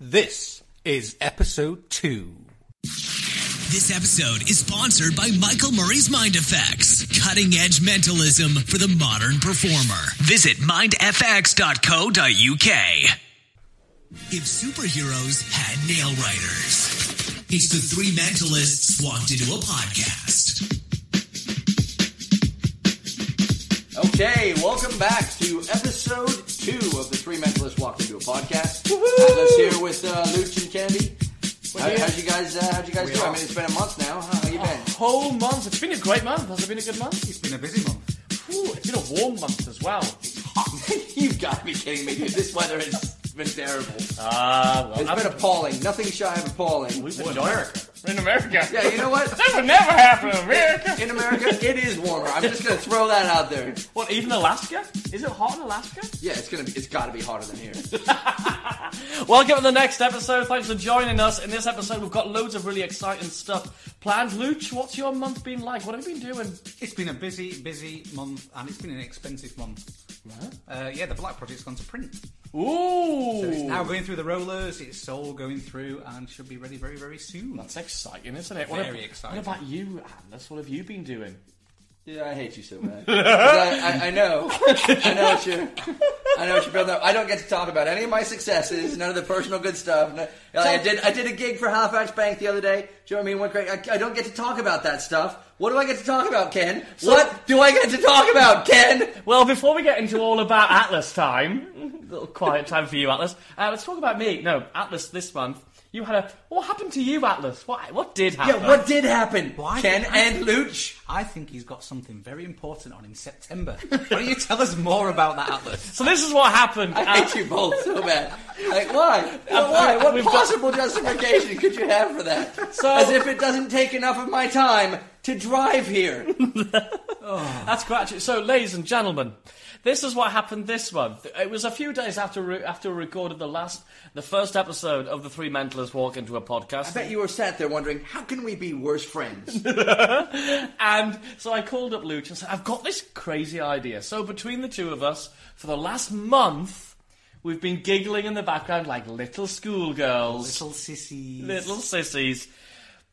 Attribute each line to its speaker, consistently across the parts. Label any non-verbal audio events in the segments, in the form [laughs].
Speaker 1: This is episode two.
Speaker 2: This episode is sponsored by Michael Murray's Mind Effects, cutting edge mentalism for the modern performer. Visit mindfx.co.uk. If superheroes had nail writers, it's the three mentalists walked into a podcast.
Speaker 3: Okay, welcome back to episode two of the Three Mentalists Walk Into a Podcast. Atlas here with uh, Luch and Kennedy. How,
Speaker 4: you?
Speaker 3: how'd you guys? Uh, how'd you guys do? I mean, it's been a month now. How, how you been?
Speaker 4: whole month. It's been a great month. Has it been a good month?
Speaker 5: It's been a busy month.
Speaker 4: Ooh, it's been a warm month as well.
Speaker 3: [laughs] You've got to be kidding me, dude. This weather has been terrible.
Speaker 4: Ah, well,
Speaker 3: It's
Speaker 4: I'm-
Speaker 3: been appalling. Nothing shy of appalling.
Speaker 4: we've been in America. We're in America.
Speaker 3: Yeah, you know what?
Speaker 4: That would [laughs] never happen in America.
Speaker 3: In America, it is warmer. I'm just gonna throw that out there.
Speaker 4: What, even Alaska? Is it hot in Alaska?
Speaker 3: Yeah, it's gonna be. It's got to be hotter than here.
Speaker 4: Welcome to the next episode. Thanks for joining us. In this episode, we've got loads of really exciting stuff planned. Luch, what's your month been like? What have you been doing?
Speaker 5: It's been a busy, busy month, and it's been an expensive month. Uh, yeah, the Black Project's gone to print.
Speaker 4: Ooh.
Speaker 5: It's now going through the rollers. It's all going through, and should be ready very, very soon.
Speaker 4: That's exciting, isn't it? what,
Speaker 5: Very
Speaker 4: ab-
Speaker 5: exciting.
Speaker 4: What about you, Anders? What have you been doing?
Speaker 3: Yeah, I hate you so bad. 'Cause I, I, I know. I know what you're. I know what you're building up. I don't get to talk about any of my successes, none of the personal good stuff. No- like, I did. I did a gig for Halifax Bank the other day. Do you know what I mean? Went great. I, I don't get to talk about that stuff. What do I get to talk about, Ken? what do I get to talk about, Ken?
Speaker 4: Well, before we get into all about Atlas time, little quiet time for you, Atlas. Uh, let's talk about me. No, Atlas, this month you had a. What happened to you, Atlas? What what did happen?
Speaker 3: Yeah, what did happen,
Speaker 5: Why?
Speaker 3: Ken and Luch?
Speaker 5: I think he's got something very important on in September. Why don't you tell us more about that, Atlas?
Speaker 4: So this is what happened.
Speaker 3: I
Speaker 4: At-
Speaker 3: hate you both so bad. Like, why? Well, why? What
Speaker 4: We've got-
Speaker 3: possible justification could you have for that?
Speaker 4: So-
Speaker 3: As if it doesn't take enough of my time to drive here.
Speaker 4: That's quite. So, ladies and gentlemen, this is what happened this month. It was a few days after re- after we recorded the last, the first episode of the Three Mentalists Walk into a Podcast.
Speaker 3: I bet you were sat there wondering, how can we be worse friends?
Speaker 4: And so I called up Luch and said, I've got this crazy idea. So between the two of us, for the last month, we've been giggling in the background like little schoolgirls,
Speaker 5: Little sissy.
Speaker 4: little sissies,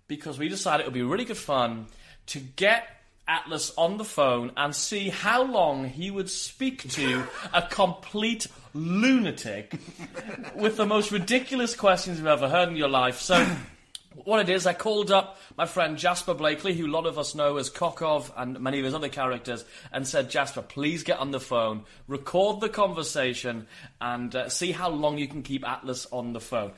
Speaker 4: because we decided it would be really good fun to get Atlas on the phone and see how long he would speak to a complete lunatic with the most ridiculous questions you've ever heard in your life. So, [clears throat] what it is, I called up my friend Jasper Blakely, who a lot of us know as Kokov and many of his other characters, and said, Jasper, please get on the phone, record the conversation, and uh, see how long you can keep Atlas on the phone.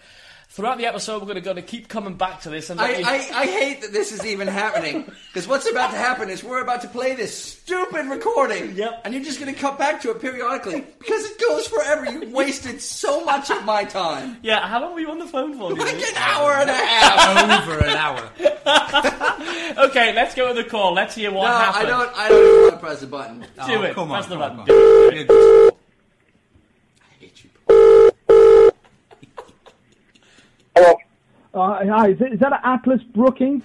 Speaker 4: Throughout the episode, we're going to keep coming back to this. And
Speaker 3: [laughs] I, I, I hate that this is even happening. Because what's about to happen is we're about to play this stupid recording.
Speaker 4: Yep.
Speaker 3: And you're just going to cut back to it periodically. Because it goes forever. You wasted so much of my time.
Speaker 4: yeah, how long were you on the phone for? do you
Speaker 3: Like
Speaker 4: think?
Speaker 3: an hour and a half.
Speaker 5: Over an hour.
Speaker 4: Okay, let's go with the call. Let's hear what
Speaker 3: No, Uh, I
Speaker 4: happened.
Speaker 3: don't, I don't want to press the button.
Speaker 4: Do
Speaker 5: Oh,
Speaker 4: it.
Speaker 5: Come on.
Speaker 4: Press the
Speaker 5: come
Speaker 4: button.
Speaker 5: on, come on. Yeah, good.
Speaker 6: Hello. Uh, hi, is, it, is that at Atlas Brookings?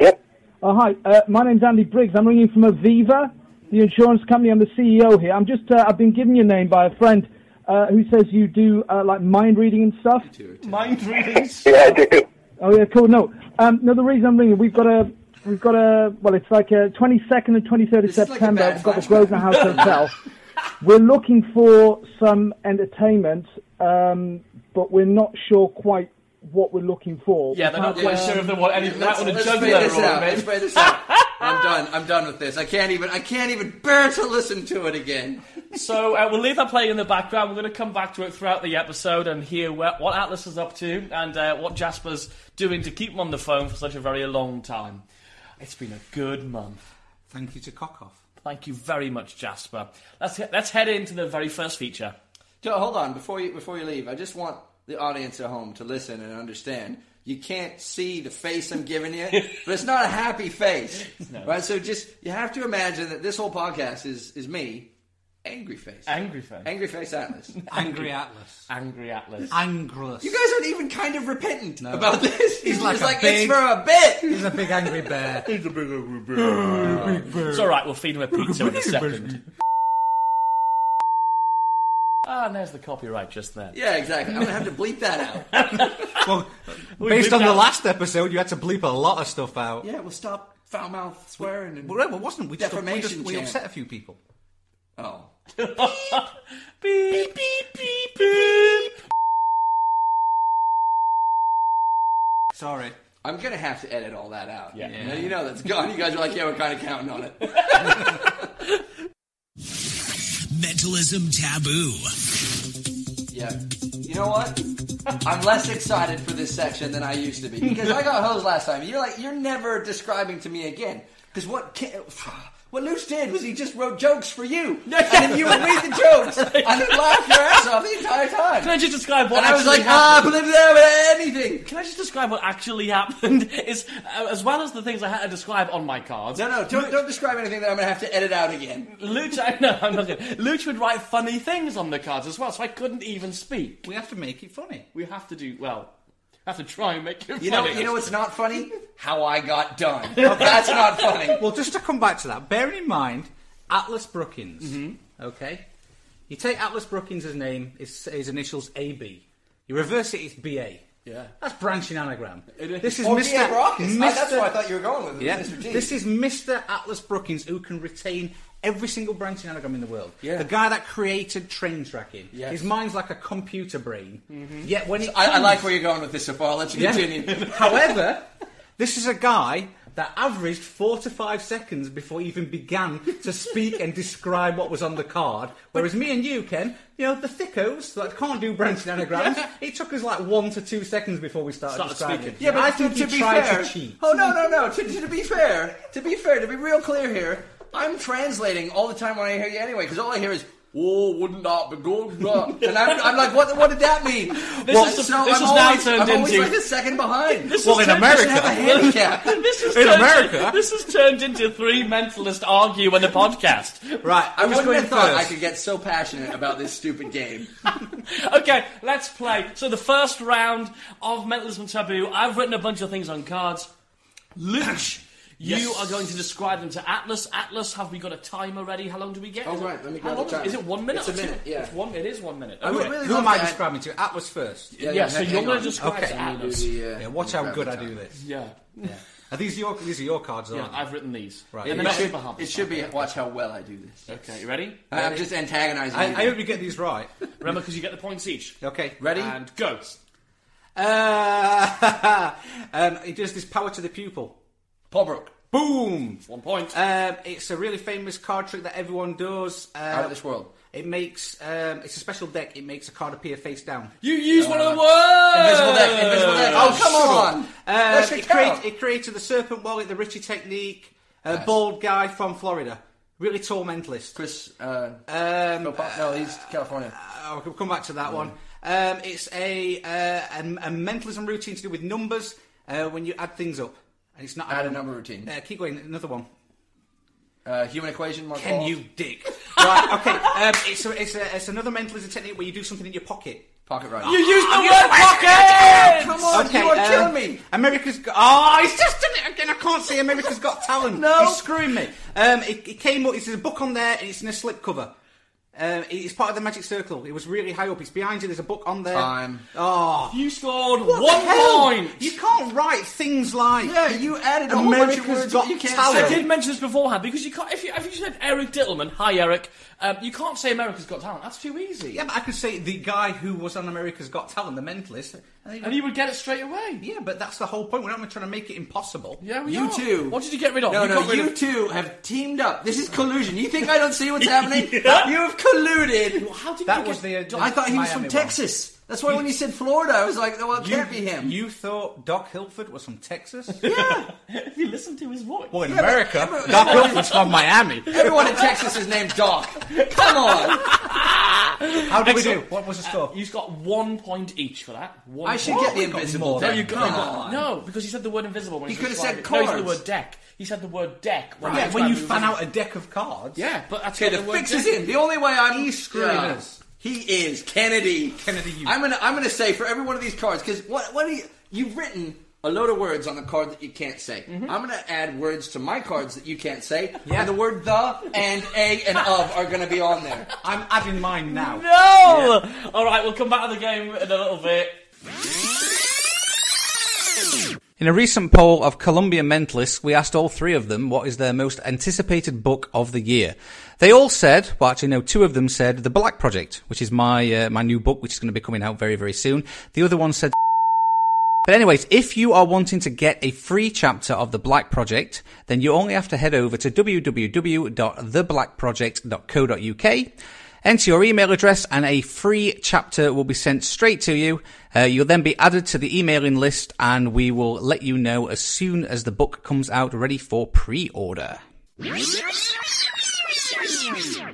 Speaker 7: Yep.
Speaker 6: Uh, hi, uh, my name's Andy Briggs. I'm ringing from Aviva, the insurance company. I'm the CEO here. I'm just, uh, I've been given your name by a friend uh, who says you do uh, like mind reading and stuff.
Speaker 4: Mind reading.
Speaker 7: Yeah, I do.
Speaker 6: [laughs] Oh yeah, cool. No, um, no. The reason I'm ringing, we've got a, we've got a, well, it's like a 22nd and 23rd of
Speaker 3: This is like a
Speaker 6: September.
Speaker 3: bad
Speaker 6: we've got the
Speaker 3: flashback.
Speaker 6: Grosvenor House Hotel.
Speaker 3: [laughs]
Speaker 6: We're looking for some entertainment, um, but we're not sure quite what we're looking for.
Speaker 4: Yeah, they're not
Speaker 6: We
Speaker 4: quite
Speaker 6: can't,
Speaker 4: sure if they want any. They might
Speaker 3: Let's, let's
Speaker 4: want to
Speaker 3: play
Speaker 4: juggler
Speaker 3: this out.
Speaker 4: or
Speaker 3: Let's
Speaker 4: maybe.
Speaker 3: play this out. I'm done. I'm done with this. I can't even. I can't even bear to listen to it again.
Speaker 4: So uh, we'll leave that playing in the background. We're going to come back to it throughout the episode and hear where, what Atlas is up to and uh, what Jasper's doing to keep him on the phone for such a very long time. It's been a good month.
Speaker 5: Thank you to Cockoff.
Speaker 4: Thank you very much, Jasper. Let's he- let's head into the very first feature.
Speaker 3: So, hold on before you before you leave. I just want the audience at home to listen and understand. You can't see the face I'm giving you, but it's not a happy face, right? So just you have to imagine that this whole podcast is is me, angry face,
Speaker 4: Angry face.
Speaker 3: angry face Atlas. you
Speaker 5: Angry Atlas.
Speaker 4: Angry Atlas.
Speaker 5: Angrus.
Speaker 3: guys aren't even kind of repentant about this. He's,
Speaker 5: like
Speaker 3: just
Speaker 5: a
Speaker 3: like
Speaker 5: big-
Speaker 3: it's for a bit.
Speaker 5: He's a big angry bear.
Speaker 3: [laughs]
Speaker 4: It's all right. We'll feed him a pizza in a second. Ah, and there's the copyright just there.
Speaker 3: Yeah, exactly. I'm gonna have to bleep that out.
Speaker 5: Well,
Speaker 4: We
Speaker 5: based
Speaker 4: bleeped
Speaker 5: on the
Speaker 4: out-
Speaker 5: last episode, you had to bleep a lot of stuff out.
Speaker 3: Yeah, we'll stop foul mouth swearing and
Speaker 5: Well, no, it wasn't. We just, we,
Speaker 3: Defamation
Speaker 5: just, we
Speaker 3: chant.
Speaker 5: upset a few people.
Speaker 3: oh.
Speaker 4: Beep, beep, beep, beep.
Speaker 5: Sorry.
Speaker 3: I'm gonna have to edit all that out.
Speaker 4: Yeah.
Speaker 3: You know, you know that's gone. You guys are like, yeah, we're kind of counting on
Speaker 4: [laughs]
Speaker 3: it.
Speaker 2: Mentalism taboo.
Speaker 3: Yeah. You know what? I'm less excited for this section than I used to be because I got hosed last time. You're like, you're never describing to me again. Because what ca- what Luce did was he just wrote jokes for you, and then you would read the
Speaker 4: [laughs]
Speaker 3: jokes and then laugh your ass off the entire
Speaker 4: Can I
Speaker 3: time.
Speaker 4: just describe what
Speaker 3: And I was
Speaker 4: actually
Speaker 3: like,
Speaker 4: happened?
Speaker 3: ah, blah, blah, blah, anything.
Speaker 4: Can I just describe what actually [laughs] happened? Is uh, as well as the things I had to describe on my cards.
Speaker 3: No, no, don't, don't describe anything that I'm gonna have to edit out again.
Speaker 4: Luch, [laughs] I, no, I'm not good. Luch would write funny things on the cards as well, so I couldn't even speak.
Speaker 5: We have to make it funny.
Speaker 4: We have to do well. Have to try and make it
Speaker 3: You know,
Speaker 4: funny.
Speaker 3: you know what's not funny? How I got
Speaker 4: [laughs]
Speaker 3: done. That's not funny.
Speaker 5: Well, just to come back to that, bearing in mind Atlas Brookins. Okay, you take Atlas Brookins' name, his, his initials AB. You reverse it, it's BA.
Speaker 4: Yeah.
Speaker 5: That's branching anagram.
Speaker 4: It is.
Speaker 5: This is
Speaker 3: Oh,
Speaker 5: Mr.
Speaker 3: yeah, Brockis. I-
Speaker 5: Mr.
Speaker 3: That's where I thought you were going with it,
Speaker 5: Yeah.
Speaker 3: Mr. T.
Speaker 5: This is Mr. Atlas Brookins who can retain every single branching anagram in the world.
Speaker 3: Yeah.
Speaker 5: The guy that created train tracking.
Speaker 3: Yes. Mm-hmm.
Speaker 5: His mind's like a computer brain. Yet when it
Speaker 3: I, I
Speaker 5: comes-
Speaker 3: like where you're going with this so far. Let's
Speaker 5: Yeah.
Speaker 3: continue.
Speaker 5: [laughs]
Speaker 3: [laughs]
Speaker 5: However, this is a guy that averaged four to five seconds before he even began to speak and describe what was on the card. Whereas me and you, Ken, you know, the thickos that can't do
Speaker 3: [laughs]
Speaker 5: branching anagrams, it took us like one to two seconds before we started,
Speaker 4: Started
Speaker 5: describing.
Speaker 4: speaking.
Speaker 3: Yeah, but
Speaker 5: I think
Speaker 3: to,
Speaker 5: he
Speaker 3: be
Speaker 5: tried
Speaker 3: fair,
Speaker 5: to cheat.
Speaker 3: Oh no, no, no. To, to, to be fair, to be fair, to be real clear here, I'm translating all the time when I hear you anyway, because all I hear is. Oh, wouldn't that be good? uh,"
Speaker 5: [laughs]
Speaker 3: And I'm, I'm like, what? What did that mean? This
Speaker 4: is the- this is now turned
Speaker 3: I'm always
Speaker 4: into-
Speaker 3: like a second behind.
Speaker 4: This
Speaker 5: Well,
Speaker 4: has
Speaker 5: in
Speaker 4: turned- this
Speaker 5: America-
Speaker 3: [laughs]
Speaker 4: has-
Speaker 3: I have a handicap.
Speaker 4: This has
Speaker 5: In
Speaker 4: turned-
Speaker 5: America?
Speaker 4: this has turned into three mentalist argue in a podcast.
Speaker 5: Right,
Speaker 3: I
Speaker 5: I'm just
Speaker 3: wouldn't
Speaker 5: going
Speaker 3: have thought
Speaker 5: first.
Speaker 3: I could get so passionate about this stupid game.
Speaker 4: Okay, let's play. So the first round of Mentalism Taboo, I've written a bunch of things on cards.
Speaker 3: [coughs]
Speaker 4: Luch, you are going to describe them to Atlas. Atlas, have we got a timer ready? How long do we get?
Speaker 3: Oh,
Speaker 4: Is it-
Speaker 3: right, let me
Speaker 4: how
Speaker 3: grab
Speaker 4: long
Speaker 3: the
Speaker 4: is-
Speaker 3: timer.
Speaker 4: Is it one
Speaker 3: It's
Speaker 4: minute?
Speaker 3: a
Speaker 4: or two?
Speaker 3: minute, yeah.
Speaker 4: It's one, it is one minute.
Speaker 3: I would
Speaker 4: Okay.
Speaker 3: really
Speaker 5: Who
Speaker 3: love
Speaker 5: am I
Speaker 3: to-
Speaker 5: describing to? Atlas first.
Speaker 4: yeah, so
Speaker 3: hang
Speaker 4: you're going
Speaker 3: on.
Speaker 4: to describe
Speaker 5: Okay.
Speaker 4: to
Speaker 5: I
Speaker 3: Do
Speaker 4: Atlas.
Speaker 3: the, uh,
Speaker 5: Yeah, watch how
Speaker 3: grab
Speaker 5: good
Speaker 3: the
Speaker 5: I
Speaker 3: timer.
Speaker 5: do this.
Speaker 4: Yeah.
Speaker 5: Are these your these are your cards,
Speaker 4: Yeah,
Speaker 5: aren't they?
Speaker 4: I've written these.
Speaker 5: Right.
Speaker 4: And then
Speaker 3: It
Speaker 4: I'll
Speaker 3: should,
Speaker 4: flip a half.
Speaker 3: it should be. Watch how well I do this.
Speaker 4: Okay, you
Speaker 3: [laughs]
Speaker 4: ready?
Speaker 3: I'm just antagonizing. you.
Speaker 5: I, I hope you get these right.
Speaker 4: Remember, because you get the points each.
Speaker 5: Okay.
Speaker 3: [laughs] Ready?
Speaker 4: And go.
Speaker 5: Uh, [laughs] um, it does this power to the pupil.
Speaker 3: Pulbrook.
Speaker 5: Boom!
Speaker 4: One point.
Speaker 5: Um, it's a really famous card trick that everyone does. Um,
Speaker 3: Out of this world.
Speaker 5: It makes um, it's a special deck. It makes a card appear face down.
Speaker 4: you use one of the words!
Speaker 3: Invisible deck. Invisible deck. Oh, come on.
Speaker 5: Um,
Speaker 3: That should
Speaker 5: it, create,
Speaker 3: count.
Speaker 5: it created the serpent wallet, the Richie technique. A bald guy from Florida, really tall mentalist.
Speaker 3: Chris. Uh,
Speaker 5: Um,
Speaker 3: no, Pop- no, he's California.
Speaker 5: I'll Oh, come back to that one. Um, it's a, uh, a a mentalism routine to do with numbers uh, when you add things up, and it's not
Speaker 3: Add a
Speaker 5: adding-
Speaker 3: number routine.
Speaker 5: Uh, keep going. Another one.
Speaker 3: Uh, human equation. Mark
Speaker 5: Can
Speaker 3: Hall.
Speaker 5: you dick? right. Okay. Um, it's a, it's a, it's another mentalism technique where you do something in your pocket.
Speaker 3: pocket right?
Speaker 4: You use the word pocket!
Speaker 3: Come on,
Speaker 5: Okay,
Speaker 3: you are
Speaker 5: um,
Speaker 3: killing me.
Speaker 5: America's got. Oh, he's just done it again. I can't see America's Got Talent.
Speaker 3: No.
Speaker 5: He's screwing me. Um, it, it came up. It's a book on there, and it's in a slip cover. Um, it- it's part of the Magic Circle. It was really high up. It's behind you. There's a book on there.
Speaker 3: Time.
Speaker 5: Oh.
Speaker 4: You scored
Speaker 5: What the hell?
Speaker 4: one
Speaker 5: You
Speaker 4: point.
Speaker 5: can't write things like.
Speaker 3: Yeah, you added a whole bunch of
Speaker 5: America's
Speaker 3: words.
Speaker 5: Got
Speaker 3: that you can't
Speaker 5: Talent.
Speaker 4: I
Speaker 3: say.
Speaker 4: did mention this beforehand because you can't. If you, if you said Eric Dittleman, hi Eric, um, you can't say America's Got Talent. That's too easy.
Speaker 5: Yeah, but I could say the guy who was on America's Got Talent, the mentalist. And they-
Speaker 4: And you would get it straight away.
Speaker 5: yeah, but that's the whole point. We're not trying to make it impossible.
Speaker 4: Yeah, we
Speaker 3: You
Speaker 4: are.
Speaker 3: two.
Speaker 4: What did you get rid of?
Speaker 3: No,
Speaker 4: got
Speaker 3: no,
Speaker 4: rid
Speaker 3: you
Speaker 4: of-
Speaker 3: two have teamed up. This is collusion. You think I don't see what's happening?
Speaker 4: Yeah.
Speaker 3: You have colluded.
Speaker 4: How did
Speaker 5: That
Speaker 4: you
Speaker 5: was
Speaker 4: get-
Speaker 5: the,
Speaker 3: I thought he was uh,
Speaker 5: Miami
Speaker 3: from
Speaker 5: one.
Speaker 3: Texas. That's why when you said Florida, I was like, well, it can't be him.
Speaker 5: You thought Doc Hilford was from Texas?
Speaker 4: if you listen to his voice.
Speaker 5: Well, in
Speaker 3: but
Speaker 5: America,
Speaker 3: everyone-
Speaker 5: Doc Hilford's from Miami.
Speaker 3: Everyone in Texas is named Doc. Come on.
Speaker 5: How did we do?
Speaker 4: Excellent.
Speaker 5: What was the score?
Speaker 4: You've got one point each for that. One
Speaker 3: I should
Speaker 4: point.
Speaker 3: get the
Speaker 5: we got
Speaker 3: invisible
Speaker 5: more
Speaker 3: deck.
Speaker 5: than- No, you
Speaker 3: Come
Speaker 4: No,
Speaker 3: on.
Speaker 4: No, because he said the word invisible. When
Speaker 3: He
Speaker 4: he
Speaker 3: could've said
Speaker 4: described it. No, he said the
Speaker 3: cards.
Speaker 4: word deck. He said the word deck. When
Speaker 5: yeah,
Speaker 4: he
Speaker 5: when you
Speaker 4: described
Speaker 5: fan
Speaker 4: it.
Speaker 5: out a deck of cards.
Speaker 4: Yeah, but that's
Speaker 3: Okay,
Speaker 4: what
Speaker 3: the
Speaker 4: word
Speaker 3: fix is
Speaker 4: deck-
Speaker 3: in. The only way I'm
Speaker 5: He's screwing us.
Speaker 3: He is Kennedy.
Speaker 5: Kennedy, you-
Speaker 3: I'm gonna I'm gonna say for every one of these cards because what what are you, you've written a load of words on the card that you can't say. I'm going to add words to my cards that you can't say, and the word the and a and of are going to be on there.
Speaker 5: I'm adding mine now.
Speaker 4: No! All right, we'll come back to the game in a little bit.
Speaker 1: In a recent poll of Columbia mentalists, we asked all three of them what is their most anticipated book of the year. They all said, well, actually, no, two of them said The Black Project, which is my uh, my new book, which is going to be coming out very, very soon. The other one said. But anyways, if you are wanting to get a free chapter of The Black Project, then you only have to head over to www.theblackproject.co.uk, enter your email address and a free chapter will be sent straight to you. Uh, you'll then be added to the emailing list and we will let you know as soon as the book comes out ready for pre-order.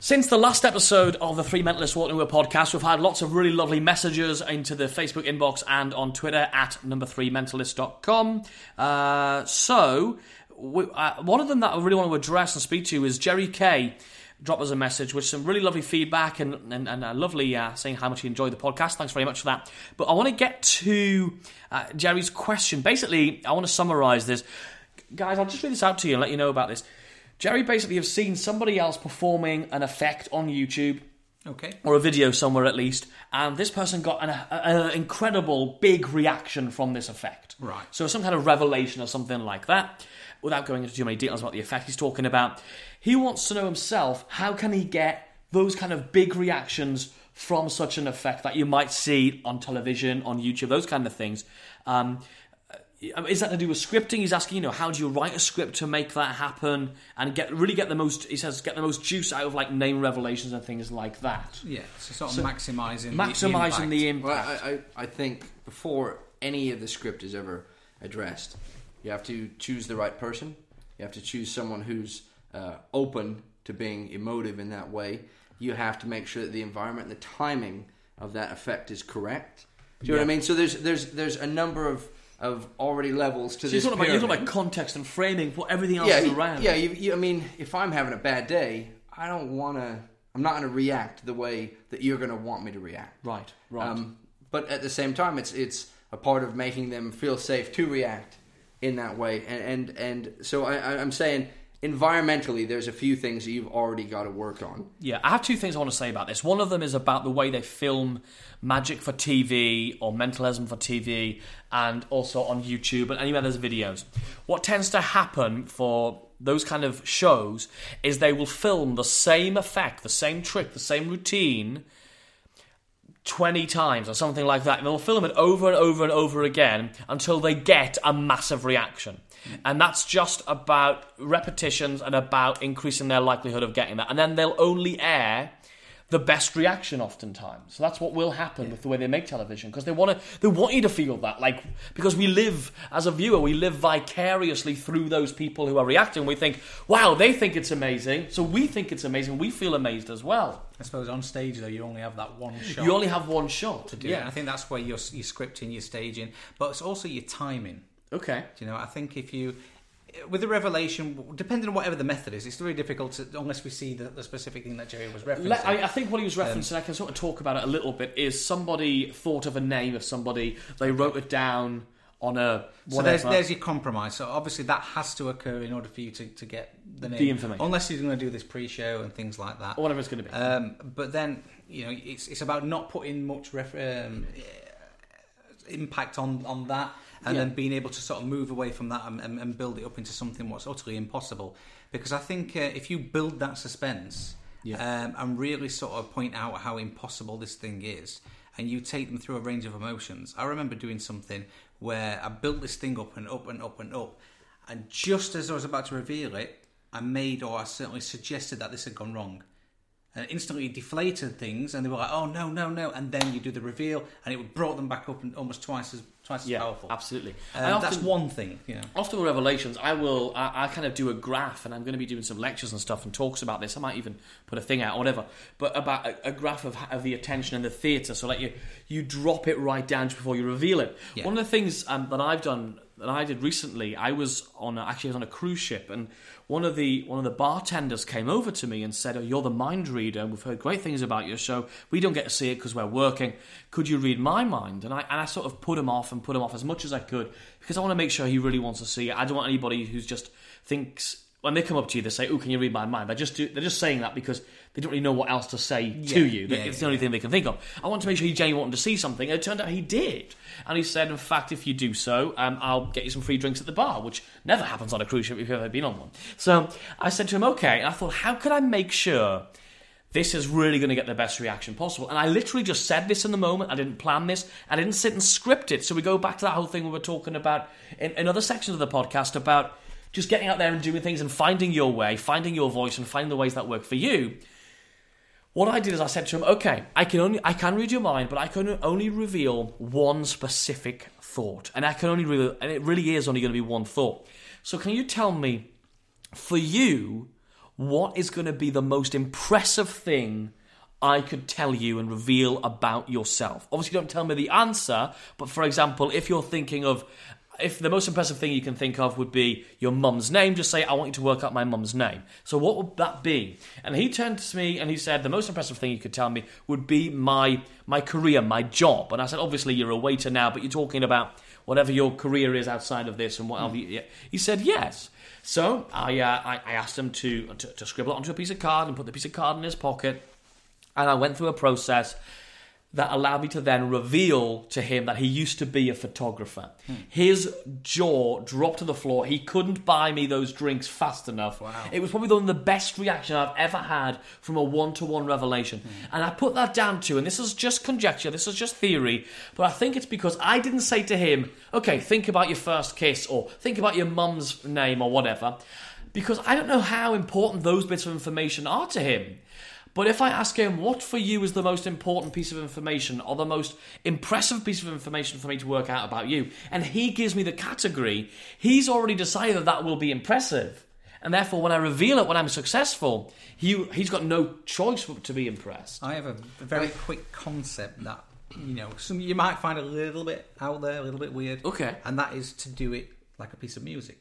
Speaker 4: Since the last episode of the Three Mentalists Walking Away podcast, we've had lots of really lovely messages into the Facebook inbox and on Twitter at number 3 mentalist.com. Uh, so, we, uh, one of them that I really want to address and speak to is Jerry Kay. Drop us a message with some really lovely feedback and, and, and uh, lovely uh, saying how much he enjoyed the podcast. Thanks very much for that. But I want to get to uh, Jerry's question. Basically, I want to summarize this. Guys, I'll just read this out to you and let you know about this. Jerry basically have seen somebody else performing an effect on YouTube
Speaker 5: Okay.
Speaker 4: or a video somewhere at least, and this person got an a, a incredible big reaction from this effect.
Speaker 5: Right.
Speaker 4: So some kind of revelation or something like that. Without going into too many details about the effect he's talking about, he wants to know himself how can he get those kind of big reactions from such an effect that you might see on television, on YouTube, those kind of things. Um, is that to do with scripting? He's asking, you know, how do you write a script to make that happen and get really get the most? He says, get the most juice out of like name revelations and things like that.
Speaker 5: Yeah, so sort of maximising
Speaker 4: Maximizing the impact.
Speaker 3: Well, I, I, I think before any of the script is ever addressed, you have to choose the right person. You have to choose someone who's uh, open to being emotive in that way. You have to make sure that the environment and the timing of that effect is correct. Do you know what I mean? So there's there's there's a number of of already levels to
Speaker 4: So
Speaker 3: this.
Speaker 4: you're, talking about, you're talking
Speaker 3: pyramid.
Speaker 4: about context and framing, put everything else
Speaker 3: yeah, you-
Speaker 4: around.
Speaker 3: yeah. You, you, I mean, if I'm having a bad day, I don't want to. I'm not going to react the way that you're going to want me to react.
Speaker 4: Right, right.
Speaker 3: Um, but at the same time, it's it's a part of making them feel safe to react in that way. And and, and so I, I- I'm saying environmentally, there's a few things that you've already got to work on.
Speaker 4: Yeah, I have two things I want to say about this. One of them is about the way they film magic for TV or mentalism for TV and also on YouTube and anywhere there's videos. What tends to happen for those kind of shows is they will film the same effect, the same trick, the same routine 20 times or something like that. And they'll film it over and over and over again until they get a massive reaction. And that's just about repetitions and about increasing their likelihood of getting that. And then they'll only air the best reaction oftentimes. So that's what will happen with the way they make television because they want to they want you to feel that like because we live as a viewer we live vicariously through those people who are reacting. We think, "Wow, they think it's amazing." So we think it's amazing. We feel amazed as well.
Speaker 5: I suppose on stage though, you only have that one shot.
Speaker 4: You only have one shot to do.
Speaker 5: yeah, I think that's where your your scripting, your staging, but it's also your timing.
Speaker 4: Okay.
Speaker 5: Do you know, I think if you with the revelation, depending on whatever the method is, it's very difficult to, unless we see the, the specific thing that Jerry was referencing.
Speaker 4: Le- I, I think what
Speaker 5: Um,
Speaker 4: he was referencing, I can sort of talk about it a little bit, is somebody thought of a name of somebody, they wrote it down on a
Speaker 5: so there's,
Speaker 4: whatever.
Speaker 5: there's your compromise. So obviously that has to occur in order for you to, to get the name.
Speaker 4: The information.
Speaker 5: Unless you're going to do this pre-show and things like that.
Speaker 4: Or whatever it's gonna be.
Speaker 5: Um, but then, you know, it's, it's about not putting much ref- um, impact on, on that and
Speaker 4: Yeah.
Speaker 5: then being able to sort of move away from that and, and, and build it up into something what's utterly impossible. Because I think uh, if you build that suspense um, and really sort of point out how impossible this thing is, and you take them through a range of emotions. I remember doing something where I built this thing up and up and up and up, and just as I was about to reveal it, I made or I certainly suggested that this had gone wrong and instantly deflated things, and they were like, "Oh no, no, no!" And then you do the reveal, and it brought them back up and almost twice as twice as
Speaker 4: yeah,
Speaker 5: powerful.
Speaker 4: absolutely.
Speaker 5: Um,
Speaker 4: I often-
Speaker 5: that's one thing, you know.
Speaker 4: often with revelations i will I, I kind of do a graph and i'm going to be doing some lectures and stuff and talks about this i might even put a thing out or whatever but about a, a graph of, of the attention in the theatre so like you you drop it right down just before you reveal it one of the things um, that i've done that I did recently. I was on a, actually I was on a cruise ship, and one of the one of the bartenders came over to me and said, "Oh, you're the mind reader. and We've heard great things about your show. We don't get to see it because we're working. Could you read my mind?" And I and I sort of put him off and put him off as much as I could because I want to make sure he really wants to see it. I don't want anybody who's just thinks when they come up to you, they say, "Oh, can you read my mind?" They just do, they're just saying that because they don't really know what else to say to you. They- it's the only thing they can think of. I want to make sure he genuinely wanted to see something, and it turned out he did. And he said, "In fact, if you do so, um, I'll get you some free drinks at the bar," which never happens on a cruise ship if you've ever been on one. So I said to him, "Okay," and I thought, "How can I make sure?" this is really going to get the best reaction possible. And I literally just said this in the moment. I didn't plan this. I didn't sit and script it. So we go back to that whole thing we were talking about in, in other sections of the podcast about just getting out there and doing things and finding your way, finding your voice, and finding the ways that work for you. What I did is I said to him, "Okay, I can only I can read your mind, but I can only reveal one specific thought, and I can only reveal, and it really is only going to be one thought. So can you tell me, for you, what is going to be the most impressive thing I could tell you and reveal about yourself? Obviously, don't tell me the answer, but for example, if you're thinking of, if the most impressive thing you can think of would be your mum's name, just say, I want you to work out my mum's name. So, what would that be? And he turned to me and he said, The most impressive thing you could tell me would be my, my career, my job. And I said, Obviously, you're a waiter now, but you're talking about whatever your career is outside of this and what else. you- He said, Yes. So I, uh, I, I asked him to, to, to scribble it onto a piece of card and put the piece of card in his pocket. And I went through a process that allowed me to then reveal to him that he used to be a photographer. His jaw dropped to the floor. He couldn't buy me those drinks fast enough. It was probably one of the best reaction I've ever had from a one to one revelation. And I put that down to, and this is just conjecture, this is just theory, but I think it's because I didn't say to him, okay, think about your first kiss or think about your mum's name or whatever, because I don't know how important those bits of information are to him. But if I ask him what for you is the most important piece of information or the most impressive piece of information for me to work out about you, and he gives me the category, he's already decided that that will be impressive. And therefore, when I reveal it, when I'm successful, he, he's got no choice but to be impressed.
Speaker 5: I have a very quick concept that you know some you might find a little bit out there, a little bit weird.
Speaker 4: Okay.
Speaker 5: and that is to do it like a piece of music.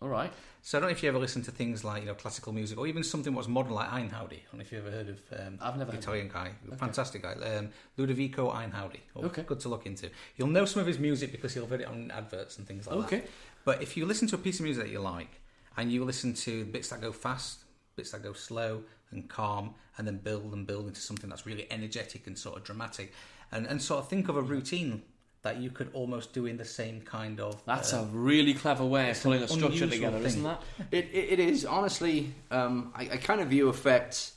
Speaker 4: All right.
Speaker 5: So I don't know if you ever listen to things like you know classical music or even something what's modern like Einhaudi. I don't know if you ever heard of um,
Speaker 4: I've never heard of
Speaker 5: Italian guy, fantastic guy, um, Ludovico Einhaudi. Oh,
Speaker 4: Okay.
Speaker 5: good to look into. You'll know some of his music because he'll put it on adverts and things like that.
Speaker 4: Okay.
Speaker 5: But if you listen to a piece of music that you like and you listen to bits that go fast, bits that go slow and calm, and then build and build into something that's really energetic and sort of dramatic, and, and sort of think of a routine that you could almost do in the same kind of.
Speaker 4: That's
Speaker 5: uh,
Speaker 4: a really clever way of pulling a structure
Speaker 5: unusual
Speaker 4: together,
Speaker 5: thing.
Speaker 4: isn't that?
Speaker 3: It, it, it is honestly. Um, I, I kind of view effects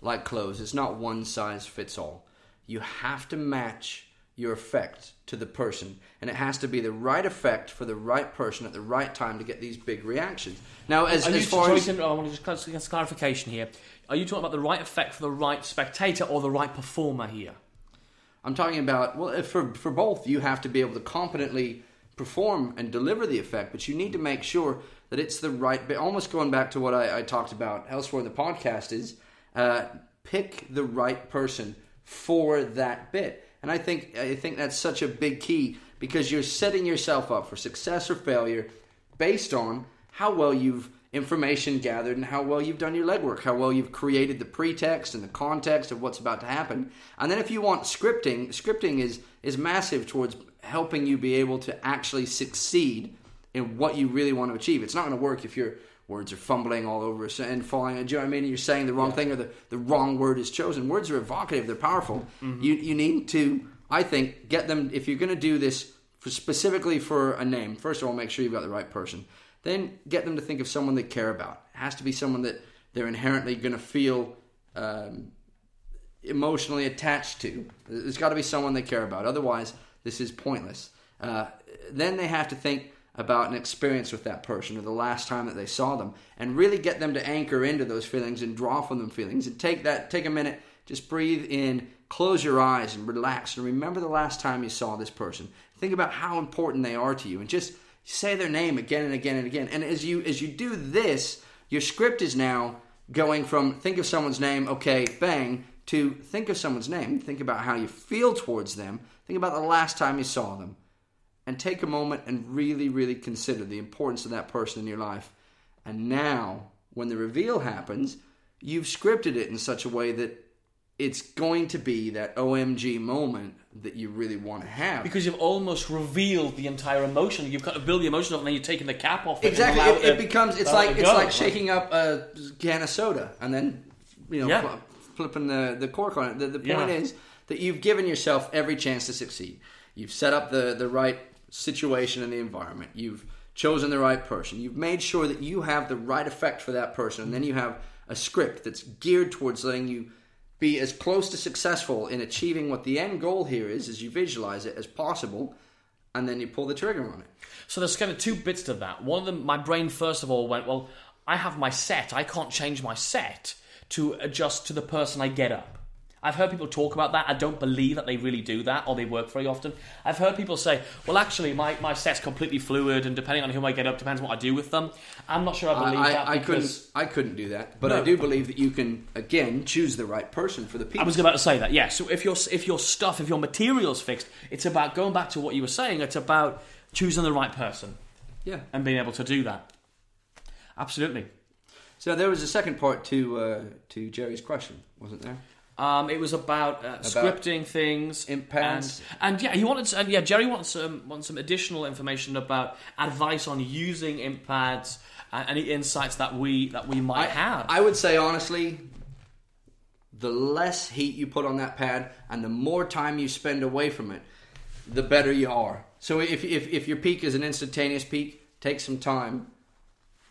Speaker 3: like clothes. It's not one size fits all. You have to match your effect to the person, and it has to be the right effect for the right person at the right time to get these big reactions. Now, as,
Speaker 4: Are you
Speaker 3: as far
Speaker 4: sorry,
Speaker 3: as
Speaker 4: Tim, I want to just clar- just clarification here. Are you talking about the right effect for the right spectator or the right performer here?
Speaker 3: I'm talking about, well, if for for both, you have to be able to competently perform and deliver the effect, but you need to make sure that it's the right. But almost going back to what I, I talked about elsewhere in the podcast is uh, pick the right person for that bit, and I think I think that's such a big key because you're setting yourself up for success or failure based on how well you've information gathered and how well you've done your legwork, how well you've created the pretext and the context of what's about to happen. And then if you want scripting, scripting is is massive towards helping you be able to actually succeed in what you really want to achieve. It's not going to work if your words are fumbling all over us and falling. Do you know what I mean? And You're saying the wrong thing or the, the wrong word is chosen. Words are evocative, they're powerful. You, you need to, I think, get them, if you're going to do this for specifically for a name, first of all, make sure you've got the right person. Then get them to think of someone they care about. It has to be someone that they're inherently going to feel um, emotionally attached to. There's got to be someone they care about. Otherwise, this is pointless. Uh, then they have to think about an experience with that person or the last time that they saw them, and really get them to anchor into those feelings and draw from them feelings. And take that, take a minute, just breathe in, close your eyes, and relax, and remember the last time you saw this person. Think about how important they are to you, and just say their name again and again and again. And as you as you do this, your script is now going from think of someone's name, okay, bang, to think of someone's name, think about how you feel towards them, think about the last time you saw them, and take a moment and really, really consider the importance of that person in your life. And now, when the reveal happens, you've scripted it in such a way that it's going to be that OMG moment that you really want to have.
Speaker 4: Because you've almost revealed the entire emotion. You've got to build the emotion up, and then you're taking the cap off. it and
Speaker 3: exactly,
Speaker 4: allow
Speaker 3: it,
Speaker 4: to-
Speaker 3: it becomes it's
Speaker 4: allow
Speaker 3: like
Speaker 4: it to
Speaker 3: it's
Speaker 4: go.
Speaker 3: like shaking up a can of soda and then you know
Speaker 4: Yeah.
Speaker 3: fl- flipping the the cork on it. The, the point
Speaker 4: Yeah.
Speaker 3: is that you've given yourself every chance to succeed. You've set up the the right situation and the environment. You've chosen the right person. You've made sure that you have the right effect for that person, and then you have a script that's geared towards letting you be as close to successful in achieving what the end goal here is as you visualize it as possible and then you pull the trigger on it
Speaker 4: So there's kind of two bits to that. One of them, my brain first of all went, well, I have my set. I can't change my set to adjust to the person I get up. I've heard people talk about that. I don't believe that they really do that or they work very often. I've heard people say, well, actually, my, my set's completely fluid and depending on who I get up depends on what I do with them. I'm not sure I believe that.
Speaker 3: I, I couldn't.
Speaker 4: because-
Speaker 3: I couldn't do that. But
Speaker 4: No.
Speaker 3: I do believe that you can again choose the right person for the people.
Speaker 4: I was about to say that, yeah. So if your if your stuff, if your materials fixed, it's about going back to what you were saying. It's about choosing the right person
Speaker 3: yeah.
Speaker 4: and being able to do that. Absolutely.
Speaker 3: So there was a second part to uh, to Jerry's question, wasn't there?
Speaker 4: Um, it was about, uh, scripting things,
Speaker 3: Impacts.
Speaker 4: and, and yeah, he wanted, and yeah, Jerry wants some wants some additional information about advice on using impads and any insights that we that we might have.
Speaker 3: I would say honestly, the less heat you put on that pad and the more time you spend away from it, the better you are. So if if, if your peak is an instantaneous peak, take some time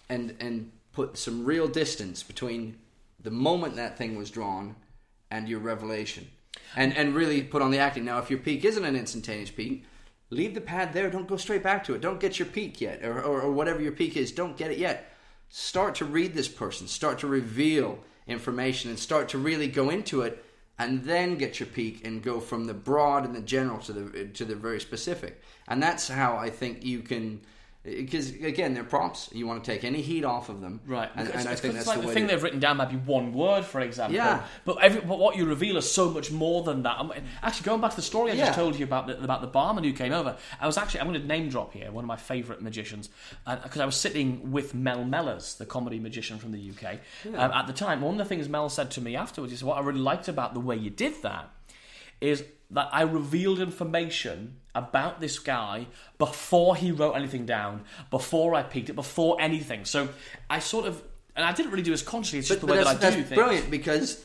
Speaker 3: and and put some real distance between the moment that thing was drawn and your revelation. And and really put on the acting. Now if your peak isn't an instantaneous peak, leave the pad there, don't go straight back to it. Don't get your peak yet or, or, or whatever your peak is, don't get it yet. Start to read this person, start to reveal information and start to really go into it and then get your peak and go from the broad and the general to the to the very specific. And that's how I think you can because again, they're prompts. You want to take any heat off of them,
Speaker 4: Right,
Speaker 3: And,
Speaker 4: because
Speaker 3: and I
Speaker 4: it's-
Speaker 3: think
Speaker 4: it's
Speaker 3: that's
Speaker 4: like
Speaker 3: the
Speaker 4: the,
Speaker 3: way.
Speaker 4: thing
Speaker 3: to-
Speaker 4: they've written down might be one word, for example.
Speaker 3: Yeah.
Speaker 4: But every but what you reveal is so much more than that. I'm, actually, going back to the story I
Speaker 3: Yeah.
Speaker 4: just told you about the, about the barman who came over, I was actually I'm going to name drop here one of my favourite magicians because I was sitting with Mel Mellors, the comedy magician from the UK, um, at the time. One of the things Mel said to me afterwards is what I really liked about the way you did that is that I revealed information about this guy before he wrote anything down, before I peeked it, before anything. So I sort of, and I didn't really do this consciously. It's just the way that I
Speaker 3: that's,
Speaker 4: do
Speaker 3: that's
Speaker 4: things.
Speaker 3: brilliant because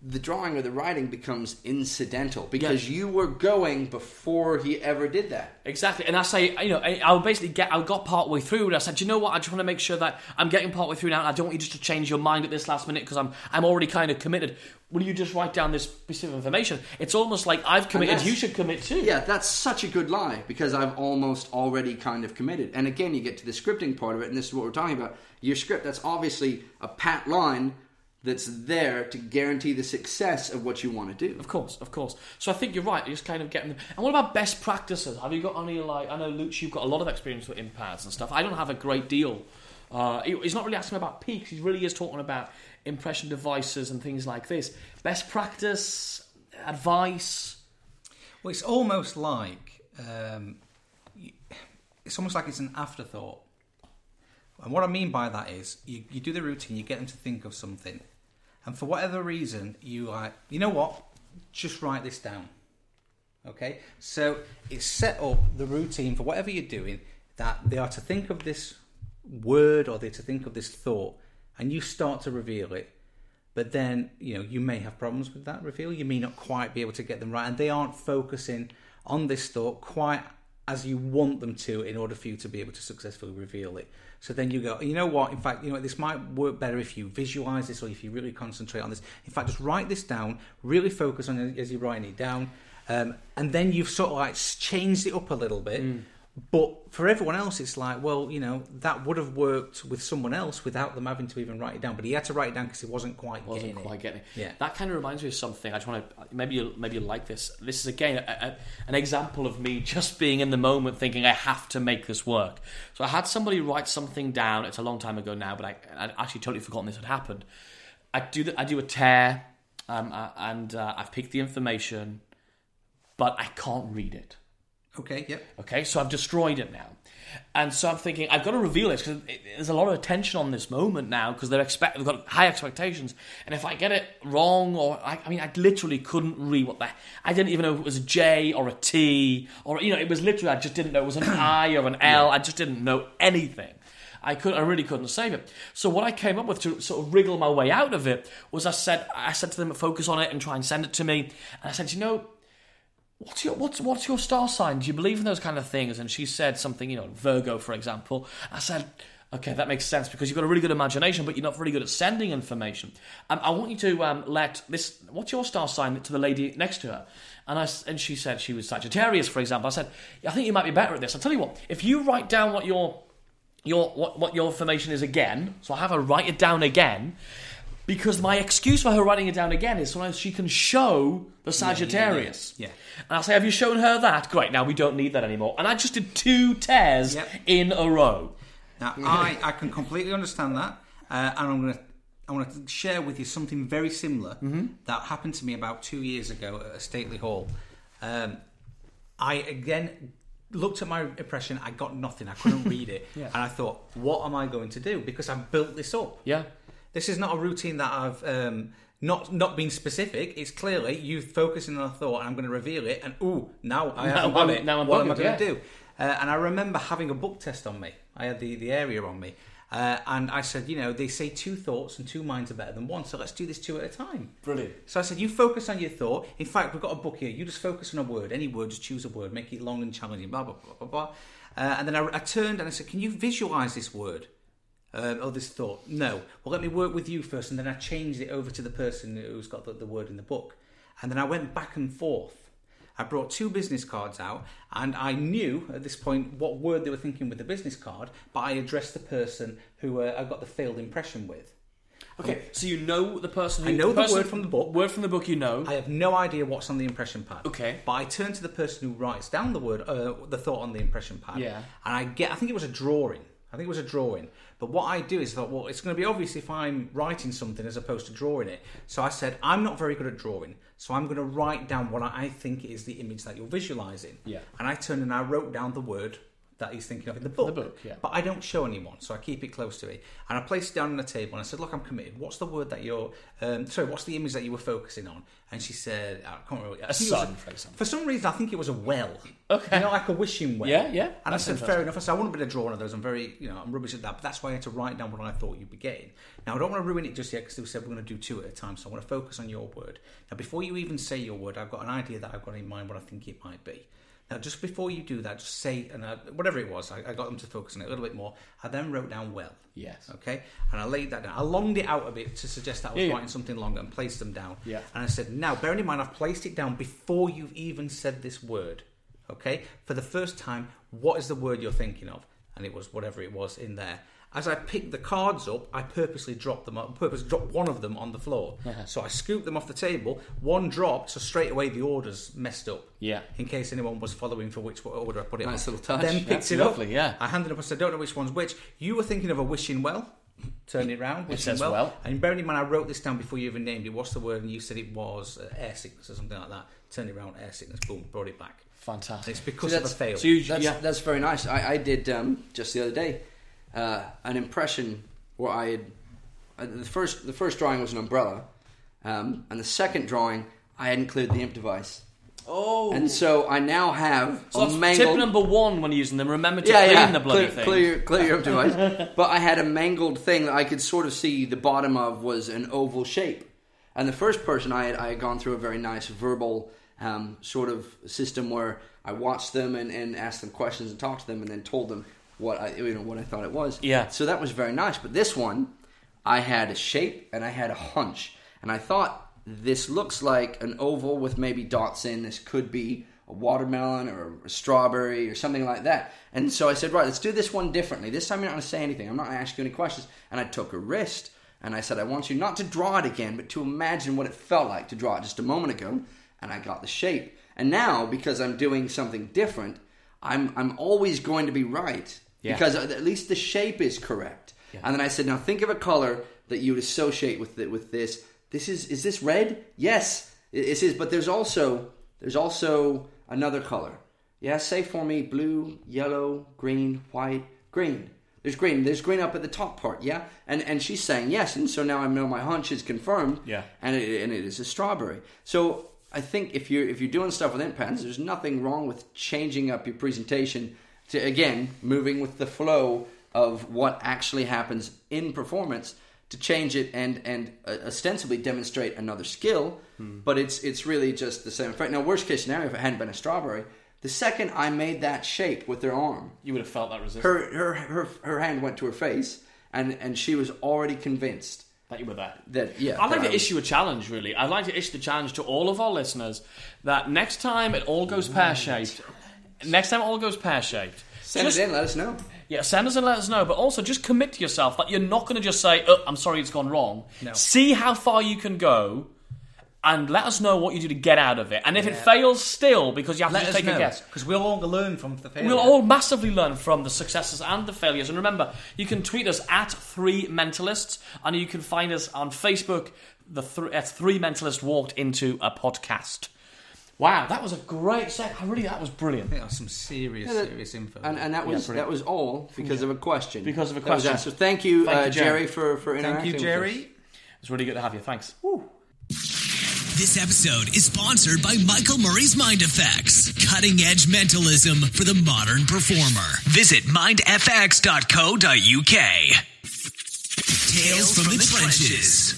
Speaker 3: the drawing or the writing becomes incidental because
Speaker 4: Yeah.
Speaker 3: you were going before he ever did that.
Speaker 4: Exactly, and I say, you know, I, I would basically get, I got part way through, and I said, "Do you know what? I just want to make sure that I'm getting part way through now. And I don't want you just to change your mind at this last minute because I'm, I'm already kind of committed. Will you just write down this piece of information? It's almost like I've committed.
Speaker 3: that's-
Speaker 4: You should commit too.
Speaker 3: Yeah, that's such a good lie because I've almost already kind of committed. And again, you get to the scripting part of it, and this is what we're talking about. Your script that's obviously a pat line that's there to guarantee the success of what you want to do.
Speaker 4: Of course, of course. So I think you're right. You're just kind of getting them. And what about best practices? Have you got any like? I know, Luke, you've got a lot of experience with impads and stuff. I don't have a great deal. Uh, he- he's not really asking about peaks. He really is talking about impression devices and things like this. Best practice, advice.
Speaker 5: Well, it's almost like um, y- it's almost like it's an afterthought. And what I mean by that is, you, you do the routine, you get them to think of something, and for whatever reason, you like, you know what? Just write this down. Okay, so it's set up the routine for whatever you're doing that they are to think of this word or they're to think of this thought, and you start to reveal it. But then you know you may have problems with that reveal. You may not quite be able to get them right, and they aren't focusing on this thought quite as you want them to in order for you to be able to successfully reveal it. So then you go, you know what? In fact, you know what, this might work better if you visualize this or if you really concentrate on this. In fact, just write this down. Really focus on it as you're writing it down. Um, and then you've sort of like s- changed it up a little bit.
Speaker 4: Mm.
Speaker 5: But for everyone else, it's like, well, you know, that would have worked with someone else without them having to even write it down. But he had to write it down because he wasn't quite
Speaker 4: wasn't
Speaker 5: getting
Speaker 4: quite
Speaker 5: it.
Speaker 4: getting.
Speaker 5: Yeah.
Speaker 4: That kind of reminds me of something. I just want to maybe you maybe you like this. This is again a, a, an example of me just being in the moment, thinking I have to make this work. So I had somebody write something down. It's a long time ago now, but I I'd actually totally forgotten this had happened. I do the, I do a tear, um, uh, and uh, I've picked the information, but I can't read it.
Speaker 1: Okay, yep.
Speaker 4: Okay, so I've destroyed it now. And so I'm thinking, I've got to reveal this because there's a lot of attention on this moment now because they're expect, they've got high expectations. And if I get it wrong, or I, I mean, I literally couldn't read what the. I didn't even know if it was a J or a T, or, you know, it was literally, I just didn't know. It was an I or an L. I just didn't know anything. I could, I really couldn't save it. So what I came up with to sort of wriggle my way out of it was I said, I said to them, focus on it and try and send it to me. And I said, you know, what's your what's what's your star sign? Do you believe in those kind of things? And she said something, you know, Virgo, for example. I said, okay, that makes sense because you've got a really good imagination, but you're not really good at sending information. Um, I want you to um, let this. What's your star sign to the lady next to her? And I s- and she said she was Sagittarius, for example. I said, I think you might be better at this. I'll tell you what, if you write down what your your what, what your information is again, so I have her write it down again. Because my excuse for her writing it down again is so she can show the Sagittarius.
Speaker 5: yeah.
Speaker 4: And I'll say, Have you shown her that? Great, now we don't need that anymore. And I just did two tears
Speaker 5: Yep.
Speaker 4: in a row.
Speaker 5: Now, I, I can completely understand that, uh, and I'm going to I want to share with you something very similar that happened to me about two years ago at a stately hall. Um, I again looked at my impression. I got nothing. I couldn't read it, and I thought, "What am I going to do?" Because I've built this up.
Speaker 4: Yeah.
Speaker 5: This is not a routine that I've um, not not been specific. It's clearly you focusing on a thought, and I'm going to reveal it. And ooh, now I haven't got
Speaker 4: I'm-
Speaker 5: it.
Speaker 4: now I'm
Speaker 5: what am I
Speaker 4: buggered,
Speaker 5: going to
Speaker 4: yeah.
Speaker 5: do? Uh, and I remember having a book test on me. I had the the area on me, uh, and I said, you know, they say two thoughts and two minds are better than one. So let's do this two at a time.
Speaker 4: Brilliant.
Speaker 5: So I said, you focus on your thought. In fact, we've got a book here. You just focus on a word, any word, just choose a word, make it long and challenging, blah, blah, blah, blah, blah. Uh, and then I, I turned and I said, can you visualize this word? Um, or this thought? No. Well, let me work with you first. And then I changed it over to the person who's got the, the word in the book. And then I went back and forth. I brought two business cards out, and I knew at this point what word they were thinking with the business card, but I addressed the person who uh, I got the failed impression with.
Speaker 4: Okay, so you know the person who.
Speaker 5: I know the
Speaker 4: person-
Speaker 5: word from the book.
Speaker 4: Word from the book you know.
Speaker 5: I have no idea what's on the impression pad.
Speaker 4: Okay.
Speaker 5: But I turn to the person who writes down the word, uh, the thought on the impression pad.
Speaker 4: Yeah.
Speaker 5: And I get, I think it was a drawing. I think it was a drawing. But what I do is thought, well, it's going to be obvious if I'm writing something as opposed to drawing it. So I said, I'm not very good at drawing, so I'm going to write down what I think is the image that you're visualizing.
Speaker 4: Yeah.
Speaker 5: And I turned and I wrote down the word that he's thinking of in the book.
Speaker 4: The book, yeah.
Speaker 5: But I don't show anyone, so I keep it close to me. And I placed it down on the table and I said, Look, I'm committed. What's the word that you're, um, sorry, what's the image that you were focusing on? And she said, I can't remember. A
Speaker 4: sun, for example.
Speaker 5: For some reason, I think it was a well.
Speaker 4: Okay.
Speaker 5: You know, like a wishing well.
Speaker 4: Yeah, yeah.
Speaker 5: And I
Speaker 4: That's
Speaker 5: said, Fair enough. I said, I wouldn't be able to draw one of those. I'm very, you know, I'm rubbish at that. But that's why I had to write down what I thought you'd be getting. Now, I don't want to ruin it just yet because we said we're going to do two at a time, so I want to focus on your word. Now, before you even say your word, I've got an idea that I've got in mind what I think it might be. Now, just before you do that, just say, and I, whatever it was, I, I got them to focus on it a little bit more. I then wrote down well.
Speaker 4: Yes.
Speaker 5: Okay. And I laid that down. I longed it out a bit to suggest that I was
Speaker 4: Yeah, yeah.
Speaker 5: writing something longer and placed them down.
Speaker 4: Yeah.
Speaker 5: And I said, now, bearing in mind, I've placed it down before you've even said this word. Okay. For the first time, what is the word you're thinking of? And it was whatever it was in there. As I picked the cards up, I purposely dropped them. I purposely dropped one of them on the floor.
Speaker 4: Uh-huh.
Speaker 5: So I scooped them off the table. One dropped, so straight away the orders messed up.
Speaker 4: Yeah.
Speaker 5: In case anyone was following for which order I put it
Speaker 3: Nice
Speaker 5: on.
Speaker 3: little touch.
Speaker 5: Then picked
Speaker 4: That's
Speaker 5: it up.
Speaker 4: lovely, yeah.
Speaker 5: I handed up. I said, "Don't know which one's which." You were thinking of a wishing well. Turn it round. Wishing
Speaker 4: says well.
Speaker 5: And bearing in mind, I wrote this down before you even named it. What's the word? And you said it was uh, air sickness or something like that. Turn it round, air sickness. Boom, brought it back. And
Speaker 4: Fantastic.
Speaker 5: it's because
Speaker 3: So
Speaker 5: of a fail.
Speaker 4: so you-
Speaker 3: That's,
Speaker 4: yeah.
Speaker 3: that's very nice. I, I did um, just the other day uh, an impression where I had uh, the first the first drawing was an umbrella, um, and the second drawing I hadn't cleared the imp device,
Speaker 4: Oh.
Speaker 3: and so I now have
Speaker 4: So
Speaker 3: a
Speaker 4: that's
Speaker 3: mangled.
Speaker 4: tip number one when you're using them. Remember to
Speaker 3: yeah,
Speaker 4: clean
Speaker 3: yeah.
Speaker 4: the bloody
Speaker 3: clear,
Speaker 4: thing.
Speaker 3: clear, clear your imp
Speaker 4: [laughs]
Speaker 3: device. But I had a mangled thing that I could sort of see the bottom of was an oval shape, and the first person I had I had gone through a very nice verbal um, sort of system where I watched them and, and asked them questions and talked to them and then told them what I you know what I thought it was.
Speaker 4: Yeah.
Speaker 3: So that was very nice. But this one, I had a shape and I had a hunch, and I thought this looks like an oval with maybe dots in. This could be a watermelon or a strawberry or something like that. And so I said, right, let's do this one differently. This time you're not going to say anything. I'm not going to ask you any questions. And I took a wrist and I said, I want you not to draw it again, but to imagine what it felt like to draw it just a moment ago. And I got the shape. And now, because I'm doing something different, I'm I'm always going to be right because at least the shape is correct. And then I said, now think of a color that you would associate with it, with this. This is is this red? Yes, it it is. But there's also there's also another color. Yeah, say for me blue, yellow, green, white, green. There's green. There's green up at the top part, yeah? And and she's saying yes, and so now I know my hunch is confirmed.
Speaker 4: Yeah.
Speaker 3: And it, and it is a strawberry. So I think if you're if you're doing stuff with int patterns, there's nothing wrong with changing up your presentation to again moving with the flow of what actually happens in performance to change it and and uh, ostensibly demonstrate another skill, but it's it's really just the same effect. Now, worst case scenario, if it hadn't been a strawberry, the second I made that shape with her arm,
Speaker 4: You would have felt that resistance.
Speaker 3: her her her, her hand went to her face, and and she was already convinced
Speaker 4: that you were there.
Speaker 3: that yeah.
Speaker 4: I'd like
Speaker 3: that I
Speaker 4: to
Speaker 3: was-
Speaker 4: issue a challenge, really. I'd like to issue the challenge to all of our listeners that next time it all goes pear shaped, next time it all goes pear shaped,
Speaker 3: Send it in. Let us know.
Speaker 4: Yeah, send us and let us know. But also, just commit to yourself that you're not going to just say, oh, "I'm sorry, it's gone wrong." See how far you can go, and let us know what you do to get out of it. And if it fails, still because you have
Speaker 5: Let
Speaker 4: to
Speaker 5: us
Speaker 4: just take a guess.
Speaker 5: because we'll all learn from the failure.
Speaker 4: We'll all massively learn from the successes and the failures. And remember, you can tweet us at Three Mentalists, and you can find us on Facebook. The th- at Three Mentalists walked into a podcast. Wow, that was a great set. I really, that was brilliant.
Speaker 5: That's some serious, serious info.
Speaker 3: And, and that was that was all because of a question.
Speaker 4: Because of a
Speaker 3: That was
Speaker 4: question.
Speaker 3: asked. So thank you,
Speaker 4: Thank
Speaker 3: uh,
Speaker 4: you,
Speaker 3: Jerry.
Speaker 4: Jerry.
Speaker 3: for for interacting.
Speaker 5: Thank you,
Speaker 3: with us.
Speaker 5: Jerry.
Speaker 4: It's really good to have you. Thanks.
Speaker 2: This episode is sponsored by Michael Murray's Mind Effects, cutting edge mentalism for the modern performer. Visit mindfx.co.uk. Tales from, the, trenches.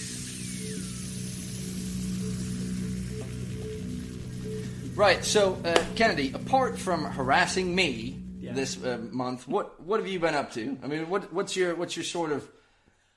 Speaker 3: Right. So, uh, Kennedy, apart from harassing me this uh, month, what what have you been up to? I mean, what what's your what's your sort of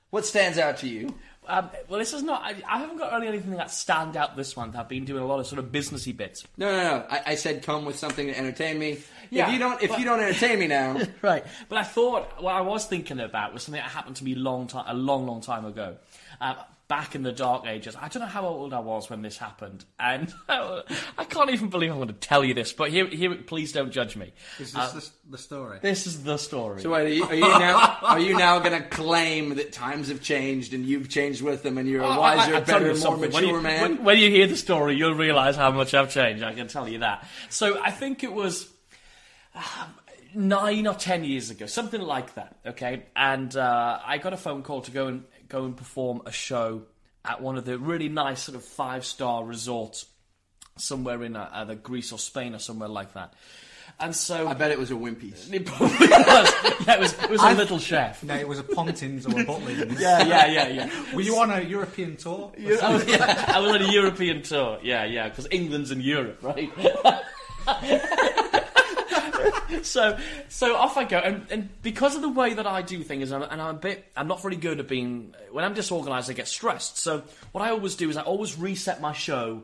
Speaker 3: what stands out to you?
Speaker 4: Um, well, this is not. I, I haven't got really anything that stand out this month. I've been doing a lot of sort of businessy bits.
Speaker 3: No, no, no. I, I said come with something to entertain me.
Speaker 4: Yeah,
Speaker 3: if you don't, if
Speaker 4: but-
Speaker 3: you don't entertain me now, [laughs]
Speaker 4: Right. But I thought what I was thinking about was something that happened to me long time, a long, long time ago, um, back in the dark ages. I don't know how old I was when this happened, and [laughs] I can't even believe I'm going to tell you this. But here, here, please don't judge me.
Speaker 5: Is this the, the story?
Speaker 4: This is the story.
Speaker 3: so are you, are you now are you now going to claim that times have changed and you've changed with them and you're a
Speaker 4: Oh, I- I-
Speaker 3: wiser,
Speaker 4: I'll tell
Speaker 3: better,
Speaker 4: you
Speaker 3: more
Speaker 4: something.
Speaker 3: mature
Speaker 4: when you,
Speaker 3: man?
Speaker 4: When, when you hear the story, you'll realise how much I've changed. I can tell you that. So I think it was um, nine or ten years ago, something like that. Okay, and uh, I got a phone call to go and go and perform a show at one of the really nice sort of five star resorts somewhere in uh, either Greece or Spain or somewhere like that. And so
Speaker 3: I bet it was a wimpies.
Speaker 4: [laughs] it probably was. Yeah, it was. It was a little
Speaker 5: [laughs]
Speaker 4: chef.
Speaker 5: No, it was a Pontins or a Butlins.
Speaker 4: Yeah, yeah, yeah, yeah.
Speaker 5: Were you on a European tour?
Speaker 4: [laughs] I was, I was on a European tour. Yeah, yeah, because England's in Europe, right? [laughs] so, so off I go, and, and because of the way that I do things, and I'm, and I'm a bit, I'm not very good at being. When I'm disorganised, I get stressed. So, what I always do is I always reset my show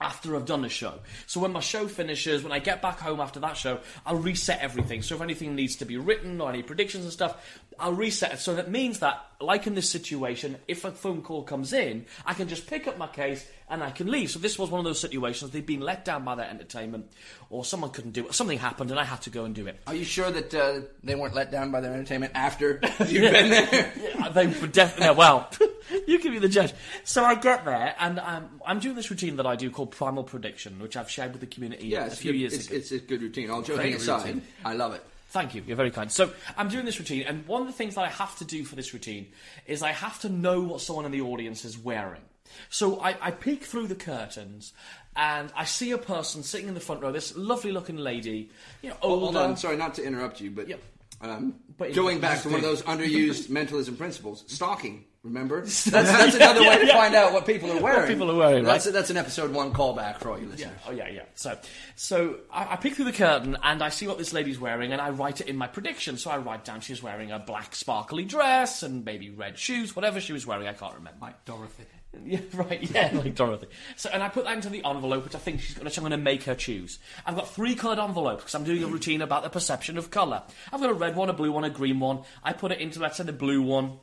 Speaker 4: after I've done a show. So when my show finishes, when I get back home after that show, I'll reset everything. So if anything needs to be written or any predictions and stuff, I'll reset it. So that means that, like in this situation, if a phone call comes in, I can just pick up my case and I can leave. So this was one of those situations they've been let down by their entertainment, or someone couldn't do it, something happened, and I had to go and do it.
Speaker 3: Are you sure that uh, they weren't let down by their entertainment [laughs] after you've been there?
Speaker 4: Yeah, they were definitely. Well, [laughs] you can be the judge. So I get there, and I'm, I'm doing this routine that I do called Primal Prediction, which I've shared with the community
Speaker 3: Yeah,
Speaker 4: a
Speaker 3: it's
Speaker 4: few
Speaker 3: good-
Speaker 4: years
Speaker 3: it's,
Speaker 4: ago.
Speaker 3: It's a good routine. All joking aside, I love it.
Speaker 4: Thank you. You're very kind. So I'm doing this routine, and one of the things that I have to do for this routine is I have to know what someone in the audience is wearing. So I, I peek through the curtains, and I see a person sitting in the front row. This lovely-looking lady, you know, older.
Speaker 3: Hold on, sorry not to interrupt you, but,
Speaker 4: Yep.
Speaker 3: um,
Speaker 4: But-
Speaker 3: going back to one of [laughs] those underused mentalism principles, stalking. [laughs] Remember, that's, that's another way to
Speaker 4: yeah.
Speaker 3: find out what people are wearing.
Speaker 4: people are wearing,
Speaker 3: That's, that's an episode one callback for all you listeners.
Speaker 4: Oh yeah, yeah. So, so I, I peek through the curtain and I see what this lady's wearing, and I write it in my prediction. So I write down she's wearing a black sparkly dress and maybe red shoes, whatever she was wearing. I can't remember.
Speaker 5: Like Dorothy.
Speaker 4: Yeah, [laughs] right.
Speaker 5: [laughs]
Speaker 4: Yeah, like Dorothy. So, and I put that into the envelope, which I think she's going to. I'm going to make her choose. I've got three coloured envelopes because I'm doing a routine about the perception of colour. I've got a red one, a blue one, a green one. I put it into let's say the blue one.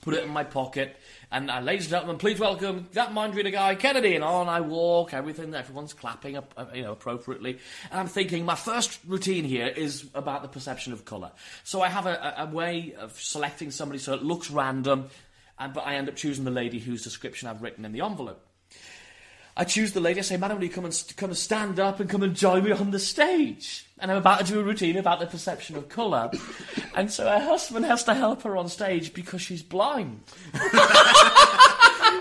Speaker 4: Put it in my pocket, and uh, ladies and gentlemen, please welcome that mind reader guy Kennedy. And on I walk, everything, everyone's clapping, up, uh, you know, appropriately. And I'm thinking, my first routine here is about the perception of colour. So I have a, a, a way of selecting somebody so it looks random, and, but I end up choosing the lady whose description I've written in the envelope. I choose the lady. I say, "Madam, will you come and st- come and stand up and come and join me on the stage?" And I'm about to do a routine about the perception
Speaker 5: [laughs]
Speaker 4: of colour, and so her husband has to help her on stage because
Speaker 5: [laughs]
Speaker 4: she's blind.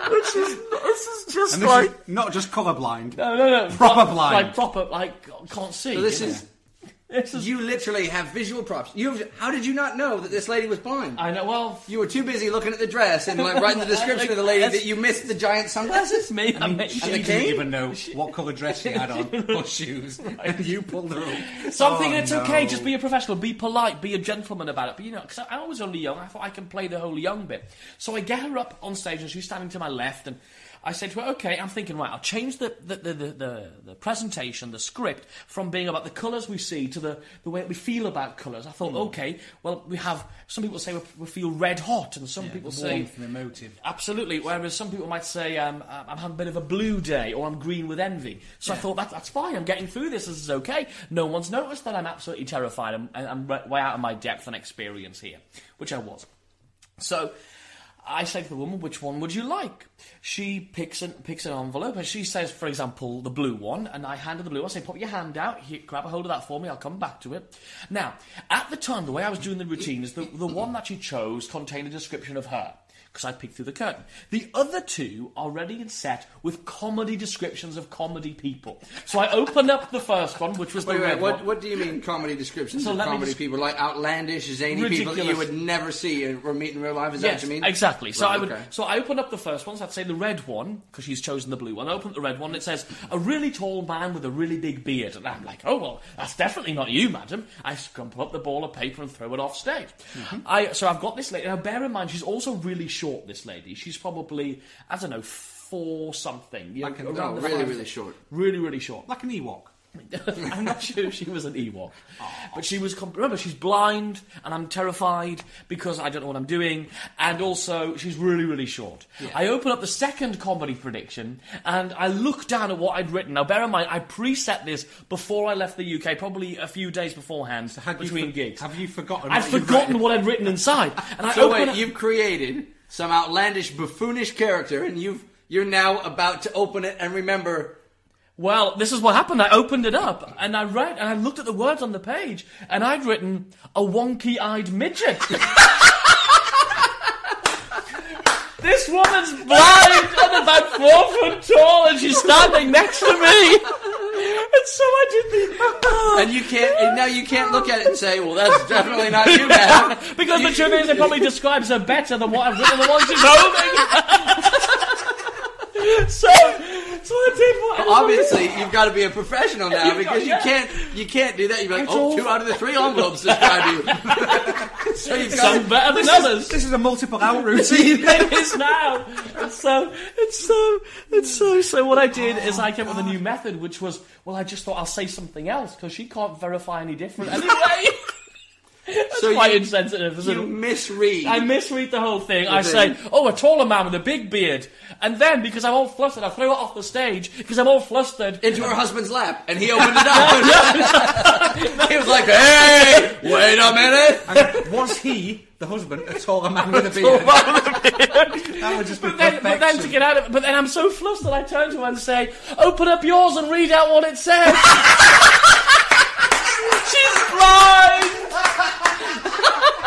Speaker 4: Which is this is just
Speaker 5: And this
Speaker 4: like
Speaker 5: is not just colourblind.
Speaker 4: no, no, no,
Speaker 5: Proper
Speaker 4: pro-
Speaker 5: blind.
Speaker 4: like proper, like can't see.
Speaker 3: So this
Speaker 4: you know?
Speaker 3: is.
Speaker 4: this is
Speaker 3: You literally have visual props. You. How did you not know that this lady was blind?
Speaker 4: I know.
Speaker 5: [laughs]
Speaker 4: Well,
Speaker 3: you were too busy looking at the dress and like [laughs] writing the description of the lady that you missed the giant sunglasses.
Speaker 4: me. I mean,
Speaker 3: And the
Speaker 5: She didn't
Speaker 3: cane?
Speaker 5: even
Speaker 4: [laughs]
Speaker 5: know what colour dress she had on or shoes. And you pulled her up.
Speaker 4: Something
Speaker 5: Oh,
Speaker 4: it's okay.
Speaker 5: no.
Speaker 4: Just be a professional. Be polite. Be a gentleman about it. But you know, because I, I was only young, I thought I can play the whole young bit. So I get her up on stage, and she's standing to my left, and I say to her, "Okay." I'm thinking, right, I'll change the the the, the, the, the presentation, the script, from being about the colours we see to the the way we feel about colours. I
Speaker 5: Hmm.
Speaker 4: thought, okay, well, we have some people say we, we feel red hot, and some people
Speaker 5: the
Speaker 4: say
Speaker 5: warmth and emotive.
Speaker 4: Absolutely. Whereas some people might say, um, I'm I'm having a bit of a blue day or I'm green with envy. So I thought, that, that's fine. I'm getting through this. This is okay. No one's noticed that I'm absolutely terrified. I'm, I'm re- way out of my depth and experience here, which I was. So I say to the woman, which one would you like? She picks an, picks an envelope and she says, for example, the blue one. And I hand her the blue one. I say, pop your hand out. Here, grab a hold of that for me. I'll come back to it. Now, at the time, the way I was doing the routine is the, the one that she chose contained a description of her. Because I peeked through the curtain. The other two are ready and set with comedy descriptions of comedy people. So I opened up the first one, which was
Speaker 3: [laughs] Wait,
Speaker 4: the
Speaker 3: wait,
Speaker 4: red
Speaker 3: what,
Speaker 4: one.
Speaker 3: what do you mean comedy descriptions
Speaker 4: So
Speaker 3: of
Speaker 4: let me
Speaker 3: comedy
Speaker 4: just-
Speaker 3: people? Like outlandish, zany people that you
Speaker 4: Ridiculous.
Speaker 3: would never see in- or meet in real life? Is that what you mean?
Speaker 4: Exactly. So
Speaker 3: Right,
Speaker 4: I would.
Speaker 3: okay.
Speaker 4: So I opened up the first one. So I'd say the red one because she's chosen the blue one. I opened up the red one. and It says a really tall man with a really big beard, and I'm like, oh well, that's definitely not you, madam. I crumple up the ball of paper and throw it off stage.
Speaker 3: Mm-hmm.
Speaker 4: I so I've got this lady. Now bear in mind, she's also really short. This lady, she's probably I don't know four something. You know,
Speaker 5: Like a-
Speaker 4: around
Speaker 5: no,
Speaker 4: the
Speaker 3: really,
Speaker 4: five-
Speaker 3: really short.
Speaker 4: Really, really short.
Speaker 5: Like an Ewok.
Speaker 4: [laughs] I'm not sure if she was an Ewok. But she was. Com- remember, she's blind, and I'm terrified because I don't know what I'm doing, and also she's really, really short. I open up the second comedy prediction, and I look down at what I'd written. Now, bear in mind, I preset this before I left the UK, probably a few days beforehand
Speaker 5: had you
Speaker 4: between
Speaker 5: for-
Speaker 4: gigs.
Speaker 5: have you forgotten
Speaker 4: I'd
Speaker 5: what you've
Speaker 4: forgotten
Speaker 5: written?
Speaker 4: what I'd written inside, and I
Speaker 3: So
Speaker 4: open
Speaker 3: wait,
Speaker 4: up-
Speaker 3: you've created some outlandish, buffoonish character, and you've you're now about to open it and remember.
Speaker 4: Well, this is what happened. I opened it up and I read and I looked at the words on the page and I'd written a wonky eyed midget. [laughs] this woman's blind and about four foot tall and she's standing next to me. And so I did the.
Speaker 3: And you can't. And now you can't look at it and say, "Well, that's definitely not you, man."
Speaker 4: [sighs] [laughs] Because the truth is, it [laughs] probably describes her better than what I've written the ones she's holding. [laughs] so, so I did what I was
Speaker 3: Obviously, you've got to be a professional now
Speaker 4: You've got-
Speaker 3: because
Speaker 4: yeah.
Speaker 3: you can't you can't do that. You're like,
Speaker 4: It's
Speaker 3: oh,
Speaker 4: all-
Speaker 3: two out of the three envelopes describe you. [laughs] so you've got
Speaker 4: Some better than others.
Speaker 5: This is a multiple
Speaker 4: [laughs]
Speaker 5: out routine.
Speaker 4: it is now. It's so, it's so, it's so. So what I did is I came up with a new method, which was, well, I just thought I'll say something else because she can't verify any different
Speaker 3: [laughs]
Speaker 4: anyway. That's
Speaker 3: So
Speaker 4: quite
Speaker 3: you-
Speaker 4: insensitive, isn't
Speaker 3: you
Speaker 4: it?
Speaker 3: misread.
Speaker 4: I misread the whole thing. I say,
Speaker 3: thing.
Speaker 4: oh, a taller man with a big beard. And then, because I'm all flustered, I throw it off the stage because I'm all flustered.
Speaker 3: into her husband's lap, and he opened it up. [laughs]
Speaker 4: [laughs]
Speaker 3: he was like, "Hey, wait a minute!"
Speaker 5: Was he, the husband, a taller man with a
Speaker 4: [laughs] Oh,
Speaker 5: beard?
Speaker 4: man with a
Speaker 5: That would just be
Speaker 4: But then, but then to
Speaker 5: perfection.
Speaker 4: get out of it, but then I'm so flustered I turn to her and say, Open up yours and read out what
Speaker 3: [laughs]
Speaker 4: it says. She's blind! [laughs]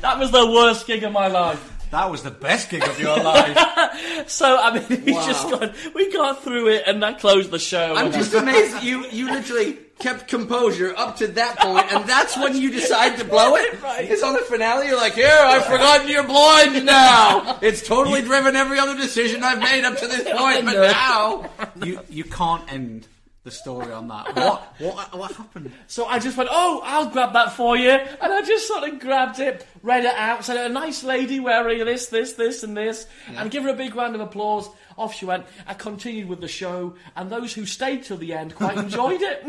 Speaker 4: that was the worst gig of my life.
Speaker 5: That was the best gig of your life.
Speaker 4: So, I mean, [laughs] we
Speaker 3: Wow.
Speaker 4: just got, we got through it and I closed the show.
Speaker 3: I'm
Speaker 4: and
Speaker 3: just amazed [laughs] that you you literally kept composure up to that point, and that's when you decide to blow [laughs] it.
Speaker 4: Right.
Speaker 3: It's on the finale. You're like, "Here, I've forgotten you're blind [laughs] now." It's totally driven every other decision I've made up to this [laughs] point, but now
Speaker 5: You, you can't end the story on that. What, what, what happened?
Speaker 4: So I just went, oh, I'll grab that for you. And I just sort of grabbed it, read it out, said, a nice lady wearing this, this, this, and this. And give her a big round of applause. Off she went. I continued with the show, and those who stayed till the end quite enjoyed it.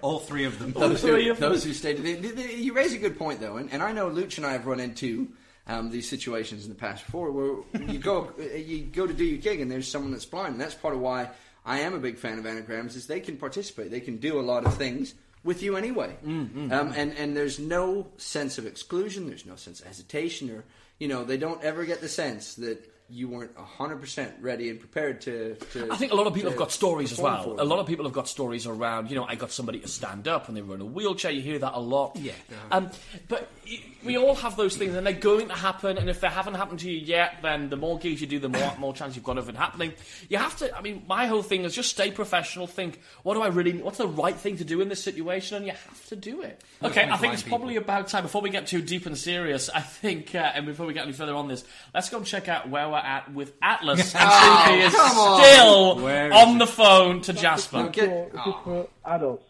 Speaker 5: All three of them.
Speaker 4: [laughs] Those three of them.
Speaker 3: those who stayed. They, they, they- you raise a good point though, and, and I know Luch and I have run into um, these situations in the past before where you go [laughs] uh, you go to do your gig and there's someone that's blind, and that's part of why I am a big fan of anagrams is they can participate, they can do a lot of things with you anyway,
Speaker 4: Mm-hmm.
Speaker 3: um, and and there's no sense of exclusion, there's no sense of hesitation, or you know they don't ever get the sense that you weren't 100% ready and prepared to. to
Speaker 4: I think a lot of people
Speaker 3: to
Speaker 4: have got stories as
Speaker 3: perform for
Speaker 4: well.
Speaker 3: it.
Speaker 4: A lot of people have got stories around, you know, I got somebody to stand up and they were in a wheelchair. You hear that a lot. Yeah. Um, but y- we all have those things and they're going to happen. And if they haven't happened to you yet, then the more gigs you do, the more, more chance you've got of it happening. You have to, I mean, my whole thing is just stay professional, think, what do I really, what's the right thing to do in this situation? And you have to do it. Okay, I think it's probably about time. Before we get too deep and serious, I think, uh, and before we get any further on this, let's go and check out where we're at with
Speaker 3: [laughs]
Speaker 4: Atlas and see if he is
Speaker 3: Oh, come on.
Speaker 4: still
Speaker 8: Where is
Speaker 4: on the phone to Jasper.
Speaker 3: Get-
Speaker 6: For, it's just for adults.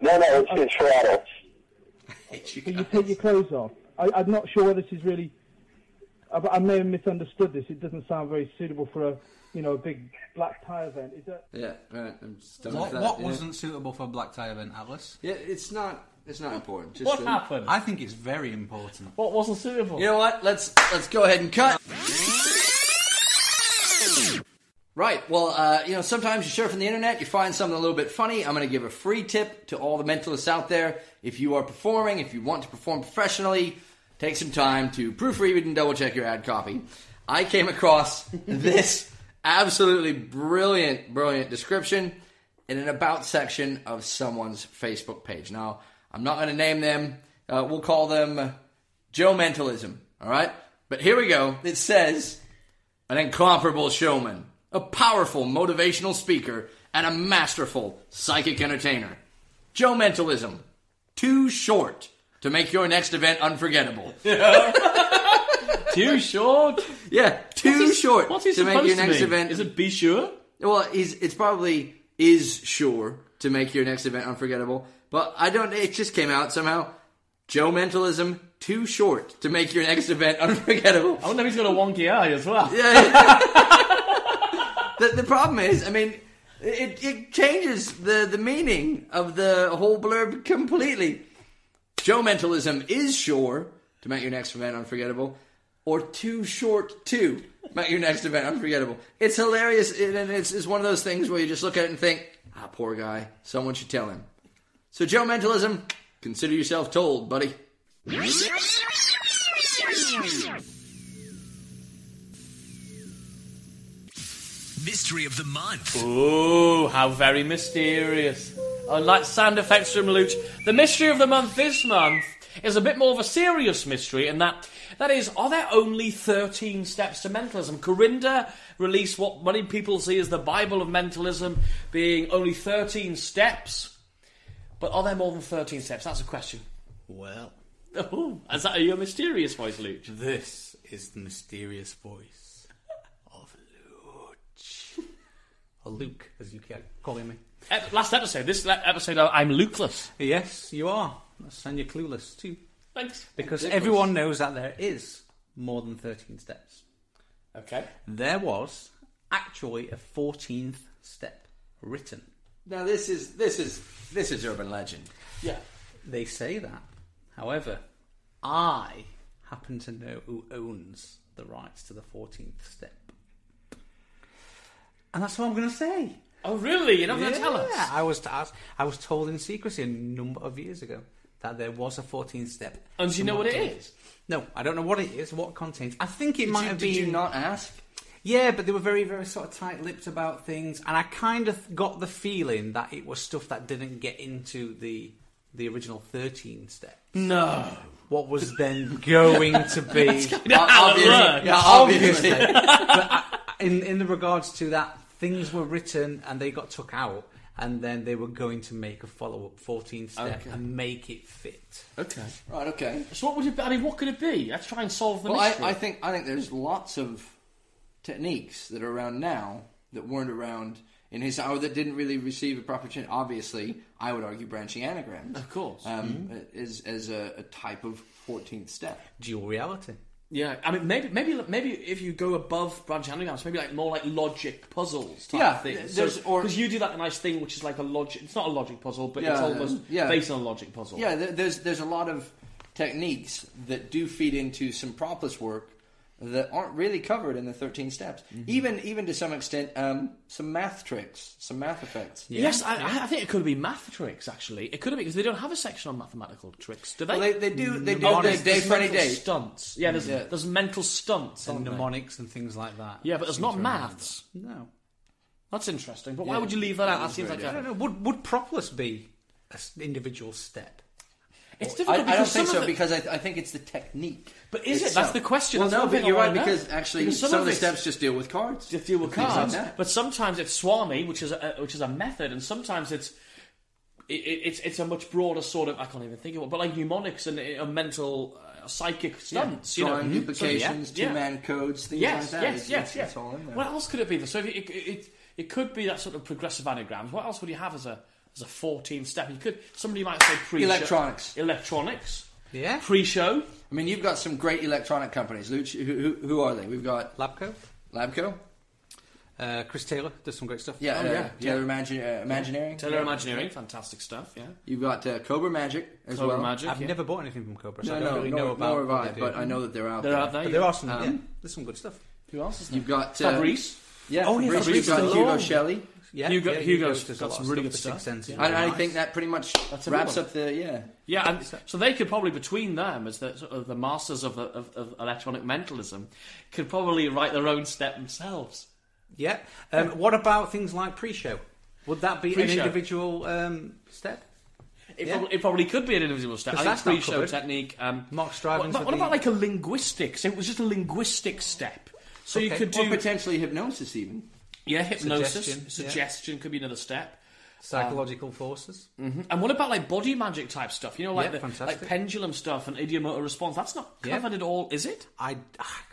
Speaker 9: No, no, it's, it's for adults.
Speaker 6: You take your clothes off. I, I'm not sure whether this is really. I, I may have misunderstood this. It doesn't sound very suitable for a, you know, a big black tie event. Is that?
Speaker 3: Yeah, right. I'm just done
Speaker 5: What,
Speaker 3: with that.
Speaker 5: what
Speaker 3: yeah.
Speaker 5: wasn't suitable for a black tie event, Atlas?
Speaker 3: Yeah, it's not. It's not important. Just
Speaker 4: What
Speaker 3: uh,
Speaker 4: happened?
Speaker 5: I think it's very important.
Speaker 4: What wasn't suitable?
Speaker 3: You know what? Let's let's go ahead and cut. Right. Well, uh, you know, sometimes you surf on the internet, you find something a little bit funny. I'm going to give a free tip to all the mentalists out there. If you are performing, if you want to perform professionally, take some time to proofread and double check your ad copy. I came across this absolutely brilliant, brilliant description in an about section of someone's Facebook page. Now, I'm not going to name them. Uh, we'll call them Joe Mentalism. All right. But here we go. It says an incomparable showman, a powerful motivational speaker, and a masterful psychic entertainer. Joe Mentalism, too short to make your next event
Speaker 4: [laughs]
Speaker 3: unforgettable.
Speaker 4: Too short.
Speaker 3: Yeah, too short
Speaker 4: What's he
Speaker 3: to
Speaker 4: supposed
Speaker 3: make your
Speaker 4: to
Speaker 3: next
Speaker 4: be?
Speaker 3: event.
Speaker 4: Is it be sure?
Speaker 3: well, he's, it's probably is sure to make your next event unforgettable, but I don't. It just came out somehow. Joe Mentalism, too short to make your next event [laughs] unforgettable.
Speaker 4: I wonder if he's got a wonky eye as well.
Speaker 3: the, the problem is, I mean, it, it changes the, the meaning of the whole blurb completely. Joe mentalism is sure to make your next event unforgettable, or too short to make your next event unforgettable. It's hilarious, and and it's, it's one of those things where you just look at it and think, ah, poor guy, someone should tell him. So, Joe mentalism, consider yourself told, buddy.
Speaker 10: Mystery of the month.
Speaker 4: Ooh, how very mysterious. Unlike sound effects from Luch, the mystery of the month this month is a bit more of a serious mystery in that that is, are there only 13 steps to mentalism? Corinda released what many people see as the Bible of mentalism being only 13 steps. But are there more than 13 steps? That's a question. [laughs]
Speaker 5: Well,
Speaker 4: Oh, is that your mysterious voice, Luch?
Speaker 5: this is the mysterious voice of Luch. or [laughs] Luke, as you keep calling me.
Speaker 4: Ep- last episode, this le- episode, I- I'm Lukeless.
Speaker 5: Yes, you are. And you're clueless, too.
Speaker 4: Thanks.
Speaker 5: Because everyone knows that there is more than 13 steps.
Speaker 4: Okay.
Speaker 5: There was actually a 14th step written.
Speaker 3: Now, this is this is this is urban legend.
Speaker 4: Yeah.
Speaker 5: They say that. However, I happen to know who owns the rights to the 14th step. And that's what I'm going to say.
Speaker 4: Oh, really? You're not going to tell us?
Speaker 5: Yeah, I was, I, was, I was told in secrecy a number of years ago that there was a 14th step.
Speaker 4: And do you know what it
Speaker 5: Somewhat-
Speaker 4: is?
Speaker 5: No, I don't know what it is, what it contains. I think it might
Speaker 3: Did,
Speaker 5: have
Speaker 3: did
Speaker 5: been.
Speaker 3: you not ask?
Speaker 5: Yeah, but they were very, very sort of tight lipped about things, and I kind of got the feeling that it was stuff that didn't get into the the original thirteen step.
Speaker 4: No.
Speaker 5: What was then going
Speaker 4: [laughs]
Speaker 5: to be
Speaker 4: How it works.
Speaker 3: yeah,
Speaker 5: obviously?
Speaker 3: obviously.
Speaker 5: but I, in in the regards to that, things were written and they got took out, and then they were going to make a follow up fourteen step
Speaker 3: Okay.
Speaker 5: and make it fit.
Speaker 4: Okay.
Speaker 3: Right, okay.
Speaker 4: So what would it be? I mean, what could it be? Let's try and solve the
Speaker 3: Well,
Speaker 4: mystery.
Speaker 3: I, I think I think there's lots of techniques that are around now that weren't around in his hour that didn't really receive a proper chance. Obviously, I would argue branching anagrams,
Speaker 4: Of course. Mm-hmm.
Speaker 3: um, as as a, a type of fourteenth step.
Speaker 5: Dual reality.
Speaker 4: yeah. I mean, maybe, maybe, maybe if you go above branch anagrams, maybe like more like logic puzzles type
Speaker 3: Yeah,
Speaker 4: thing.
Speaker 3: th- there's- or-
Speaker 4: because you do that nice thing, which is like a logic. It's not a logic puzzle, but it's
Speaker 3: Yeah,
Speaker 4: almost
Speaker 3: yeah.
Speaker 4: based on a logic puzzle.
Speaker 3: Yeah, there, there's there's a lot of techniques that do feed into some propless work that aren't really covered in the 13 steps.
Speaker 4: Mm-hmm.
Speaker 3: Even even to some extent, um, some math tricks, some math effects.
Speaker 4: Yes, I, I- I think it could be math tricks. Actually, it could have been because they don't have a section on mathematical tricks, do they?
Speaker 3: Well, they, they do they do
Speaker 4: Oh,
Speaker 3: the
Speaker 4: there's-
Speaker 3: day
Speaker 4: there's
Speaker 3: for any
Speaker 4: mental
Speaker 3: day.
Speaker 4: stunts. Yeah, there's
Speaker 3: Yeah.
Speaker 4: there's mental stunts.
Speaker 5: and
Speaker 4: aren't there?
Speaker 5: mnemonics and things like that.
Speaker 4: Yeah, but it's not
Speaker 5: Seems to remember.
Speaker 4: maths.
Speaker 5: No.
Speaker 4: That's interesting. But why would you leave that out? That seems like
Speaker 5: I don't
Speaker 4: a,
Speaker 5: know. Would would propolis be an individual step?
Speaker 4: it's
Speaker 3: I,
Speaker 4: difficult.
Speaker 3: I don't
Speaker 4: because
Speaker 3: think
Speaker 4: some
Speaker 3: so
Speaker 4: of it-
Speaker 3: because I, I think it's the technique.
Speaker 4: But is it?
Speaker 3: itself.
Speaker 4: That's the question.
Speaker 3: Well,
Speaker 4: That's
Speaker 3: no,
Speaker 4: one thing
Speaker 3: but
Speaker 4: I
Speaker 3: you're right
Speaker 4: wanna know.
Speaker 3: because actually
Speaker 4: Because
Speaker 3: some, of
Speaker 4: some of
Speaker 3: the
Speaker 4: it's-
Speaker 3: steps just deal with cards.
Speaker 4: Just deal with
Speaker 3: Things like
Speaker 4: cards.
Speaker 3: that.
Speaker 4: But sometimes it's Swami, which is a, uh, which is a method, and sometimes it's it, it- it's it's a much broader sort of I can't even think of it, but like mnemonics and uh, mental uh, psychic stunts. you know. Mm-hmm.
Speaker 3: Drawing
Speaker 4: So,
Speaker 3: duplications,
Speaker 4: yeah,
Speaker 3: two
Speaker 4: yeah.
Speaker 3: man codes, things like
Speaker 4: Yes,
Speaker 3: that.
Speaker 4: yes,
Speaker 3: It's-
Speaker 4: yes,
Speaker 3: it's-
Speaker 4: yes.
Speaker 3: it's all in there.
Speaker 4: What else could it be? So if it, it, it it could be that sort of progressive anagrams. What else would you have as a as a 14 step? You could somebody might say pre
Speaker 3: Electronics.
Speaker 4: electronics,
Speaker 5: Yeah.
Speaker 4: pre-show.
Speaker 3: I mean, you've got some great electronic companies. Luch, who, who, who are they? We've got
Speaker 5: Labco.
Speaker 3: Labco.
Speaker 5: Uh, Chris Taylor does some great stuff.
Speaker 3: Yeah,
Speaker 4: Oh,
Speaker 3: uh,
Speaker 4: yeah,
Speaker 3: Taylor Imagine, uh, Imagineering.
Speaker 4: Taylor Imagineering, fantastic stuff. Yeah,
Speaker 3: You've got uh, Cobra Magic as
Speaker 4: Cobra
Speaker 3: well.
Speaker 4: Magic.
Speaker 5: I've
Speaker 4: yeah.
Speaker 5: never bought anything from Cobra, so
Speaker 3: No,
Speaker 5: I don't
Speaker 3: no,
Speaker 5: really
Speaker 3: nor,
Speaker 5: know about.
Speaker 3: nor have
Speaker 5: what
Speaker 3: I,
Speaker 5: they do.
Speaker 3: but I know that they're out
Speaker 4: They're
Speaker 3: there.
Speaker 4: out there.
Speaker 5: But there are some.
Speaker 3: Um,
Speaker 5: yeah, there's some good stuff.
Speaker 4: Who else is there?
Speaker 3: You've got uh,
Speaker 4: Fabrice.
Speaker 3: Yeah,
Speaker 5: Oh, yeah,
Speaker 3: Fabrice.
Speaker 5: Fabrice
Speaker 3: You've got
Speaker 5: Delorme.
Speaker 3: Hugo Shelley.
Speaker 5: Yeah,
Speaker 4: Hugo-
Speaker 5: yeah,
Speaker 4: Hugo's
Speaker 5: does a
Speaker 4: got
Speaker 5: lot of
Speaker 4: some really good
Speaker 5: for
Speaker 4: stuff.
Speaker 5: Sixth Sense,
Speaker 4: Yeah.
Speaker 5: yeah.
Speaker 3: And I
Speaker 4: Nice.
Speaker 3: think that pretty much
Speaker 4: That's a good
Speaker 3: wraps
Speaker 4: one.
Speaker 3: up the yeah.
Speaker 4: Yeah, and so they could probably between them as the sort of the masters of, of, of electronic mentalism could probably write their own step themselves.
Speaker 5: Yeah. Um, What about things like pre-show? Would that be
Speaker 4: Pre-show.
Speaker 5: an individual um, step?
Speaker 4: It,
Speaker 5: Yeah.
Speaker 4: probably, it probably could be an individual step. I
Speaker 5: 'Cause
Speaker 4: think
Speaker 5: that's not
Speaker 4: pre-show
Speaker 5: covered.
Speaker 4: technique. Um,
Speaker 5: Mark Strivens
Speaker 4: What, what
Speaker 5: would
Speaker 4: about
Speaker 5: be-
Speaker 4: like a linguistics? It was just a linguistic step. So you
Speaker 5: Okay.
Speaker 4: could
Speaker 3: Or
Speaker 4: do
Speaker 3: potentially hypnosis even.
Speaker 4: yeah hypnosis,
Speaker 5: Suggestion,
Speaker 4: suggestion,
Speaker 5: yeah.
Speaker 4: could be another step.
Speaker 5: Psychological forces.
Speaker 4: And what about like body magic type stuff? You know, like
Speaker 5: Yeah,
Speaker 4: the,
Speaker 5: fantastic.
Speaker 4: like pendulum stuff and idiomotor response. That's not
Speaker 5: Yeah.
Speaker 4: covered at all, is it?
Speaker 5: I,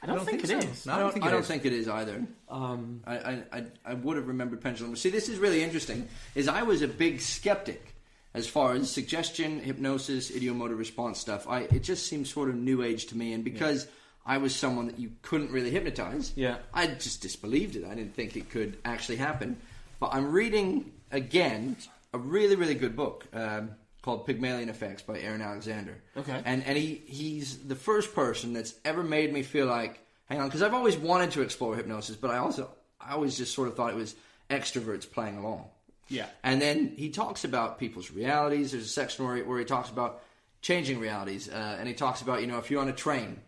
Speaker 5: I,
Speaker 4: don't think it
Speaker 5: so.
Speaker 4: is.
Speaker 5: No, I don't think
Speaker 3: I
Speaker 5: it
Speaker 3: don't
Speaker 5: is.
Speaker 3: think it is either. Um, I, I, I, I would have remembered pendulum. See, this is really interesting. Is I was a big skeptic as far as suggestion, hypnosis, idiomotor response stuff. I it just seemed sort of new age to me, and because I was someone that you couldn't really hypnotize,
Speaker 4: Yeah.
Speaker 3: I just disbelieved it. I didn't think it could actually happen. But I'm reading again a really really good book um, called Pygmalion Effects by Aaron Alexander.
Speaker 4: Okay.
Speaker 3: and and he he's the first person that's ever made me feel like hang on because I've always wanted to explore hypnosis, but I also I always just sort of thought it was extroverts playing along.
Speaker 4: Yeah.
Speaker 3: And then he talks about people's realities. There's a section where he, where he talks about changing realities, uh, and he talks about you know if you're on a train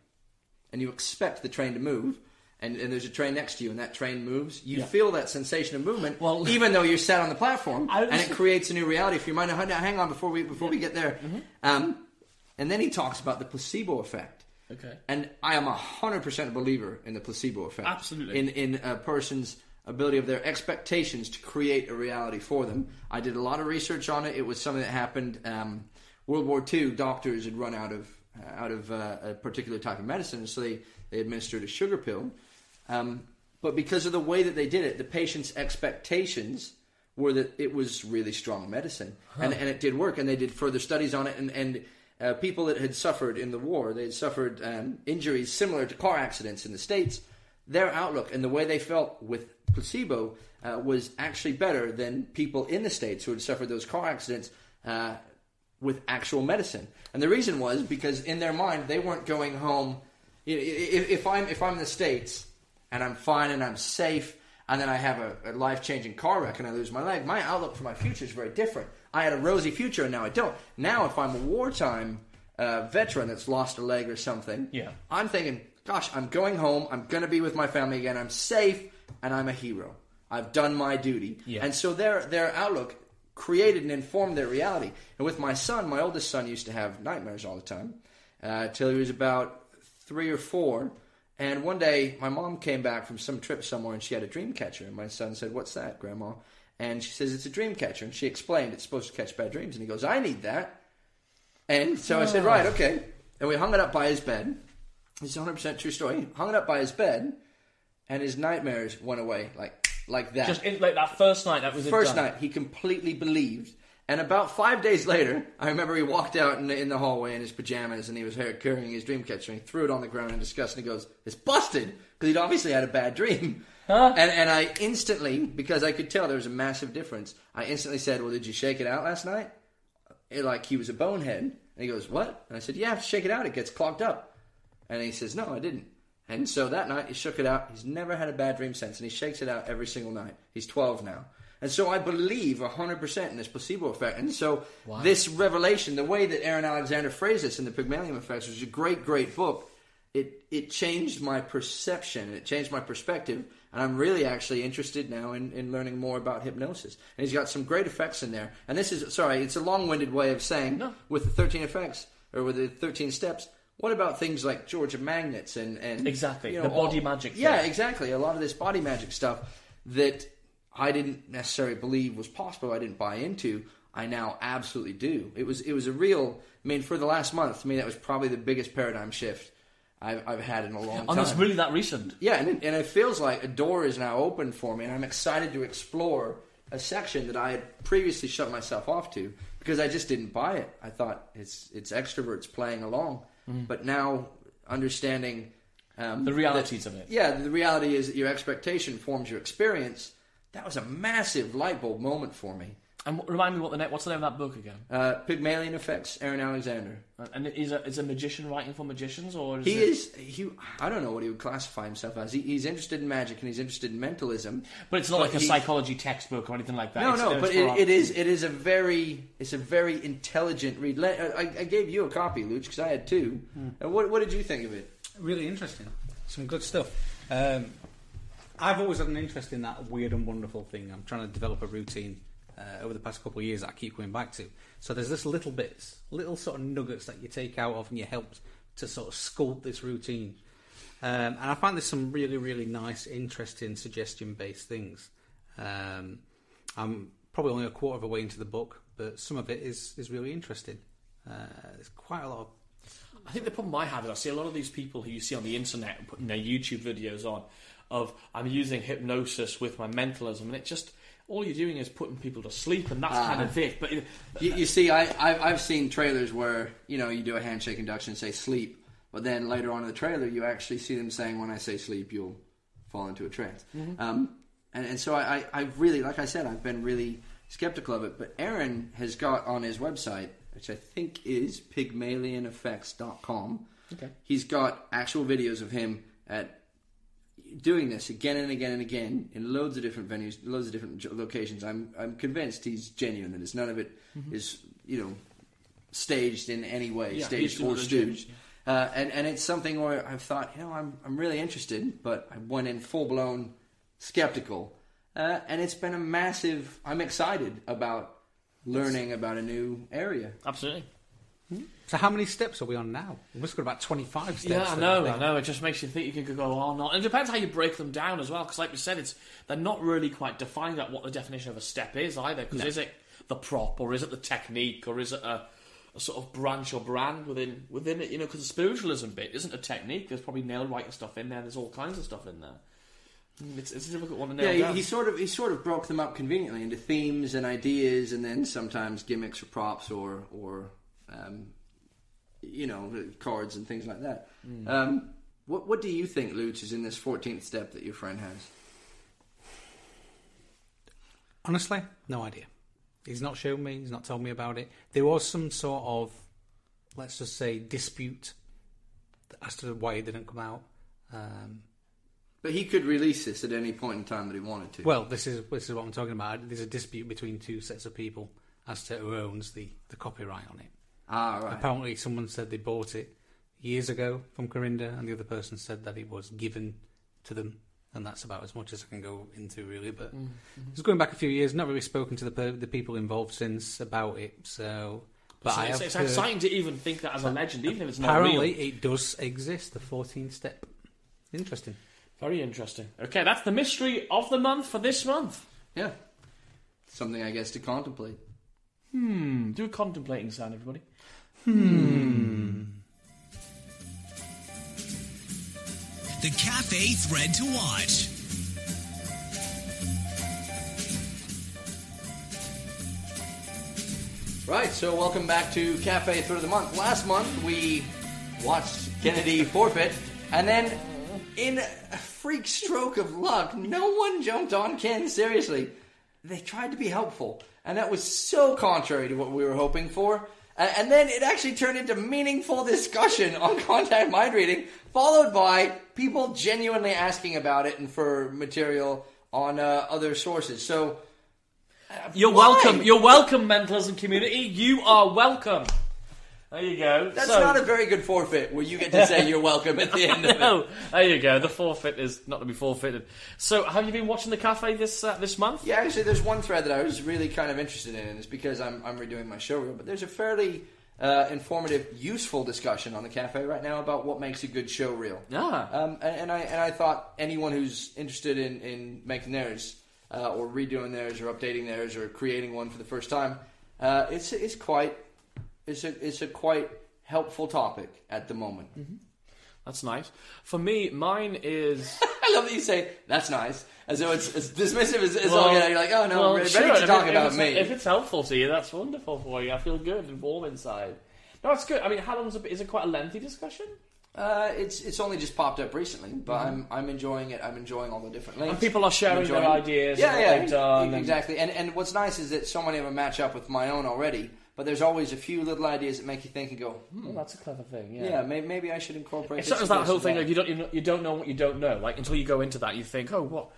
Speaker 3: and you expect the train to move. And, and there's a train next to you, and that train moves. You feel that sensation of movement,
Speaker 4: Well- [laughs]
Speaker 3: even though you're sat on the platform,
Speaker 4: I was-
Speaker 3: and it creates a new reality for your mind. Now, hang- now, hang on, before we before we get there,
Speaker 4: Mm-hmm.
Speaker 3: um, and then he talks about the placebo effect.
Speaker 4: Okay.
Speaker 3: And I am a hundred percent believer in the placebo effect.
Speaker 4: Absolutely.
Speaker 3: In in a person's ability of their expectations to create a reality for them. I did a lot of research on it. It was something that happened. Um, World War II doctors had run out of out of uh, a particular type of medicine, so they they administered a sugar pill. Um, but because of the way that they did it, the patient's expectations were that it was really strong medicine, and, and it did work. And they did further studies on it, and, and uh, people that had suffered in the war, they had suffered um, injuries similar to car accidents in the states. Their outlook and the way they felt with placebo uh, was actually better than people in the states who had suffered those car accidents. Uh, with actual medicine. And the reason was because in their mind they weren't going home. i- i- If, if I'm if I'm in the states and I'm fine and I'm safe, and then I have a, a life changing car wreck and I lose my leg, my outlook for my future is very different. I had a rosy future and now I don't. Now if I'm a wartime uh, veteran that's lost a leg or something,
Speaker 4: Yeah.
Speaker 3: I'm thinking, gosh, I'm going home. I'm going to be with my family again. I'm safe and I'm a hero. I've done my duty. And so their their outlook created and informed their reality. And with my son, my oldest son used to have nightmares all the time uh, till he was about three or four. And one day, my mom came back from some trip somewhere, and she had a dream catcher. And my son said, "What's that, Grandma?" And she says, "It's a dream catcher." And she explained, "It's supposed to catch bad dreams." And he goes, "I need that." And so I said,
Speaker 4: Oh.
Speaker 3: right, okay. And we hung it up by his bed. This is 100% true story. Hung it up by his bed, and his nightmares went away like like that.
Speaker 4: Just in, like that first night, that was it
Speaker 3: First
Speaker 4: done.
Speaker 3: night, he completely believed. And about five days later, I remember he walked out in the, in the hallway in his pajamas, and he was here carrying his dream catcher, and he threw it on the ground in disgust, and he goes, "It's busted," because he'd obviously had a bad dream. And and I instantly, because I could tell there was a massive difference, I instantly said, "Well, did you shake it out last night?" it- like he was a bonehead. And he goes, What? And I said, Yeah, shake it out. It gets clogged up. And he says, No, I didn't. And so that night, he shook it out. He's never had a bad dream since, and he shakes it out every single night. He's 12 now. And so I believe 100% in this placebo effect. And so this revelation, the way that Aaron Alexander phrased this in The Pygmalion Effects, which is a great, great book, it, it changed my perception, it changed my perspective. And I'm really actually interested now in, in learning more about hypnosis. And he's got some great effects in there. And this is, sorry, it's a long winded way of saying with the 13 effects, or with the 13 steps, what about things like Georgia magnets and, and
Speaker 4: Exactly, the body magic
Speaker 3: Yeah,
Speaker 4: thing.
Speaker 3: exactly. A lot of this body magic stuff that I didn't necessarily believe was possible. I didn't buy into. I now absolutely do. It was it was a real. I mean, for the last month, to me, that was probably the biggest paradigm shift I've, I've had in a long
Speaker 4: And
Speaker 3: time.
Speaker 4: it's really that recent.
Speaker 3: Yeah, and it, and it feels like a door is now open for me, and I'm excited to explore a section that I had previously shut myself off to because I just didn't buy it. I thought it's it's extroverts playing along, but now understanding um,
Speaker 4: Mm-hmm. The realities of it.
Speaker 3: Yeah, the reality is that your expectation forms your experience. That was a massive light bulb moment for me.
Speaker 4: And what- remind me what the net, what's the name of that book again? Uh,
Speaker 3: Uh, Pygmalion effects, Aaron Alexander.
Speaker 4: and is a, is a magician writing for magicians or is
Speaker 3: He
Speaker 4: it,
Speaker 3: is he. I don't know what he would classify himself as. He, he's interested in magic and he's interested in mentalism.
Speaker 4: But it's not like a
Speaker 3: he-
Speaker 4: psychology textbook or anything like that.
Speaker 3: No,
Speaker 4: It's-
Speaker 3: no,
Speaker 4: it's
Speaker 3: but
Speaker 4: for-
Speaker 3: it, it is it is a very it's a very intelligent read. Let, I, I gave you a copy, Luch, because I had two.
Speaker 4: Hmm.
Speaker 3: And what what did you think of it?
Speaker 5: Really interesting. Some good stuff. Um, I've always had an interest in that weird and wonderful thing. I'm trying to develop a routine uh, over the past couple of years that I keep going back to. So there's this little bits, little sort of nuggets that you take out of and you help to sort of sculpt this routine. Um, and I find there's some really, really nice, interesting suggestion-based things. Um, I'm probably only a quarter of a way into the book, but some of it is is really interesting. Uh, there's quite a lot of
Speaker 4: I think the problem I have is I see a lot of these people who you see on the internet putting their YouTube videos on of I'm using hypnosis with my mentalism, and it just all you're doing is putting people to sleep, and that's kind of it. But it,
Speaker 3: You, you see, I I've, I've seen trailers where you know you do a handshake induction and say sleep, but then later on in the trailer you actually see them saying when I say sleep you'll fall into a trance. Um, and, and so I, I I really like I said I've been really skeptical of it, but Aaron has got on his website, which I think is PygmalionEffects.com. Okay. He's got actual videos of him at doing this again and again and again in loads of different venues, loads of different jo- locations. I'm I'm convinced he's genuine and it's none of it is you know staged in any way,
Speaker 4: Mm-hmm. Yeah,
Speaker 3: staged
Speaker 4: he's
Speaker 3: or
Speaker 4: not legit,
Speaker 3: stooge. Uh, and and it's something where I've thought, you know, I'm I'm really interested, but I went in full blown skeptical, uh, and it's been a massive. I'm excited about learning about a new area.
Speaker 4: absolutely.
Speaker 5: So how many steps are we on now? We must have got about twenty-five steps.
Speaker 4: Yeah, I
Speaker 5: then,
Speaker 4: know, I
Speaker 5: think.
Speaker 4: know. It just makes you think you could go on. Not. And it depends how you break them down as well, because like we said, it's they're not really quite defined at what the definition of a step is either. Because is it the prop, or is it the technique, or is it a, a sort of branch or brand within within it? You know, because the spiritualism bit isn't a technique. There's probably nail writing stuff in there. There's all kinds of stuff in there. Mm, It's, it's a difficult one to nail
Speaker 3: Yeah,
Speaker 4: down.
Speaker 3: he, he sort of he sort of broke them up conveniently into themes and ideas, and then sometimes gimmicks or props or or um, you know cards and things like that. Um, what what do you think, Luch, is in this fourteenth step that your friend has?
Speaker 5: Honestly, no idea. He's not shown me. He's not told me about it. There was some sort of, let's just say, dispute as to why it didn't come out. Um,
Speaker 3: But he could release this at any point in time that he wanted to.
Speaker 5: well, this is this is what I'm talking about. There's a dispute between two sets of people as to who owns the, the copyright on it.
Speaker 3: ah, right.
Speaker 5: Apparently, someone said they bought it years ago from Corinda, and the other person said that it was given to them, and that's about as much as I can go into really. But it's going back a few years. Not really spoken to the per- the people involved since about it. So, but
Speaker 4: So
Speaker 5: I
Speaker 4: it's
Speaker 5: have
Speaker 4: it's
Speaker 5: heard-
Speaker 4: exciting to even think that as a legend, even if it's not real.
Speaker 5: apparently it does exist. The 14 step. Interesting.
Speaker 4: Very interesting. Okay, that's the mystery of the month for this month.
Speaker 3: yeah, something I guess to contemplate.
Speaker 4: Do a contemplating sound, everybody.
Speaker 2: The cafe thread to watch.
Speaker 3: Right, so welcome back to Cafe Through the Month. Last month we watched Kennedy forfeit, and then in a freak stroke of luck, no one jumped on Ken seriously. They tried to be helpful, and that was so contrary to what we were hoping for. And, and then it actually turned into meaningful discussion on [laughs] contact mind reading, followed by people genuinely asking about it and for material on uh, other sources. So
Speaker 4: You're
Speaker 3: Why?
Speaker 4: welcome. You're welcome, mentalism community. You are welcome. There you go.
Speaker 3: that's
Speaker 4: So-
Speaker 3: not a very good forfeit where you get to say you're welcome at the
Speaker 4: [laughs]
Speaker 3: end of it.
Speaker 4: Oh, there you go. The forfeit is not to be forfeited. So, have you been watching the cafe this uh, this month?
Speaker 3: Yeah, actually, there's one thread that I was really kind of interested in, and it's because I'm, I'm redoing my showreel. But there's a fairly uh, informative, useful discussion on the cafe right now about what makes a good showreel.
Speaker 4: Ah.
Speaker 3: Um, and, and I and I thought anyone who's interested in in making theirs uh, or redoing theirs or updating theirs or creating one for the first time, uh, it's it's quite it's a it's a quite helpful topic at the moment.
Speaker 4: That's nice. For me, mine is.
Speaker 3: I love that you say that's nice, as though [laughs] it's as dismissive as, as
Speaker 4: Well,
Speaker 3: all get out. You're like, oh no,
Speaker 4: well,
Speaker 3: I'm ready,
Speaker 4: sure,
Speaker 3: ready to
Speaker 4: if
Speaker 3: talk
Speaker 4: it- if
Speaker 3: about
Speaker 4: it's-
Speaker 3: me.
Speaker 4: If it's helpful to you, that's wonderful for you. I feel good and warm inside. No, it's good. I mean, how long's it? Is it quite a lengthy discussion?
Speaker 3: Uh, it's it's only just popped up recently, but I'm I'm enjoying it. I'm enjoying all the different links.
Speaker 4: Mm-hmm. And people are sharing
Speaker 3: I'm enjoying-
Speaker 4: their ideas
Speaker 3: Yeah,
Speaker 4: and what
Speaker 3: yeah, e-,
Speaker 4: they've done and-
Speaker 3: exactly. And and what's nice is that so many of them match up with my own already. But there's always a few little ideas that make you think and go, hmm,
Speaker 4: Well, that's a clever thing. Yeah.
Speaker 3: yeah, maybe, maybe I should incorporate.
Speaker 4: It's
Speaker 3: this
Speaker 4: sort of that
Speaker 3: into
Speaker 4: whole
Speaker 3: this
Speaker 4: thing
Speaker 3: as
Speaker 4: like you don't you, know, you don't know what you don't know. Like until you go into that, you think, oh, what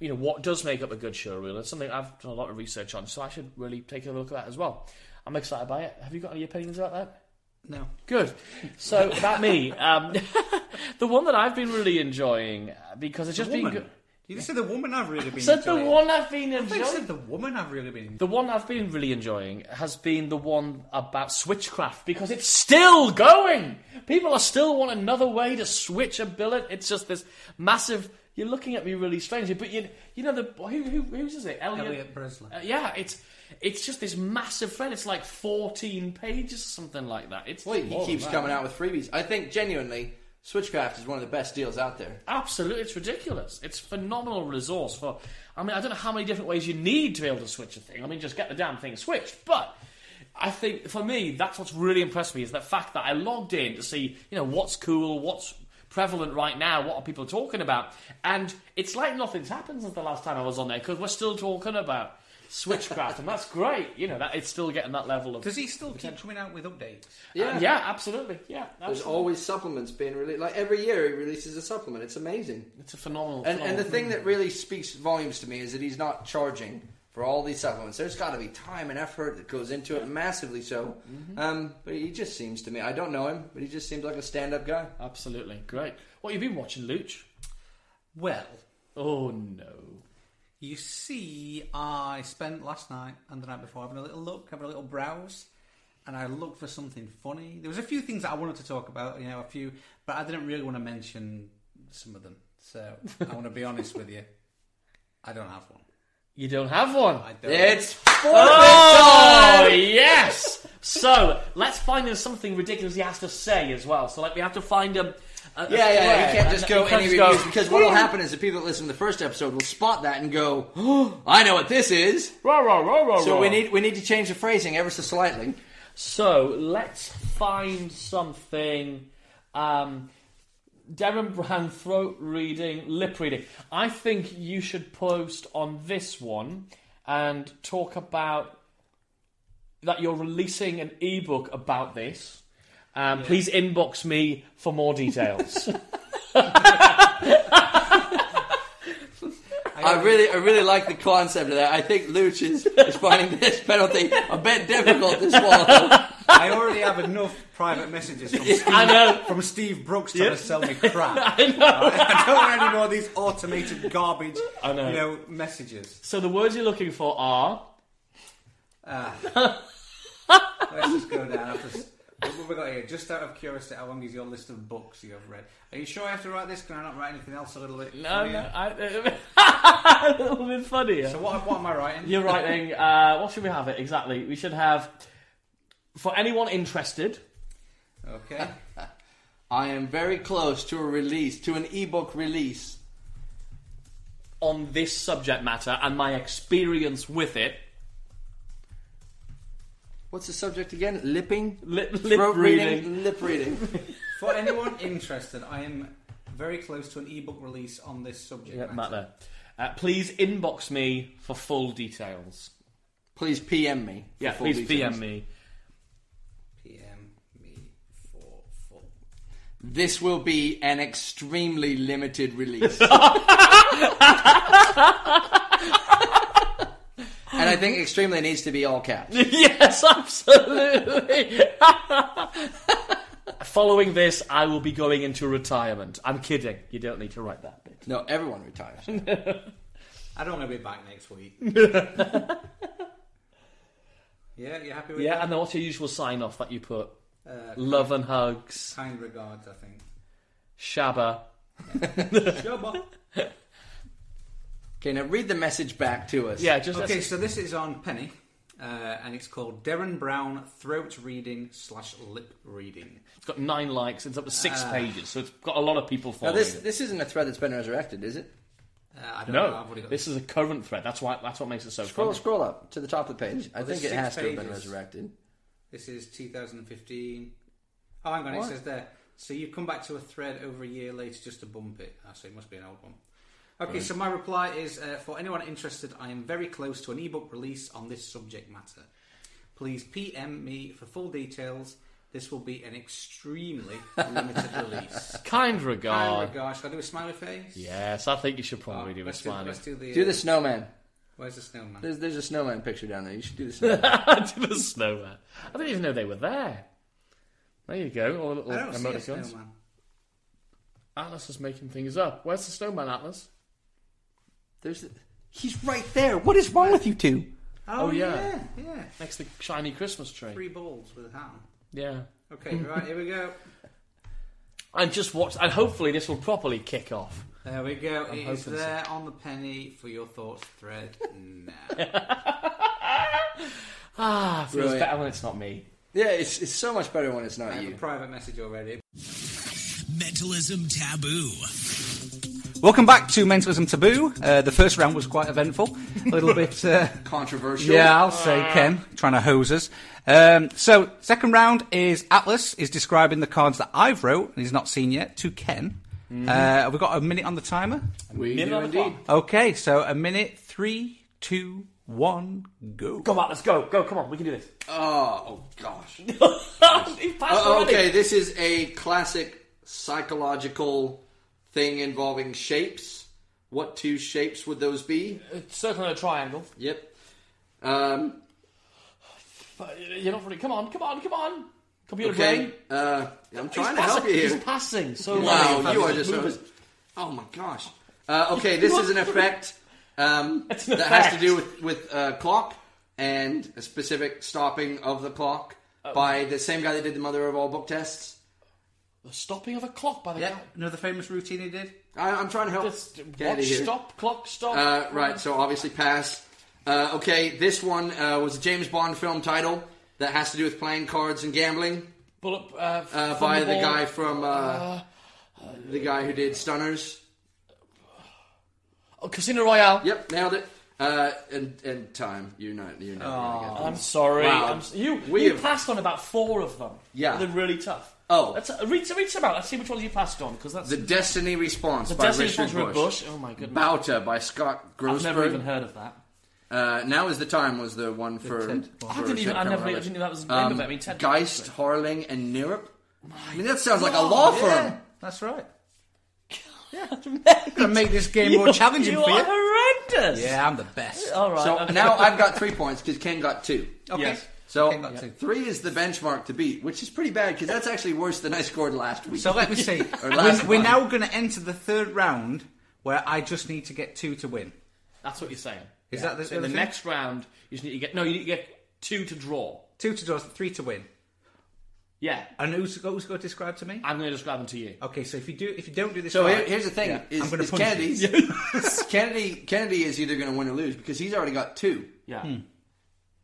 Speaker 4: you know, what does make up a good show reel? It's something I've done a lot of research on, so I should really take a look at that as well. I'm excited by it. Have you got any opinions about that?
Speaker 5: No.
Speaker 4: Good. So about me, um, [laughs] the one that I've been really enjoying uh, because it's just been
Speaker 5: Woman.
Speaker 4: good.
Speaker 5: You said the woman I've really been
Speaker 4: Said the
Speaker 5: enjoying.
Speaker 4: one I've been
Speaker 5: I think you said
Speaker 4: enjoying.
Speaker 5: the woman I've really been
Speaker 4: The one I've been really enjoying has been the one about switchcraft because it's still going. People are still want another way to switch a billet. It's just this massive. You're looking at me really strangely, but you you know the who who who's is it? Elliot,
Speaker 5: Elliot Breslin.
Speaker 4: Uh, yeah, it's it's just this massive thread. It's like 14 pages or something like that. It's
Speaker 3: well. Wait,
Speaker 4: more
Speaker 3: he
Speaker 4: than
Speaker 3: keeps
Speaker 4: that.
Speaker 3: coming out with freebies. I think genuinely, Switchcraft is one of the best deals out there.
Speaker 4: Absolutely, it's ridiculous. It's a phenomenal resource for. I mean, I don't know how many different ways you need to be able to switch a thing. I mean, just get the damn thing switched. But I think for me, that's what's really impressed me is the fact that I logged in to see, you know, what's cool, what's prevalent right now, what are people talking about, and it's like nothing's happened since the last time I was on there because we're still talking about switchcraft, and that's great. You know, that it's still getting that level of.
Speaker 5: Does he still keep coming out with updates?
Speaker 4: yeah, yeah, absolutely. Yeah,
Speaker 3: There's
Speaker 4: absolutely.
Speaker 3: always supplements being released. Like every year, he releases a supplement. It's amazing.
Speaker 4: it's a phenomenal.
Speaker 3: And, and the
Speaker 4: phenomenal
Speaker 3: thing that really speaks volumes to me is that he's not charging for all these supplements. There's got to be time and effort that goes into it, massively so. Um, but he just seems to me, I don't know him, but he just seems like a stand up guy.
Speaker 4: Absolutely great. What you been watching, Luch?
Speaker 5: Well,
Speaker 4: Oh no.
Speaker 5: you see, I spent last night and the night before having a little look, having a little browse, and I looked for something funny. There was a few things that I wanted to talk about, you know, a few, but I didn't really want to mention some of them. So I want to be honest with you, I don't have one.
Speaker 4: You don't have one.
Speaker 5: I don't.
Speaker 3: It's
Speaker 4: Oh yes. So let's find him something ridiculous he has to say as well. So like we have to find him. A,
Speaker 3: Yeah, yeah, yeah. You can't just go any reviews because what will
Speaker 4: happen?
Speaker 3: happen is the people that listen to the first episode will spot that and go, oh, I know what this is. Oh.
Speaker 4: Rah, rah, rah, rah,
Speaker 3: So we
Speaker 4: rah.
Speaker 3: need we need to change the phrasing ever so slightly.
Speaker 4: So let's find something. Um, Darren Brown [laughs] throat reading, lip reading. I think you should post on this one and talk about that you're releasing an ebook about this. Um, Please inbox me for more details.
Speaker 3: I really, I really like the concept of that. I think Luch is, is finding [laughs] this penalty a bit difficult to swallow.
Speaker 5: I already have enough private messages
Speaker 4: [laughs]
Speaker 5: from Steve,
Speaker 4: I know.
Speaker 5: from Steve Brooks trying to sell me crap.
Speaker 4: [laughs]
Speaker 5: I know. don't want any more of these automated garbage,
Speaker 4: I know.
Speaker 5: you know, messages.
Speaker 4: so the words you're looking for are
Speaker 5: Let's just go down. I'll Just, what have we got here? Just out of curiosity, how long is your list of books you have read? Are you sure I have to write this? Can I not write anything else a little bit?
Speaker 4: no,
Speaker 5: funnier?
Speaker 4: no, I, Oh, [laughs] a little bit funnier.
Speaker 5: Oh, So what, what am I writing?
Speaker 4: You're writing. Uh, what should we have it exactly? We should have for anyone interested.
Speaker 5: Okay.
Speaker 3: I am very close to a release, to an ebook release.
Speaker 4: on this subject matter and my experience with it.
Speaker 3: What's the subject again? Lipping?
Speaker 4: Lip, lip
Speaker 3: Throat
Speaker 4: reading.
Speaker 3: Lip reading.
Speaker 5: For anyone interested, I am very close to an ebook release on this subject
Speaker 4: Yeah,
Speaker 5: matter.
Speaker 4: matter. Uh, please inbox me for full details.
Speaker 3: Please PM me. for
Speaker 4: Yeah,
Speaker 3: full
Speaker 4: please
Speaker 3: details.
Speaker 4: PM me.
Speaker 3: This will be an extremely limited
Speaker 4: [laughs]
Speaker 3: release. and I think extremely needs to be all caps.
Speaker 4: [laughs] yes, absolutely. [laughs] Following this, I will be going into retirement. I'm kidding. You don't need to write that bit.
Speaker 3: No, everyone retires.
Speaker 5: I don't want to be back next
Speaker 4: [laughs]
Speaker 5: week. yeah, you happy with
Speaker 4: Yeah,
Speaker 5: that?
Speaker 4: and then what's your usual sign off that you put?
Speaker 5: Uh,
Speaker 4: Love and hugs.
Speaker 5: Kind regards, I think.
Speaker 4: Shabba.
Speaker 3: Okay, now read the message back to us.
Speaker 4: Yeah, just
Speaker 5: Okay, so this is on Penny, uh, and it's called Darren Brown throat reading slash lip reading.
Speaker 4: it's got nine likes. It's up to six
Speaker 5: Ah.
Speaker 4: pages, so it's got a lot of people
Speaker 3: Now
Speaker 4: following.
Speaker 3: this
Speaker 5: [laughs]
Speaker 4: it.
Speaker 3: this isn't a thread that's been resurrected, is it?
Speaker 5: Uh, I don't know.
Speaker 4: no,
Speaker 5: I've already got
Speaker 4: this is a current thread. That's why. That's what makes it so
Speaker 3: Scroll
Speaker 4: funny.
Speaker 3: scroll up to the top of the page. I
Speaker 5: there's
Speaker 3: think it
Speaker 5: six
Speaker 3: has to have been
Speaker 5: pages.
Speaker 3: resurrected.
Speaker 5: This is 2015. Oh, hang on, it says there. So you've come back to a thread over a year later just to bump it. Ah, so it must be an old one. Okay, so my reply is uh, for anyone interested, I am very close to an ebook release on this subject matter. Please PM me for full details. This will be an extremely limited release.
Speaker 4: Kind
Speaker 5: Oh
Speaker 4: regard.
Speaker 5: gosh, shall I do a smiley face?
Speaker 4: Yes, I think you should probably do a
Speaker 5: let's, do,
Speaker 4: smiley. [laughs]
Speaker 5: let's do the.
Speaker 3: Do
Speaker 5: uh,
Speaker 3: the snowman.
Speaker 5: Where's the snowman?
Speaker 3: There's there's a snowman picture down there. You should do the snowman. [laughs]
Speaker 4: to the snowman. I didn't even know they were there. There you go, all the little
Speaker 5: I don't see a
Speaker 4: emoticons.
Speaker 5: snowman.
Speaker 4: Atlas is making things up. Where's the snowman, Atlas?
Speaker 3: there's the, he's right there. What is wrong with you two?
Speaker 5: Oh,
Speaker 4: yeah.
Speaker 5: yeah, yeah.
Speaker 4: Next to the shiny Christmas tree.
Speaker 5: Three balls with a hat. on.
Speaker 4: Yeah.
Speaker 5: Okay, right, here we go.
Speaker 4: And just watch, and hopefully this will properly kick off.
Speaker 5: There we go. It is
Speaker 4: hoping so.
Speaker 5: there on the penny for your thoughts
Speaker 1: [laughs]
Speaker 5: thread now.
Speaker 4: Ah, feels
Speaker 3: Brilliant.
Speaker 4: better when it's not me.
Speaker 3: Yeah, it's it's so much better when it's not
Speaker 5: I have
Speaker 3: you.
Speaker 5: a private message already.
Speaker 2: Mentalism Taboo.
Speaker 1: Welcome back to Mentalism Taboo. Uh, the first round was quite eventful, a little
Speaker 5: [laughs]
Speaker 1: bit. Uh,
Speaker 3: Controversial.
Speaker 1: Yeah, I'll say
Speaker 5: Uh.
Speaker 1: Ken trying to hose us. Um, so second round is Atlas is describing the cards that I've wrote and he's not seen yet to Ken.
Speaker 5: Mm-hmm.
Speaker 1: Uh, have we got a minute on the timer?
Speaker 3: we
Speaker 4: Minute
Speaker 3: do
Speaker 4: on the
Speaker 3: indeed.
Speaker 4: clock.
Speaker 1: Okay, so a minute, three, two, one, go.
Speaker 4: Come on, let's go. Go, come on, we can do this. [laughs]
Speaker 3: Oh, oh [laughs] gosh.
Speaker 4: He passed
Speaker 3: Uh,
Speaker 4: already.
Speaker 3: okay, this is a classic psychological thing involving shapes. What two shapes would those be?
Speaker 4: Circle in a triangle.
Speaker 3: Yep. Um,
Speaker 4: But You're not really. Come on, come on, come on. Computer
Speaker 3: okay.
Speaker 4: brain.
Speaker 3: Uh, I'm
Speaker 4: He's
Speaker 3: trying to
Speaker 4: passing-
Speaker 3: help you here.
Speaker 4: He's passing. So
Speaker 3: Wow,
Speaker 4: well.
Speaker 3: you are just. So, oh my gosh. [laughs] Uh, okay, this is an effect um,
Speaker 4: It's an
Speaker 3: that has to
Speaker 4: effect.
Speaker 3: do with with uh, clock and a specific stopping of the clock
Speaker 4: Oh.
Speaker 3: by the same guy that did the mother of all book tests.
Speaker 4: The stopping of a clock by the
Speaker 5: Yeah,
Speaker 4: guy.
Speaker 5: another famous routine he did.
Speaker 3: I, I'm trying to help.
Speaker 4: Just
Speaker 3: get out
Speaker 4: watch,
Speaker 3: of here.
Speaker 4: stop, clock, stop.
Speaker 3: Uh, right, so obviously pass. Uh, okay, this one uh, was a James Bond film title that has to do with playing cards and gambling
Speaker 4: Bullet, uh,
Speaker 3: uh, by the
Speaker 4: Thunderball.
Speaker 3: guy from uh,
Speaker 4: Uh,
Speaker 3: the guy who did Stunners.
Speaker 4: Oh, Casino Royale.
Speaker 3: Yep, nailed it. Uh, and and time, you're not you're not gonna get
Speaker 4: I'm
Speaker 3: this.
Speaker 4: sorry.
Speaker 3: Wow.
Speaker 4: I'm, s- you
Speaker 3: We
Speaker 4: you
Speaker 3: have-
Speaker 4: passed on about four of them.
Speaker 3: Yeah.
Speaker 4: They're really tough.
Speaker 3: Oh.
Speaker 4: Let's, uh, read, read some out. Let's see which ones you passed on, because that's...
Speaker 3: The Destiny Response by
Speaker 4: Destiny's
Speaker 3: Richard
Speaker 4: Response
Speaker 3: Bush.
Speaker 4: with Bush. Oh, my goodness.
Speaker 3: Bouta by Scott Grossberg.
Speaker 4: I've never even heard of that.
Speaker 3: Uh, now is the time was the one for. for
Speaker 4: I didn't even... I
Speaker 3: Ted
Speaker 4: never... I
Speaker 3: Cameron.
Speaker 4: didn't know that was the name
Speaker 3: Um,
Speaker 4: of it. I mean, Ted...
Speaker 3: Geist, Harling, and Nirup. I mean, that sounds like a law firm.
Speaker 1: That's right.
Speaker 3: [laughs]
Speaker 4: Gonna
Speaker 1: make this game more challenging
Speaker 4: [laughs] you
Speaker 1: for you.
Speaker 4: are horrendous.
Speaker 1: Yeah, I'm the best.
Speaker 4: All right.
Speaker 3: So
Speaker 4: okay. [laughs]
Speaker 3: now I've got three points because Ken got two.
Speaker 5: Okay.
Speaker 4: Yes.
Speaker 3: So
Speaker 5: Ken got two.
Speaker 3: three is the benchmark to beat, which is pretty bad because that's actually worse than I scored last week.
Speaker 1: So let me
Speaker 3: [laughs]
Speaker 1: see.
Speaker 3: last
Speaker 1: we're,
Speaker 3: one.
Speaker 1: we're now going to enter the third round where I just need to get two to win.
Speaker 4: That's what you're saying.
Speaker 5: Is that the,
Speaker 4: So in the
Speaker 5: other thing?
Speaker 4: next round, you just need to get... No, you need to get two to draw.
Speaker 5: Two to draw, three to win.
Speaker 4: Yeah.
Speaker 5: And who's, who's going to describe to me?
Speaker 4: I'm going to describe them to you.
Speaker 5: Okay, so if you do, if you don't do this,
Speaker 3: So
Speaker 5: right,
Speaker 3: here, here's the thing:
Speaker 5: I'm
Speaker 3: is,
Speaker 5: gonna
Speaker 3: is
Speaker 5: punch
Speaker 3: Kennedy's
Speaker 4: [laughs]
Speaker 3: Kennedy Kennedy is either going to win or lose because he's already got two,
Speaker 4: Yeah.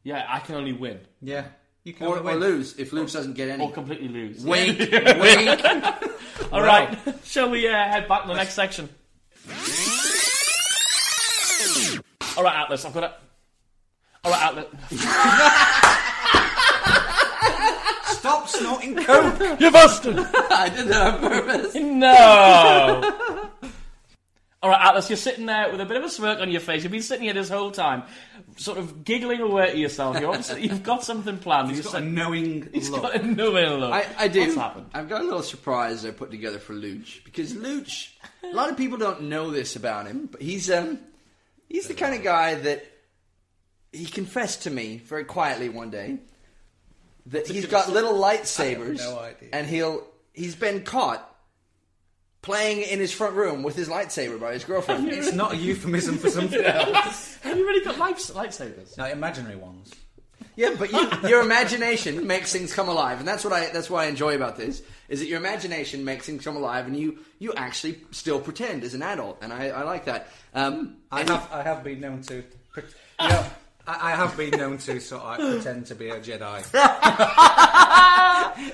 Speaker 4: Yeah, I can only win.
Speaker 5: yeah, you can
Speaker 3: or,
Speaker 5: only
Speaker 3: or
Speaker 5: win.
Speaker 3: lose if Loops doesn't get any.
Speaker 4: Or completely lose.
Speaker 3: Wink, [laughs] wink.
Speaker 4: All right. [laughs] Shall we uh, head back to the next section? All right, Atlas. I've got a. All right, Atlas. [laughs]
Speaker 3: [laughs]
Speaker 5: Stop snorting coke.
Speaker 4: You bastard!
Speaker 3: I did that on purpose.
Speaker 4: No. [laughs] All right, Atlas, you're sitting there with a bit of a smirk on your face. You've been sitting here this whole time, sort of giggling away to yourself. You're obviously, you've got something planned.
Speaker 5: He's
Speaker 4: You're
Speaker 5: got a
Speaker 4: sitting-
Speaker 5: knowing
Speaker 4: he's
Speaker 5: look.
Speaker 4: got a no look.
Speaker 3: I, I do.
Speaker 4: What's happened?
Speaker 3: I've got a little surprise I put together for Luch because Luch, a lot of people don't know this about him, but he's um, he's the kind of guy that he confessed to me very quietly one day that he's got little lightsabers,
Speaker 1: I have no idea.
Speaker 3: and he'll he's been caught playing in his front room with his lightsaber by [laughs] his girlfriend.
Speaker 5: It's not a euphemism for
Speaker 3: [laughs]
Speaker 5: something else.
Speaker 4: Have you really got lights lightsabers?
Speaker 5: Now, imaginary ones.
Speaker 3: Yeah, but you, your imagination makes things come alive, and that's what I that's what I enjoy about this is that your imagination makes things come alive, and you you actually still pretend as an adult, and I, I like that. Um,
Speaker 5: I have, I have been known to. pre- You know, I, I have been known to sort of pretend to be a [laughs] Jedi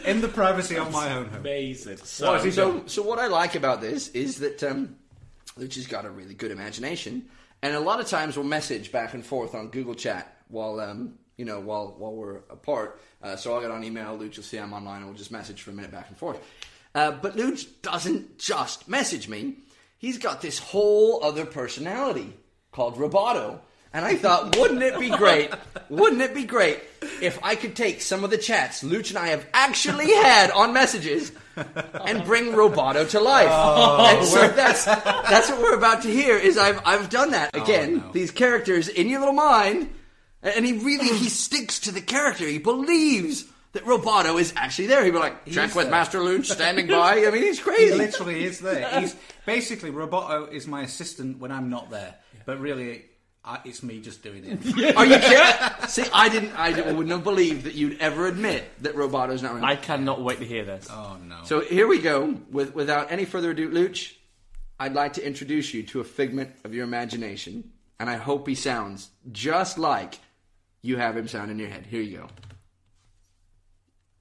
Speaker 5: in the privacy of my own home.
Speaker 4: Amazing. So,
Speaker 3: so so what I like about this is that um, Lucha's got a really good imagination, and a lot of times we'll message back and forth on Google Chat while um you know while while we're apart. Uh, so I'll get on email, Luch will see I'm online, and we'll just message for a minute back and forth. Uh, but Luch doesn't just message me; he's got this whole other personality called Roboto. And I thought, wouldn't it be great? Wouldn't it be great if I could take some of the chats Luch and I have actually had on messages and bring Roboto to life?
Speaker 5: Oh.
Speaker 3: and so that's that's what we're about to hear. Is I've I've done that again.
Speaker 5: Oh, no.
Speaker 3: These characters in your little mind, and he really he sticks to the character. He believes that Roboto is actually there. He'd be like, check with
Speaker 5: there.
Speaker 3: Master Luch standing by. I mean, he's crazy.
Speaker 5: He literally is there. He's basically Roboto is my assistant when I'm not there, but really, I, it's me just doing [laughs] it.
Speaker 3: Are
Speaker 11: [laughs]
Speaker 3: you kidding? See, I didn't. I didn't- wouldn't have believed that you'd ever admit that Roboto's not real.
Speaker 4: I cannot wait to hear this.
Speaker 5: oh no!
Speaker 3: so here we go. With without any further ado, Luch, I'd like to introduce you to a figment of your imagination, and I hope he sounds just like you have him sound in your head. Here you go.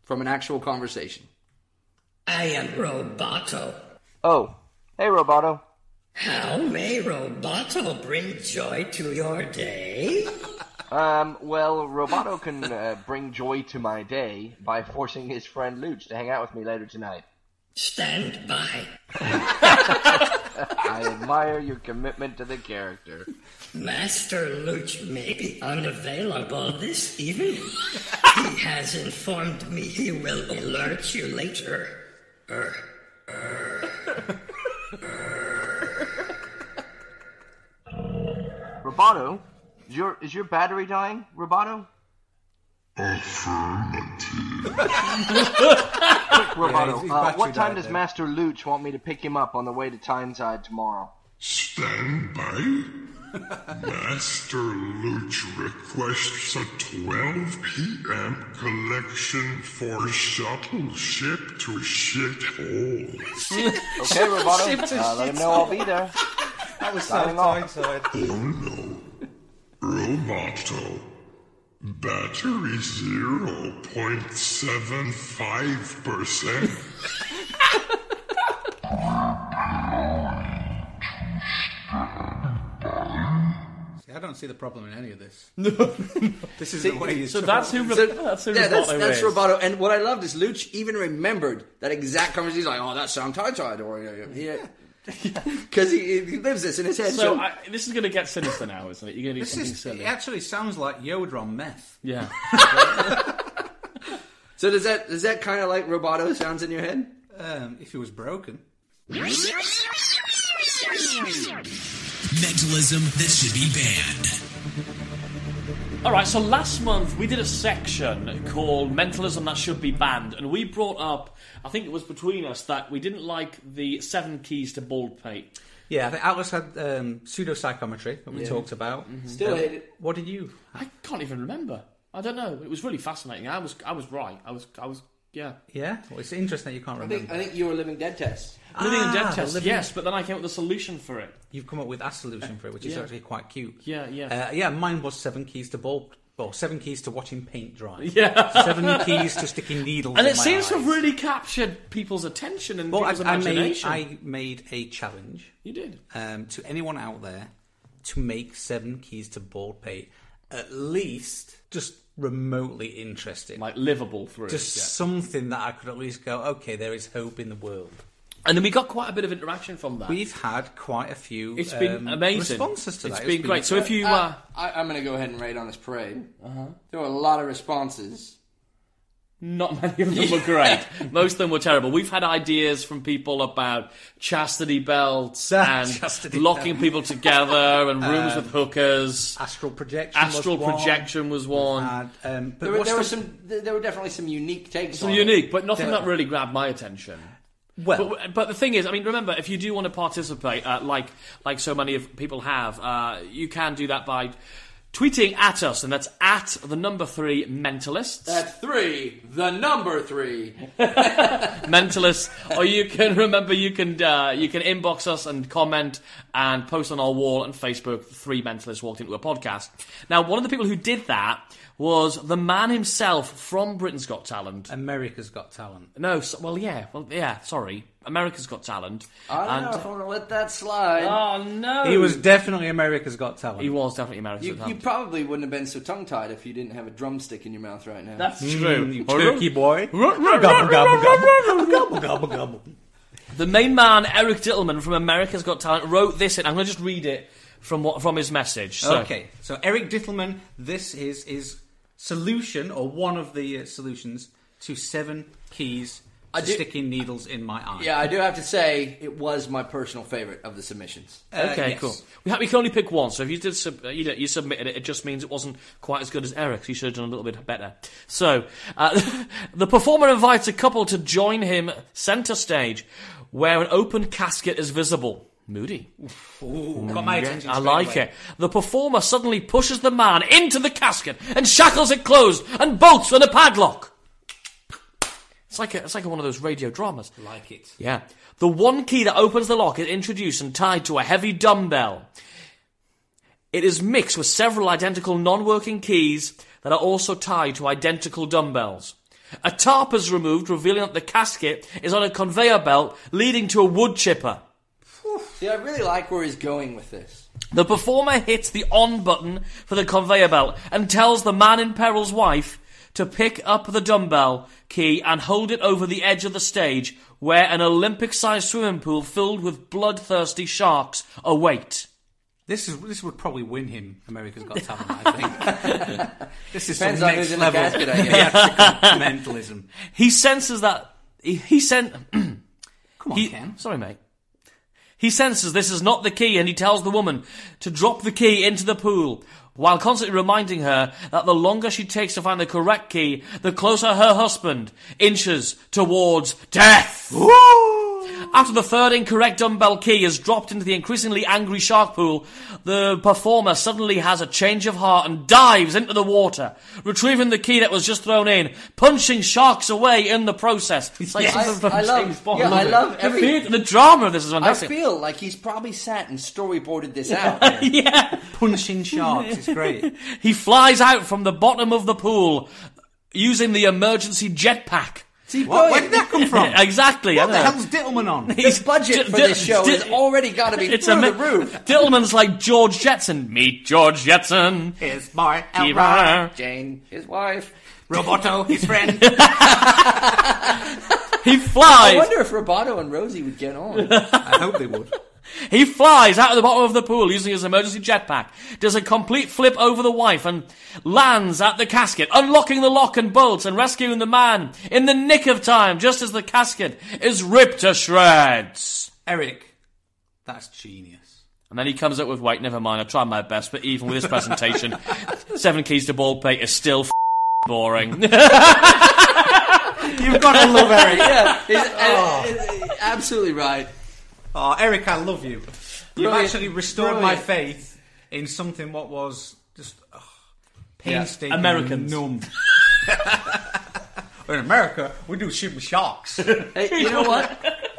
Speaker 3: From an actual conversation.
Speaker 10: I am Roboto.
Speaker 11: Oh, hey, Roboto.
Speaker 10: How may Roboto bring joy to your day?
Speaker 11: Um, well, Roboto can uh, bring joy to my day by forcing his friend Luch to hang out with me later tonight.
Speaker 10: Stand by.
Speaker 11: I admire your commitment to the character.
Speaker 10: Master Luch may be unavailable this evening. he has informed me he will alert you later. Er,
Speaker 11: Roboto, is your is your battery dying, Roboto? Quick,
Speaker 5: his-
Speaker 11: Roboto.
Speaker 5: his
Speaker 11: uh,
Speaker 5: battery
Speaker 11: what time
Speaker 5: died
Speaker 11: does
Speaker 5: there.
Speaker 11: Master Luch want me to pick him up on the way to Tyneside tomorrow?
Speaker 12: Stand by. Master Luch requests a 12 p.m. collection for shuttle ship to shithole.
Speaker 11: Okay, Roboto. Uh, let him know I'll be there.
Speaker 5: that was so
Speaker 11: Signing off.
Speaker 5: tight.
Speaker 12: Oh no. Roboto. Battery 0.75%.
Speaker 5: See, I don't see the problem in any of [laughs] this. this is the way you.
Speaker 4: So that's who.
Speaker 3: So-
Speaker 4: that's who.
Speaker 3: yeah, that's,
Speaker 4: Roboto
Speaker 3: that's
Speaker 4: is.
Speaker 3: Roboto. And what I loved is Luch even remembered that exact conversation. He's like, oh, that sound tight or yeah. [laughs] Because he, he lives this in his head.
Speaker 4: So I, this is going to get sinister now, isn't it? You're going to do
Speaker 5: This
Speaker 4: something
Speaker 5: is, it
Speaker 4: silly.
Speaker 5: actually sounds like Yodron meth.
Speaker 4: Yeah.
Speaker 3: So does that does that kind of like Roboto sounds in your head?
Speaker 5: Um, if it was broken.
Speaker 2: Mentalism that should be banned.
Speaker 4: All right. So last month we did a section called "Mentalism That Should Be Banned," and we brought up. I think it was between us that we didn't like the seven keys to bald pate.
Speaker 5: Yeah, I think Atlas had um, pseudopsychometry that we talked about. Um,
Speaker 3: Mm-hmm. Still hate it.
Speaker 5: What did you?
Speaker 4: I can't even remember. I don't know. It was really fascinating. I was. I was right. I was. I was. Yeah.
Speaker 5: Yeah, well, it's interesting that you can't
Speaker 3: I
Speaker 5: remember.
Speaker 3: think, I think you were living dead test.
Speaker 4: Living in
Speaker 5: Ah,
Speaker 4: death
Speaker 5: the
Speaker 4: test.
Speaker 5: living-
Speaker 4: Yes, but then I came up with a solution for it.
Speaker 5: You've come up with a solution for it, which is
Speaker 4: Yeah.
Speaker 5: actually quite cute.
Speaker 4: Yeah, yeah.
Speaker 5: Uh, yeah, mine was seven keys to ball, or seven keys to watching paint dry.
Speaker 4: [laughs] Yeah.
Speaker 5: seven keys to sticking needles.
Speaker 4: And
Speaker 5: in
Speaker 4: it
Speaker 5: my
Speaker 4: seems to
Speaker 5: eyes.
Speaker 4: have really captured people's attention and
Speaker 5: Well, I,
Speaker 4: people's
Speaker 5: I made
Speaker 4: imagination.
Speaker 5: I made a challenge
Speaker 4: You did.
Speaker 5: um, to anyone out there to make seven keys to ball paint at least just remotely interesting.
Speaker 4: Like livable through.
Speaker 5: just something that I could at least go, okay, there is hope in the world.
Speaker 4: And then we got quite a bit of interaction from that.
Speaker 5: We've had quite a few.
Speaker 4: It's been
Speaker 5: um,
Speaker 4: amazing.
Speaker 5: responses to
Speaker 4: It's
Speaker 5: that.
Speaker 4: been great. So if you, uh, Uh-huh.
Speaker 3: I, I, I'm going to go ahead and raid on this parade. There were a lot of responses.
Speaker 4: not many of [laughs] them were great. Most of them were terrible. We've had ideas from people about chastity belts and
Speaker 5: [laughs] Chastity Um,
Speaker 4: locking people together and rooms with hookers.
Speaker 5: astral projection, was
Speaker 4: Astral
Speaker 5: one.
Speaker 4: projection was one.
Speaker 5: And, um, but
Speaker 3: There were,
Speaker 5: what's
Speaker 3: there were
Speaker 5: the-
Speaker 3: some. There there were definitely some unique takes.
Speaker 4: Some
Speaker 3: on it.
Speaker 4: unique, but nothing that really grabbed my attention.
Speaker 5: well,
Speaker 4: But, but the thing is, I mean, remember, if you do want to participate, uh, like like so many of people have, uh, you can do that by tweeting at us, and that's at the number three mentalists,
Speaker 3: At three, the number three.
Speaker 4: [laughs] Oh. mentalists, or you can remember you can uh, you can inbox us and comment and post on our wall and Facebook. Three mentalists walked into a podcast. Now, one of the people who did that was the man himself from Britain's Got Talent.
Speaker 5: America's Got Talent.
Speaker 4: No, so, well, yeah, well, yeah. Sorry, America's Got Talent.
Speaker 3: I don't
Speaker 4: and,
Speaker 3: know if I want to let that slide.
Speaker 4: Oh no!
Speaker 5: He was definitely America's Got Talent.
Speaker 4: He was definitely American.
Speaker 3: you, you probably wouldn't have been so tongue tied if you didn't have a drumstick in your mouth right now.
Speaker 4: That's true.
Speaker 5: You
Speaker 4: Or-
Speaker 5: turkey boy.
Speaker 4: Run, run,
Speaker 5: Gobble
Speaker 4: run,
Speaker 5: gobble
Speaker 4: run, run,
Speaker 5: gobble gobble gobble gobble gobble.
Speaker 4: The main man, Eric Dittleman from America's Got Talent, wrote this, and I'm going to just read it from what from his message. So,
Speaker 5: Okay, so Eric Dittleman, this is his solution or one of the uh, solutions to seven keys to
Speaker 3: do-
Speaker 5: sticking needles in my eye.
Speaker 3: Yeah, I do have to say it was my personal favorite of the submissions.
Speaker 5: Uh,
Speaker 4: Okay,
Speaker 5: yes.
Speaker 4: cool. We, ha- we can only pick one, so if you did sub- uh, you, know, you submitted it, it just means it wasn't quite as good as Eric's. You should have done a little bit better. So, uh, [laughs] the performer invites a couple to join him centre stage, where an open casket is visible. Moody.
Speaker 3: Mm.
Speaker 5: Ooh, got my attention.
Speaker 4: I
Speaker 5: straight
Speaker 4: like
Speaker 5: away.
Speaker 4: it. The performer suddenly pushes the man into the casket and shackles it closed and bolts with a padlock. It's like a, it's like one of those radio dramas.
Speaker 5: Like it.
Speaker 4: Yeah. The one key that opens the lock is introduced and tied to a heavy dumbbell. It is mixed with several identical non-working keys that are also tied to identical dumbbells. A tarp is removed, revealing that the casket is on a conveyor belt leading to a wood chipper.
Speaker 3: See, I really like where he's going with this.
Speaker 4: The performer hits the on button for the conveyor belt and tells the man in peril's wife to pick up the dumbbell key and hold it over the edge of the stage where an Olympic sized swimming pool filled with bloodthirsty sharks await.
Speaker 5: This is this would probably win him America's Got Talent. I
Speaker 3: [laughs]
Speaker 5: think this is
Speaker 3: Depends
Speaker 5: some
Speaker 3: on
Speaker 5: next
Speaker 3: who's in the
Speaker 5: level
Speaker 3: casket, I guess.
Speaker 5: theatrical [laughs] mentalism.
Speaker 4: He senses that. He, he sent.
Speaker 5: Come on,
Speaker 4: He,
Speaker 5: Ken.
Speaker 4: sorry, mate. He senses this is not the key and he tells the woman to drop the key into the pool, while constantly reminding her that the longer she takes to find the correct key, the closer her husband inches towards death. After the third incorrect dumbbell key is dropped into the increasingly angry shark pool, the performer suddenly has a change of heart and dives into the water, retrieving the key that was just thrown in, punching sharks away in the process. It's like
Speaker 3: I-
Speaker 4: something from
Speaker 3: I love-
Speaker 4: James Bond.
Speaker 3: yeah, I love
Speaker 4: The
Speaker 3: every-
Speaker 4: theatre- the drama of this is
Speaker 3: I
Speaker 4: fantastic.
Speaker 3: feel like he's probably sat and storyboarded this
Speaker 4: [laughs]
Speaker 3: out.
Speaker 4: yeah.
Speaker 5: Punching sharks is [laughs] great.
Speaker 4: He flies out from the bottom of the pool using the emergency jetpack.
Speaker 3: See,
Speaker 5: What? Where
Speaker 3: brilliant.
Speaker 5: did that come from?
Speaker 4: [laughs] exactly. I
Speaker 5: What the
Speaker 4: don't know.
Speaker 5: hell's Dittleman on?
Speaker 4: He's-
Speaker 3: The budget
Speaker 4: di-
Speaker 3: for
Speaker 4: di-
Speaker 3: this show
Speaker 4: di-
Speaker 3: has already got to be
Speaker 4: It's
Speaker 3: through
Speaker 4: ama-
Speaker 3: the roof.
Speaker 4: Dittleman's like George Jetson. Meet George Jetson.
Speaker 5: His boy,
Speaker 4: Elroy.
Speaker 3: Jane, his wife.
Speaker 5: Roboto, his [laughs] friend.
Speaker 4: He
Speaker 3: I
Speaker 4: flies.
Speaker 3: wonder if Roboto and Rosie would get
Speaker 4: [laughs]
Speaker 3: on.
Speaker 5: I hope they would.
Speaker 4: He flies out of the bottom of the pool using his emergency jetpack. Does a complete flip over the wife and lands at the casket, unlocking the lock and bolts and rescuing the man in the nick of time, just as the casket is ripped to shreds.
Speaker 5: Eric, that's genius.
Speaker 4: And then he comes up with, wait, never mind, I tried my best, but even with this presentation, Seven Keys to Baldpate is still f- boring.
Speaker 5: You've got to love Eric.
Speaker 3: yeah, he's,
Speaker 4: Oh.
Speaker 3: uh, uh, absolutely right.
Speaker 5: [laughs] Oh, Eric, I love you. You've
Speaker 3: Brilliant.
Speaker 5: actually restored my
Speaker 3: Brilliant.
Speaker 5: faith in something what was just ugh, painstaking.
Speaker 4: Americans.
Speaker 5: Numb. [laughs] in America, we do shooting [laughs] sharks.
Speaker 3: Hey, you know what?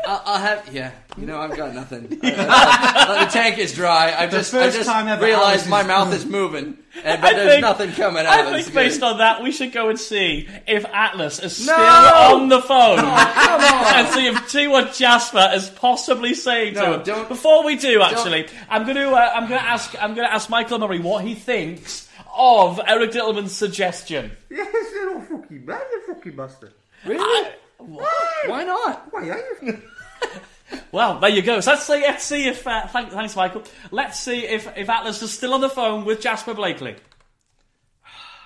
Speaker 3: I'll, I'll have yeah. You know, I've got
Speaker 4: [laughs]
Speaker 3: nothing. I- I- I- the tank is dry. I just, I
Speaker 5: first
Speaker 3: just
Speaker 5: time ever Alice
Speaker 3: realized
Speaker 5: is- [laughs]
Speaker 3: my mouth is moving, and, but there's nothing coming out of it. It's good.
Speaker 4: on that, we should go and see if Atlas is still
Speaker 3: No! Oh,
Speaker 4: the phone.
Speaker 3: Come
Speaker 4: [laughs] and
Speaker 3: on.
Speaker 4: see if T1 Jasper has possibly saved
Speaker 3: No,
Speaker 4: him.
Speaker 3: don't-
Speaker 4: Before we do, actually, I'm going to uh, I'm going to ask I'm going to ask Michael Murray what he thinks of Eric Dittleman's suggestion.
Speaker 5: yes, you're all fucking man, you fucking master.
Speaker 3: Really? Why not?
Speaker 5: Why are you?
Speaker 4: Well, there you go. So let's see, let's see if. Uh, thank, thanks, Michael. Let's see if, if Atlas is still on the phone with Jasper Blakely.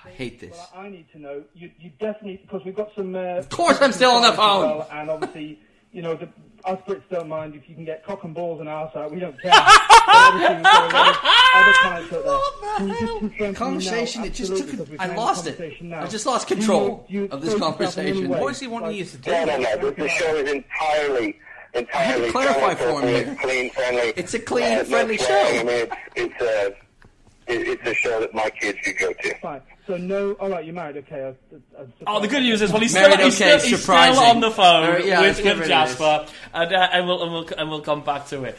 Speaker 3: I hate this.
Speaker 6: Well, I need to know. You, you definitely because we've got some. Uh, of
Speaker 3: course I'm still on the phone.
Speaker 6: and obviously, you know, the, us Brits don't mind if you can get cock and balls on our side. We don't
Speaker 3: [laughs]
Speaker 6: care.
Speaker 3: Conversation, it just took.
Speaker 6: a,
Speaker 3: I lost it. I just lost control of this conversation.
Speaker 1: What is he wanting you to do?
Speaker 7: No, no, no. This show is entirely, entirely
Speaker 3: clarify for me.
Speaker 7: friendly, clean, friendly. Uh,
Speaker 3: It's a clean,
Speaker 7: no
Speaker 3: friendly
Speaker 7: swearing.
Speaker 3: show.
Speaker 7: I mean, it's it's a it, it's a show that my kids could go to.
Speaker 6: Fine. So no. All right, you're married. Okay. I, I,
Speaker 4: Oh, the good news is, well, he's
Speaker 3: Married,
Speaker 4: still, he's,
Speaker 3: okay,
Speaker 4: still, he's
Speaker 3: surprising.
Speaker 4: still on the phone
Speaker 3: Alright, yeah, let's
Speaker 4: with,
Speaker 3: get
Speaker 4: with
Speaker 3: rid of this.
Speaker 4: Jasper, and, uh, and, we'll, and, we'll, and we'll come back to it.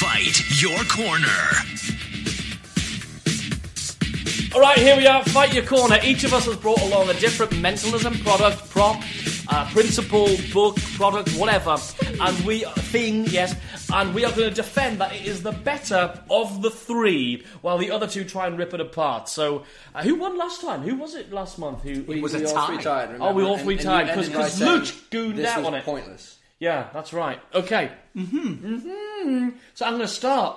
Speaker 2: Fight your corner.
Speaker 4: All right, here we are. Fight your corner. Each of us has brought along a different mentalism product, prop, uh, principle, book, product, whatever, and we thing yes, and we are going to defend that it is the better of the three, while the other two try and rip it apart. So, uh, who won last time? Who was it last month? Who
Speaker 3: We,
Speaker 5: was
Speaker 3: we
Speaker 5: a
Speaker 3: all
Speaker 5: tie.
Speaker 3: three tied. Remember?
Speaker 4: Oh, we all
Speaker 3: And-
Speaker 4: three
Speaker 3: and you
Speaker 4: tied, 'cause-
Speaker 3: ended by
Speaker 4: 'cause
Speaker 3: saying,
Speaker 4: Luke gooned
Speaker 3: this
Speaker 4: out
Speaker 3: was
Speaker 4: on it.
Speaker 3: Pointless.
Speaker 4: Yeah, that's right. Okay. Mm-hmm. Mm-hmm. So I'm going to start.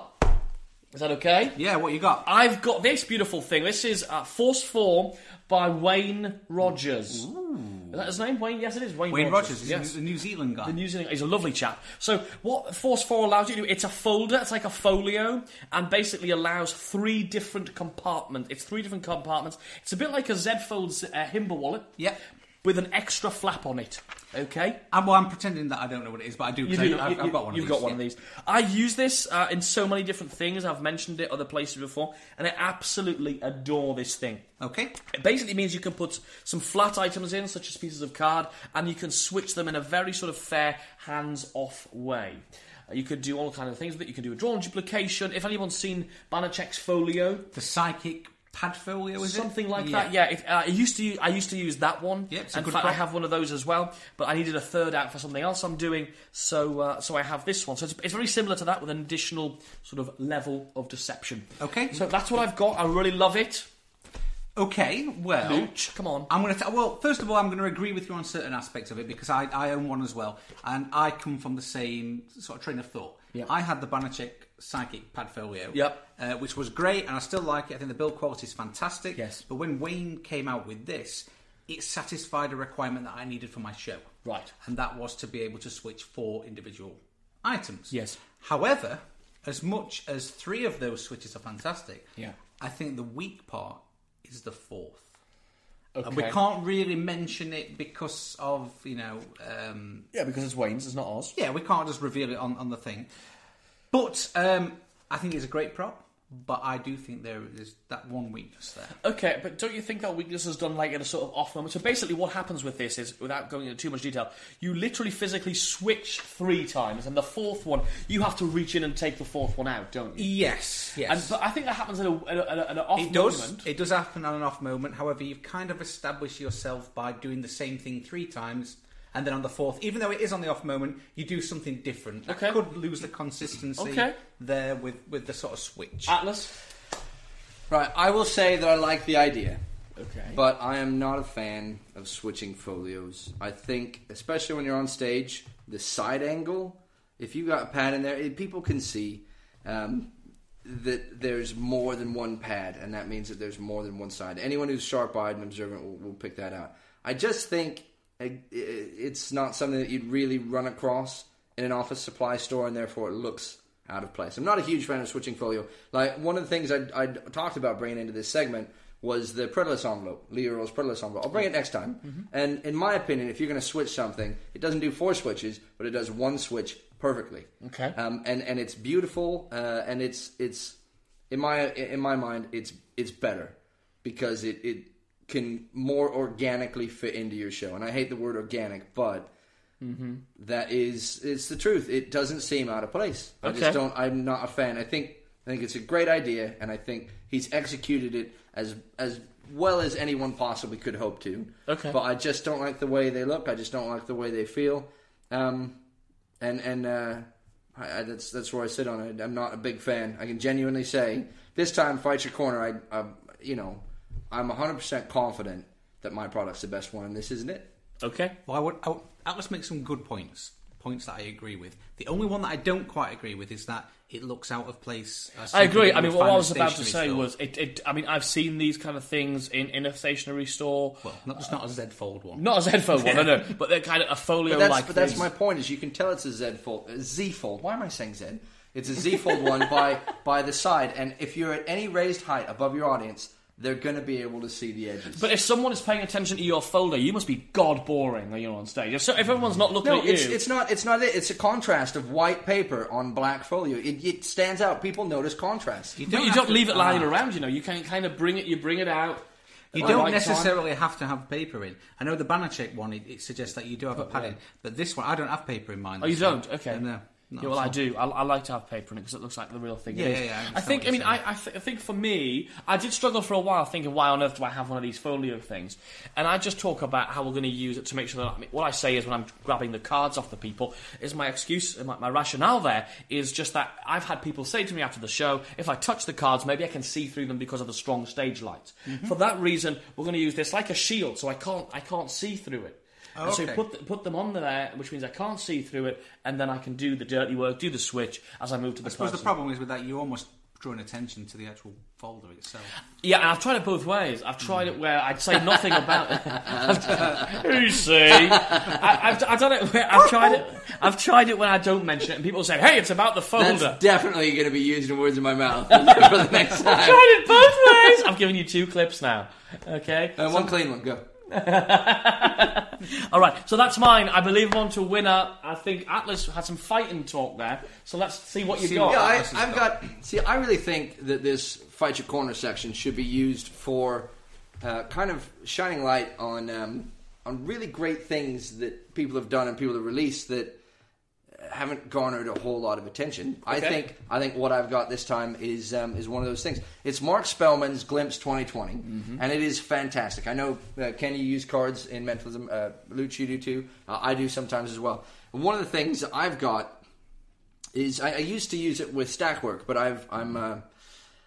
Speaker 4: Is that okay?
Speaker 5: Yeah, what you got?
Speaker 4: I've got this beautiful thing. This is uh, Force 4 by Wayne Rogers. Is that his name? Wayne? Yes, it is. Wayne,
Speaker 5: Wayne Rogers, he's
Speaker 4: Yes.
Speaker 5: a New Zealand guy.
Speaker 4: The New Zealand, he's a lovely chap. So, what Force 4 allows you to do, it's a folder, it's like a folio, and basically allows three different compartments. It's three different compartments. It's a bit like a Z Fold's uh, Himba wallet.
Speaker 5: Yeah.
Speaker 4: With an extra flap on it. Okay?
Speaker 5: I'm, well, I'm pretending that I don't know what it is, but I do. 'cause I, I've, I've got one.
Speaker 4: You've
Speaker 5: of these.
Speaker 4: got one of these. I use this uh, in so many different things. I've mentioned it other places before, and I absolutely adore this thing.
Speaker 5: Okay.
Speaker 4: It basically means you can put some flat items in, such as pieces of card, and you can switch them in a very sort of fair, hands-off way. Uh, You could do all kind of things with it. You can do a drawn duplication. If anyone's seen Banachek's folio,
Speaker 5: The psychic pad folio is it?
Speaker 4: something like that. Yeah, it, uh, I used to. u- I used to use that one.
Speaker 5: Yeah, it's a
Speaker 4: In
Speaker 5: good
Speaker 4: fact, I
Speaker 5: prop.
Speaker 4: have one of those as well. But I needed a third out for something else I'm doing, so uh, so I have this one. So it's, it's very similar to that with an additional sort of level of deception.
Speaker 5: Okay.
Speaker 4: So that's what I've got. I really love it.
Speaker 5: Okay. Well,
Speaker 4: Luch, come on.
Speaker 5: I'm going to. Well, first of all, I'm going to agree with you on certain aspects of it because I, I own one as well, and I come from the same sort of train of thought.
Speaker 4: Yep.
Speaker 5: I had the Banachek Psychic Pad Folio,
Speaker 4: Yep.
Speaker 5: uh, which was great, and I still like it. I think the build quality is fantastic.
Speaker 4: Yes.
Speaker 5: But when Wayne came out with this, it satisfied a requirement that I needed for my show.
Speaker 4: Right.
Speaker 5: And that was to be able to switch four individual items.
Speaker 4: Yes.
Speaker 5: However, as much as three of those switches are fantastic,
Speaker 4: Yeah.
Speaker 5: I think the weak part is the fourth.
Speaker 4: Okay.
Speaker 5: And we can't really mention it because of, you know, um,
Speaker 4: Yeah, because it's Wayne's. It's not ours.
Speaker 5: yeah, we can't just reveal it on, on the thing. But um, I think it's a great prop, but I do think there is that one weakness there.
Speaker 4: Okay, but don't you think that weakness is done like in a sort of off moment? So basically, what happens with this is, without going into too much detail, you literally physically switch three times, and the fourth one you have to reach in and take the fourth one out, don't you?
Speaker 5: Yes, yes.
Speaker 4: And, but I think that happens in, a, in, a, in, a, in an off
Speaker 5: it does.
Speaker 4: moment.
Speaker 5: It does happen on an off moment. However, you've kind of established yourself by doing the same thing three times, and then on the fourth, even though it is on the off moment, you do something different.
Speaker 4: Okay.
Speaker 5: I could lose the consistency
Speaker 4: Okay.
Speaker 5: there with, with the sort of switch.
Speaker 4: Atlas.
Speaker 3: Right. I will say that I like the idea,
Speaker 4: Okay.
Speaker 3: but I am not a fan of switching folios. I think, especially when you're on stage, the side angle. If you got a pad in there, it, people can see. Um, that there's more than one pad, and that means that there's more than one side. Anyone who's sharp-eyed and observant will, will pick that out. I just think uh, it- it's not something that you'd really run across in an office supply store, and therefore it looks out of place. I'm not a huge fan of switching folio. Like one of the things I, I talked about bringing into this segment was the Predalis envelope, Lee Earl's Predalis envelope. I'll bring it next time.
Speaker 4: Mm-hmm.
Speaker 3: And in my opinion, if you're going to switch something, it doesn't do four switches, but it does one switch perfectly.
Speaker 4: Okay.
Speaker 3: Um, and and it's beautiful, uh, and it's it's in my in my mind it's it's better because it it can more organically fit into your show. And I hate the word organic, but
Speaker 4: Mm-hmm.
Speaker 3: that is it's the truth. It doesn't seem out of place. I
Speaker 4: Okay.
Speaker 3: just don't. I'm not a fan. I think I think it's a great idea, and I think he's executed it as as well as anyone possibly could hope to.
Speaker 4: Okay.
Speaker 3: But I just don't like the way they look. I just don't like the way they feel. Um, and and uh, I, I, that's that's where I sit on it. I'm not a big fan. I can genuinely say this time, fight your corner. I, I you know, I'm 100 percent confident that my product's the best one, and this isn't it.
Speaker 4: Okay.
Speaker 5: Well, I would, I would, Atlas makes some good points. Points that I agree with. The only one that I don't quite agree with is that it looks out of place. as
Speaker 4: I
Speaker 5: something
Speaker 4: agree. I
Speaker 5: you
Speaker 4: mean,
Speaker 5: would
Speaker 4: what
Speaker 5: find
Speaker 4: I
Speaker 5: in a
Speaker 4: was about to
Speaker 5: stationery
Speaker 4: say
Speaker 5: store.
Speaker 4: was, it, it. I mean, I've seen these kind of things in, in a stationery store.
Speaker 5: Well, not just not a Z Fold one.
Speaker 4: Not as headphone one, no, no, but they're kind of a folio
Speaker 3: But that's,
Speaker 4: like.
Speaker 3: but that's my point. Is you can tell it's a Z fold, a Z fold. Why am I saying Z? It's a
Speaker 4: [laughs]
Speaker 3: Z fold one by by the side, and if you're at any raised height above your audience, they're going to be able to see the edges.
Speaker 4: But if someone is paying attention to your folder, you must be god boring when you're on stage. If, so, if everyone's not looking
Speaker 3: no,
Speaker 4: at you,
Speaker 3: it's it's not it's not it. It's a contrast of white paper on black folio. It, it stands out. People notice contrast.
Speaker 4: but you don't leave it lying around. You know, you can kind of bring it. You bring it out.
Speaker 5: Ah, You
Speaker 4: at the
Speaker 5: don't
Speaker 4: right time.
Speaker 5: necessarily have to have paper in. I know the banner check one, it, it suggests that you do have a pad in, but this one, I don't have paper in mine.
Speaker 4: Oh, you
Speaker 5: this one.
Speaker 4: don't? Okay.
Speaker 5: No. not
Speaker 4: yeah, well,
Speaker 5: at
Speaker 4: I
Speaker 5: all.
Speaker 4: do. I, I like to have paper in it because it looks like the real thing.
Speaker 5: Yeah,
Speaker 4: it is.
Speaker 5: yeah, yeah, I understand
Speaker 4: I think.
Speaker 5: what
Speaker 4: I mean,
Speaker 5: you're saying.
Speaker 4: I, I, th- I think for me, I did struggle for a while thinking, why on earth do I have one of these folio things? And I just talk about how we're going to use it to make sure that I mean, what I say is when I'm grabbing the cards off the people is my excuse, my, my rationale there is just that I've had people say to me after the show, if I touch the cards, maybe I can see through them because of the strong stage light.
Speaker 5: Mm-hmm.
Speaker 4: For that reason, we're going to use this like a shield, so I can't I can't see through it.
Speaker 5: Oh,
Speaker 4: And so you
Speaker 5: okay.
Speaker 4: put th- put them on there, which means I can't see through it, and then I can do the dirty work, do the switch as I move to the
Speaker 5: I suppose the
Speaker 4: person.
Speaker 5: problem is with that, you're almost drawing attention to the actual folder itself.
Speaker 4: yeah, and I've tried it both ways. I've tried it where I'd say nothing about it.
Speaker 3: [laughs]
Speaker 4: you see, I, I've, I've done it. Where I've tried it. I've tried it when I don't mention it, and people say, "Hey, it's about the
Speaker 3: [laughs]
Speaker 4: folder."
Speaker 3: That's definitely going to be used in words in my mouth [laughs] for the
Speaker 4: [laughs]
Speaker 3: next
Speaker 4: I've
Speaker 3: time.
Speaker 4: tried it both ways. I've given you two clips now. Okay.
Speaker 3: And one clean one. Go.
Speaker 4: All right. So that's mine. I believe I'm on to winner. I think Atlas had some fighting talk there. So let's see what you
Speaker 5: See
Speaker 4: got.
Speaker 5: what
Speaker 3: Yeah, I,
Speaker 5: Atlas has
Speaker 3: I've got. See, I really think that this fight your corner section should be used for uh, kind of shining light on um, on really great things that people have done and people have released that haven't garnered a whole lot of attention. I
Speaker 4: Okay.
Speaker 3: think I think what I've got this time is um, is one of those things. It's Mark Spellman's Glimpse 2020,
Speaker 4: Mm-hmm.
Speaker 3: and it is fantastic. I know uh, Ken, you use cards in mentalism. Uh, Luch, you do too. Uh, I do sometimes as well. And one of the things that I've got is I, I used to use it with Stackwork, but I've I'm uh,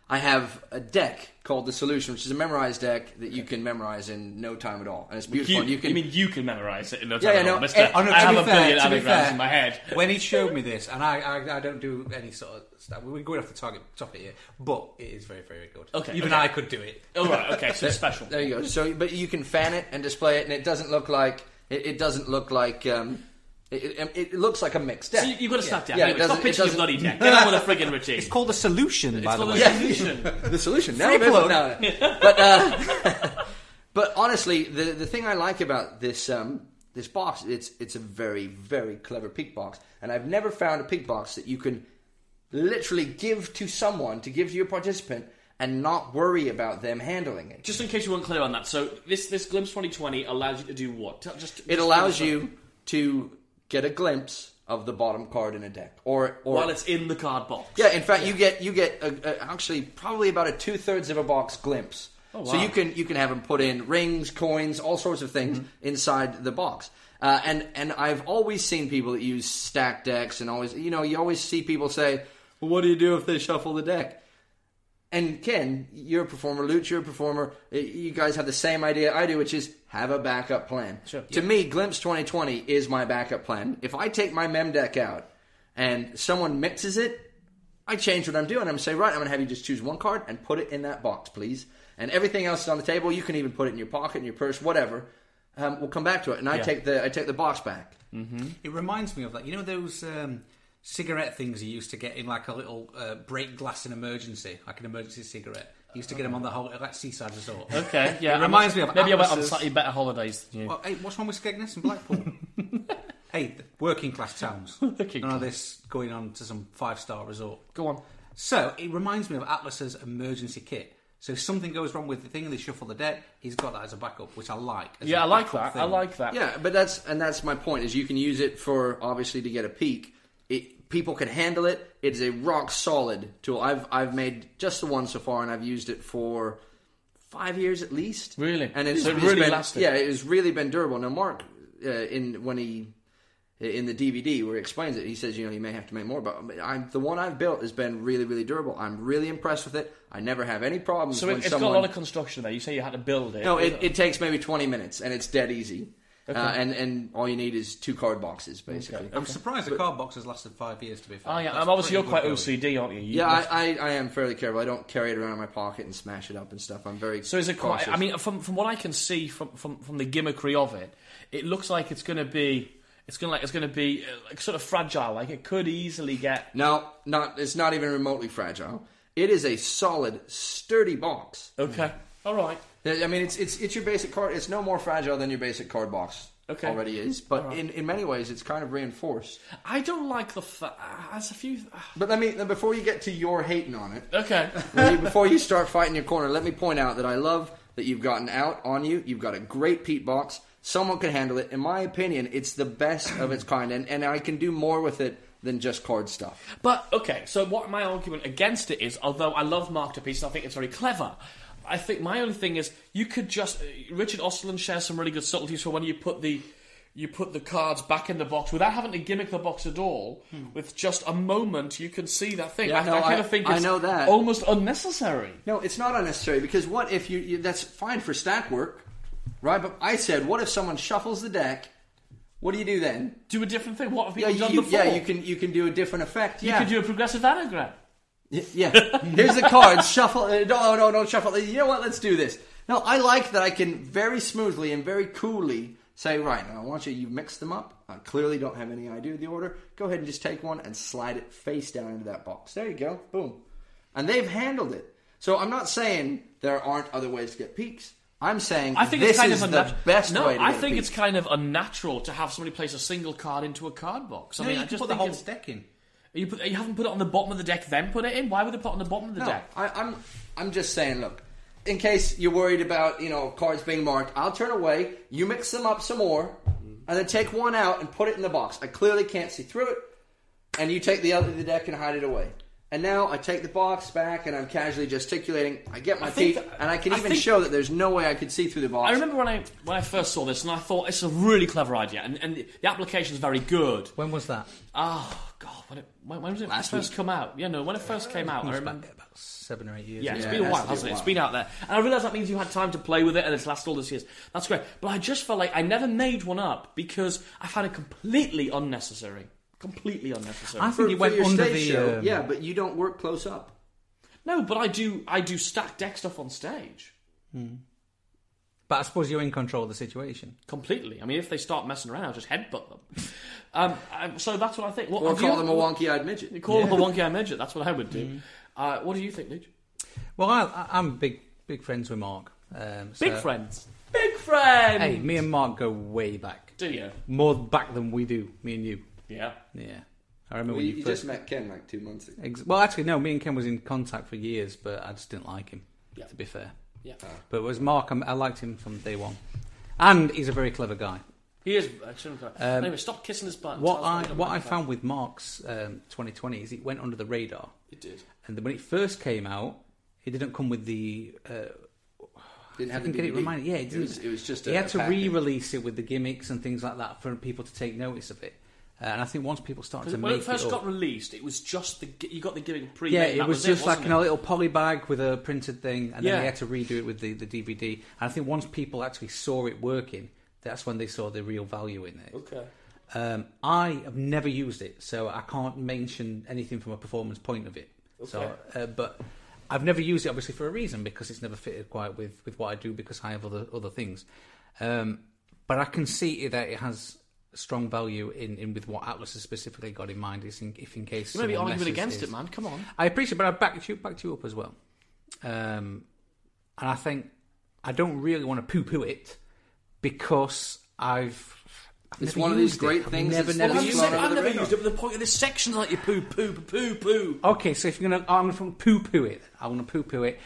Speaker 3: I have a deck called the Solution, which is a memorized deck that you can memorize in no time at all, and it's beautiful.
Speaker 4: You,
Speaker 3: and you can
Speaker 4: mean you can memorize it in no
Speaker 3: Yeah,
Speaker 4: time
Speaker 3: yeah,
Speaker 4: at all,
Speaker 3: no,
Speaker 4: mister?
Speaker 3: eh,
Speaker 5: Oh, no,
Speaker 4: I
Speaker 5: to
Speaker 4: have
Speaker 5: be
Speaker 4: a
Speaker 5: fair-
Speaker 4: billion
Speaker 5: to be
Speaker 4: anagrams
Speaker 5: fair,
Speaker 4: in my head.
Speaker 5: when he showed me this, and I, I, I don't do any sort of stuff. We're going off the target topic here, but it is very, very good.
Speaker 4: Okay,
Speaker 5: even
Speaker 4: okay. Oh.
Speaker 5: I could do it.
Speaker 4: All right, okay, so it's special.
Speaker 3: There you go. So, but you can fan it and display it, and it doesn't look like it, it doesn't look like um, it, it, it looks like a mixed deck.
Speaker 4: So you, you've got to stop down.
Speaker 3: Yeah, it
Speaker 4: anyway, stop
Speaker 3: doesn't- it
Speaker 4: pitching your
Speaker 3: doesn't- [laughs]
Speaker 4: bloody deck. Get on with a friggin' routine.
Speaker 5: It's called a solution, by the
Speaker 4: called
Speaker 5: way.
Speaker 4: a solution.
Speaker 3: [laughs] the solution. Now, baby,
Speaker 5: plug.
Speaker 3: now.
Speaker 4: [laughs]
Speaker 3: but uh, [laughs] but honestly, the the thing I like about this um, this box, it's it's a very very clever peak box, and I've never found a peak box that you can literally give to someone to give to your participant and not worry about them handling it.
Speaker 4: Just in case you weren't clear on that, so this this glimpse 2020 allows you to do what? Tell- Just
Speaker 3: It allows you to get a glimpse of the bottom card in a deck, or or
Speaker 4: while it's in the card box.
Speaker 3: Yeah, in fact, you get you get a, a, actually probably about a two thirds of a box glimpse. So
Speaker 4: wow.
Speaker 3: you can you can have them put in rings, coins, all sorts of things inside the box. Uh, and and I've always seen people that use stack decks, and always you know you always see people say, well, "What do you do if they shuffle the deck?" And Ken, you're a performer. Luke, you're a performer. Uh, You guys have the same idea I do, which is have a backup plan. Sure. To me, Glimpse 2020 is my backup plan. If I take my mem deck out and someone mixes it, I change what I'm doing. I'm gonna say, right, I'm gonna have you just choose one card and put it in that box, please. And everything else is on the table. You can even put it in your pocket, in your purse, whatever. Um, we'll come back to it. And I take the I take the box back.
Speaker 5: It reminds me of that. You know those um, cigarette things you used to get in like a little uh, break glass in emergency, like an emergency cigarette. You used to get them on the whole like seaside resort.
Speaker 4: Okay, yeah.
Speaker 5: It reminds me of
Speaker 4: Maybe I went on
Speaker 5: Atlas's-
Speaker 4: slightly better holidays than you.
Speaker 5: Well, hey, what's wrong with Skegness and
Speaker 4: [laughs]
Speaker 5: Blackpool? hey, the working class towns.
Speaker 4: Working
Speaker 5: None of this going on to some five star resort.
Speaker 4: Go on.
Speaker 5: So it reminds me of Atlas's emergency kit. So if something goes wrong with the thing and they shuffle the deck, he's got that as a backup, which I like. as
Speaker 4: Yeah,
Speaker 5: a
Speaker 4: I like
Speaker 5: backup
Speaker 4: that. I
Speaker 5: thing.
Speaker 4: like that.
Speaker 3: Yeah, but that's and that's my point is you can use it for obviously to get a peek. It, people can handle it. It is a rock solid tool. I've I've made just the one so far, and I've used it for five years at least.
Speaker 4: Really?
Speaker 3: and it's,
Speaker 4: So it
Speaker 3: it's
Speaker 4: really
Speaker 3: been,
Speaker 4: lasted.
Speaker 3: Yeah, it's really been durable. Now Mark, uh, in when he in the DVD where he explains it, he says you know you may have to make more, but I'm, the one I've built has been really really durable. I'm really impressed with it. I never have any problems.
Speaker 4: So
Speaker 3: when
Speaker 4: it, it's
Speaker 3: someone,
Speaker 4: got a lot of construction there. You say you had to build it.
Speaker 3: no, it, it takes maybe 20 minutes and it's dead easy. Uh, and and all you need is two card boxes basically.
Speaker 5: I'm surprised the card box has lasted five years. To be fair,
Speaker 4: Oh, yeah.
Speaker 5: That's
Speaker 4: Um, obviously, you're
Speaker 5: pretty
Speaker 4: quite
Speaker 5: good
Speaker 4: OCD, aren't you? you
Speaker 3: Yeah, I, I, I am fairly careful. I don't carry it around in my pocket and smash it up and stuff. I'm very
Speaker 4: So is it quite?
Speaker 3: cautious.
Speaker 4: I mean, from from what I can see from from, from the gimmickry of it, it looks like it's going to be it's going to like it's going to be uh, like sort of fragile. Like it could easily get
Speaker 3: No, not it's not even remotely fragile. It is a solid, sturdy box.
Speaker 4: okay. Hmm. All right.
Speaker 3: I mean, it's it's it's your basic card. It's no more fragile than your basic card box
Speaker 4: Okay.
Speaker 3: already is. But in, in many ways, it's kind of reinforced.
Speaker 4: I don't like the. Fa- ah, there's a few. ah,
Speaker 3: But let me before you get to your hating on it,
Speaker 4: Okay.
Speaker 3: let me- before you start fighting your corner, let me point out that I love that you've gotten out on you. You've got a great peat box. Someone can handle it. In my opinion, it's the best of its kind, and and I can do more with it than just card stuff.
Speaker 4: But okay, so what my argument against it is, although I love Mark DePeace and I think it's very clever, I think my only thing is you could just uh, Richard Osland shares some really good subtleties for when you put the you put the cards back in the box without having to gimmick the box at all. With just a moment, you can see that thing.
Speaker 3: Hmm. Yeah,
Speaker 4: I,
Speaker 3: no,
Speaker 4: I kind
Speaker 3: I-
Speaker 4: of think
Speaker 3: I
Speaker 4: it's
Speaker 3: know that.
Speaker 4: almost unnecessary.
Speaker 3: No, it's not unnecessary because what if you, you that's fine for stack work, right? But I said, what if someone shuffles the deck? What do you do then?
Speaker 4: Do a different thing. What have
Speaker 3: Yeah,
Speaker 4: people
Speaker 3: you,
Speaker 4: done
Speaker 3: you-
Speaker 4: before?
Speaker 3: yeah, you can you can do a different effect.
Speaker 4: You
Speaker 3: yeah,
Speaker 4: could do a progressive anagram.
Speaker 3: Y- yeah. Here's the cards. Shuffle. Uh, no, no, don't shuffle. You know what? Let's do this. No, I like that I can very smoothly and very coolly say, right now I want you. You mix them up. I clearly don't have any idea of the order. Go ahead and just take one and slide it face down into that box. There you go. Boom. And they've handled it. So I'm not saying there aren't other ways to get peaks. I'm saying
Speaker 4: I think
Speaker 3: this
Speaker 4: it's kind
Speaker 3: is
Speaker 4: of
Speaker 3: the
Speaker 4: unnatural.
Speaker 3: best
Speaker 4: no,
Speaker 3: way. To
Speaker 4: I
Speaker 3: get
Speaker 4: think
Speaker 3: peaks.
Speaker 4: it's kind of unnatural to have somebody place a single card into a card box. I
Speaker 5: No,
Speaker 4: mean,
Speaker 5: you
Speaker 4: I
Speaker 5: can
Speaker 4: just
Speaker 5: put the
Speaker 4: think
Speaker 5: whole
Speaker 4: it's-
Speaker 5: deck in.
Speaker 4: You, put, you haven't put it on the bottom of the deck, then put it in. Why would they put it on the bottom of the
Speaker 3: No,
Speaker 4: deck?
Speaker 3: I, I'm I'm just saying. Look, in case you're worried about you know cards being marked, I'll turn away. You mix them up some more, and then take one out and put it in the box. I clearly can't see through it, and you take the other the deck and hide it away. And now I take the box back and I'm casually gesticulating. I get my
Speaker 4: think
Speaker 3: teeth,
Speaker 4: that-
Speaker 3: and I can
Speaker 4: I
Speaker 3: even
Speaker 4: think-
Speaker 3: show that there's no way I could see through the box.
Speaker 4: I remember when I when I first saw this, and I thought it's a really clever idea, and, and the application's very good.
Speaker 5: When was that?
Speaker 4: Oh God, when it when, when was it
Speaker 3: Last
Speaker 4: first
Speaker 3: week.
Speaker 4: come out? Yeah, no, when it first came out, I
Speaker 5: It's
Speaker 4: remember.
Speaker 5: back about seven or eight years.
Speaker 4: Yeah,
Speaker 5: ago.
Speaker 4: it's
Speaker 3: Yeah,
Speaker 4: been
Speaker 3: it
Speaker 4: a
Speaker 3: has
Speaker 4: while,
Speaker 3: to be a
Speaker 4: hasn't it? It's
Speaker 3: while.
Speaker 4: been out there, and I realise that means you had time to play with it, and it's lasted all these years. That's great, but I just felt like I never made one up because I found it completely unnecessary, completely unnecessary.
Speaker 5: I think it went
Speaker 3: your
Speaker 5: under
Speaker 3: stage
Speaker 5: the.
Speaker 3: show,
Speaker 5: um,
Speaker 3: yeah, but you don't work close up.
Speaker 4: No, but I do I do stack deck stuff on stage.
Speaker 5: But I suppose you're in control of the situation.
Speaker 4: Completely. I mean, if they start messing around, I'll just headbutt them. Um, I- so that's what I think. What,
Speaker 3: Or
Speaker 4: have
Speaker 3: call
Speaker 4: you-
Speaker 3: them a wonky-eyed midget.
Speaker 4: You call them a wonky eye midget. That's what I would
Speaker 5: Mm.
Speaker 4: do. Uh, what do you think, Luke?
Speaker 5: Well, I, I- I'm big, big friends with Mark. Um, so-
Speaker 4: Big friends. Big friends.
Speaker 5: Hey, me and Mark go way back,
Speaker 4: Do you?
Speaker 5: more back than we do. Me and you.
Speaker 4: Yeah.
Speaker 5: Yeah, I remember
Speaker 3: Well,
Speaker 5: when
Speaker 3: you,
Speaker 5: you,
Speaker 3: you
Speaker 5: first.
Speaker 3: just met Ken like two months ago.
Speaker 5: Ex- well, actually, no. Me and Ken was in contact for years, but I just didn't like him.
Speaker 4: Yeah.
Speaker 5: To be fair,
Speaker 4: Yeah.
Speaker 5: but it was Mark. I'm, I liked him from day one, and he's a very clever guy.
Speaker 4: He is. uh, I shouldn't have- anyway, stop kissing his butt.
Speaker 5: Um, What
Speaker 4: Tell us
Speaker 5: I
Speaker 4: you're
Speaker 5: what
Speaker 4: gonna
Speaker 5: I
Speaker 4: do.
Speaker 5: found with Mark's um, 2020 is it went under the radar,
Speaker 4: It did.
Speaker 5: and when it first came out, it didn't come with the. Uh,
Speaker 3: Didn't
Speaker 5: I
Speaker 3: have
Speaker 5: think
Speaker 3: the
Speaker 5: it
Speaker 3: DVD.
Speaker 5: reminded. Yeah, it didn't.
Speaker 3: was, it was just.
Speaker 5: He
Speaker 3: a,
Speaker 5: had
Speaker 3: a
Speaker 5: to
Speaker 3: package.
Speaker 5: re-release it with the gimmicks and things like that for people to take notice of it. Uh, and I think once people started to
Speaker 4: When
Speaker 5: make
Speaker 4: it first
Speaker 5: up-
Speaker 4: got released, it was just the gi- you got the gimmick pre.
Speaker 5: yeah, it
Speaker 4: that
Speaker 5: was, just
Speaker 4: wasn't
Speaker 5: like a little poly bag with a printed thing, and then
Speaker 4: Yeah.
Speaker 5: they had to redo it with the, the DVD. And I think once people actually saw it working, that's when they saw the real value in it.
Speaker 4: Okay.
Speaker 5: Um, I have never used it, so I can't mention anything from a performance point of it. So, uh, but I've never used it obviously for a reason because it's never fitted quite with, with what I do because I have other other things. Um, but I can see that it has strong value in, in with what Atlas has specifically got in mind. Is in, if in case
Speaker 4: You may be
Speaker 5: someone
Speaker 4: arguing
Speaker 5: messes
Speaker 4: against
Speaker 5: his-
Speaker 4: it, man. Come on.
Speaker 5: I appreciate, but I backed you backed you up as well. Um, and I think I don't really want to poo poo it because I've. I've
Speaker 3: It's
Speaker 5: never
Speaker 3: one of these
Speaker 5: used
Speaker 3: great
Speaker 5: it. I've
Speaker 3: things
Speaker 5: Never,
Speaker 3: that's
Speaker 5: never
Speaker 3: Well,
Speaker 4: I've
Speaker 3: you
Speaker 5: used
Speaker 3: said
Speaker 5: it.
Speaker 3: it.
Speaker 4: I've
Speaker 3: under
Speaker 4: never
Speaker 3: the
Speaker 4: used it, but the point of this section is like you poo, poo, poo, poo.
Speaker 5: Okay, so if you're gonna, I'm gonna poo poo it. I'm gonna poo poo it.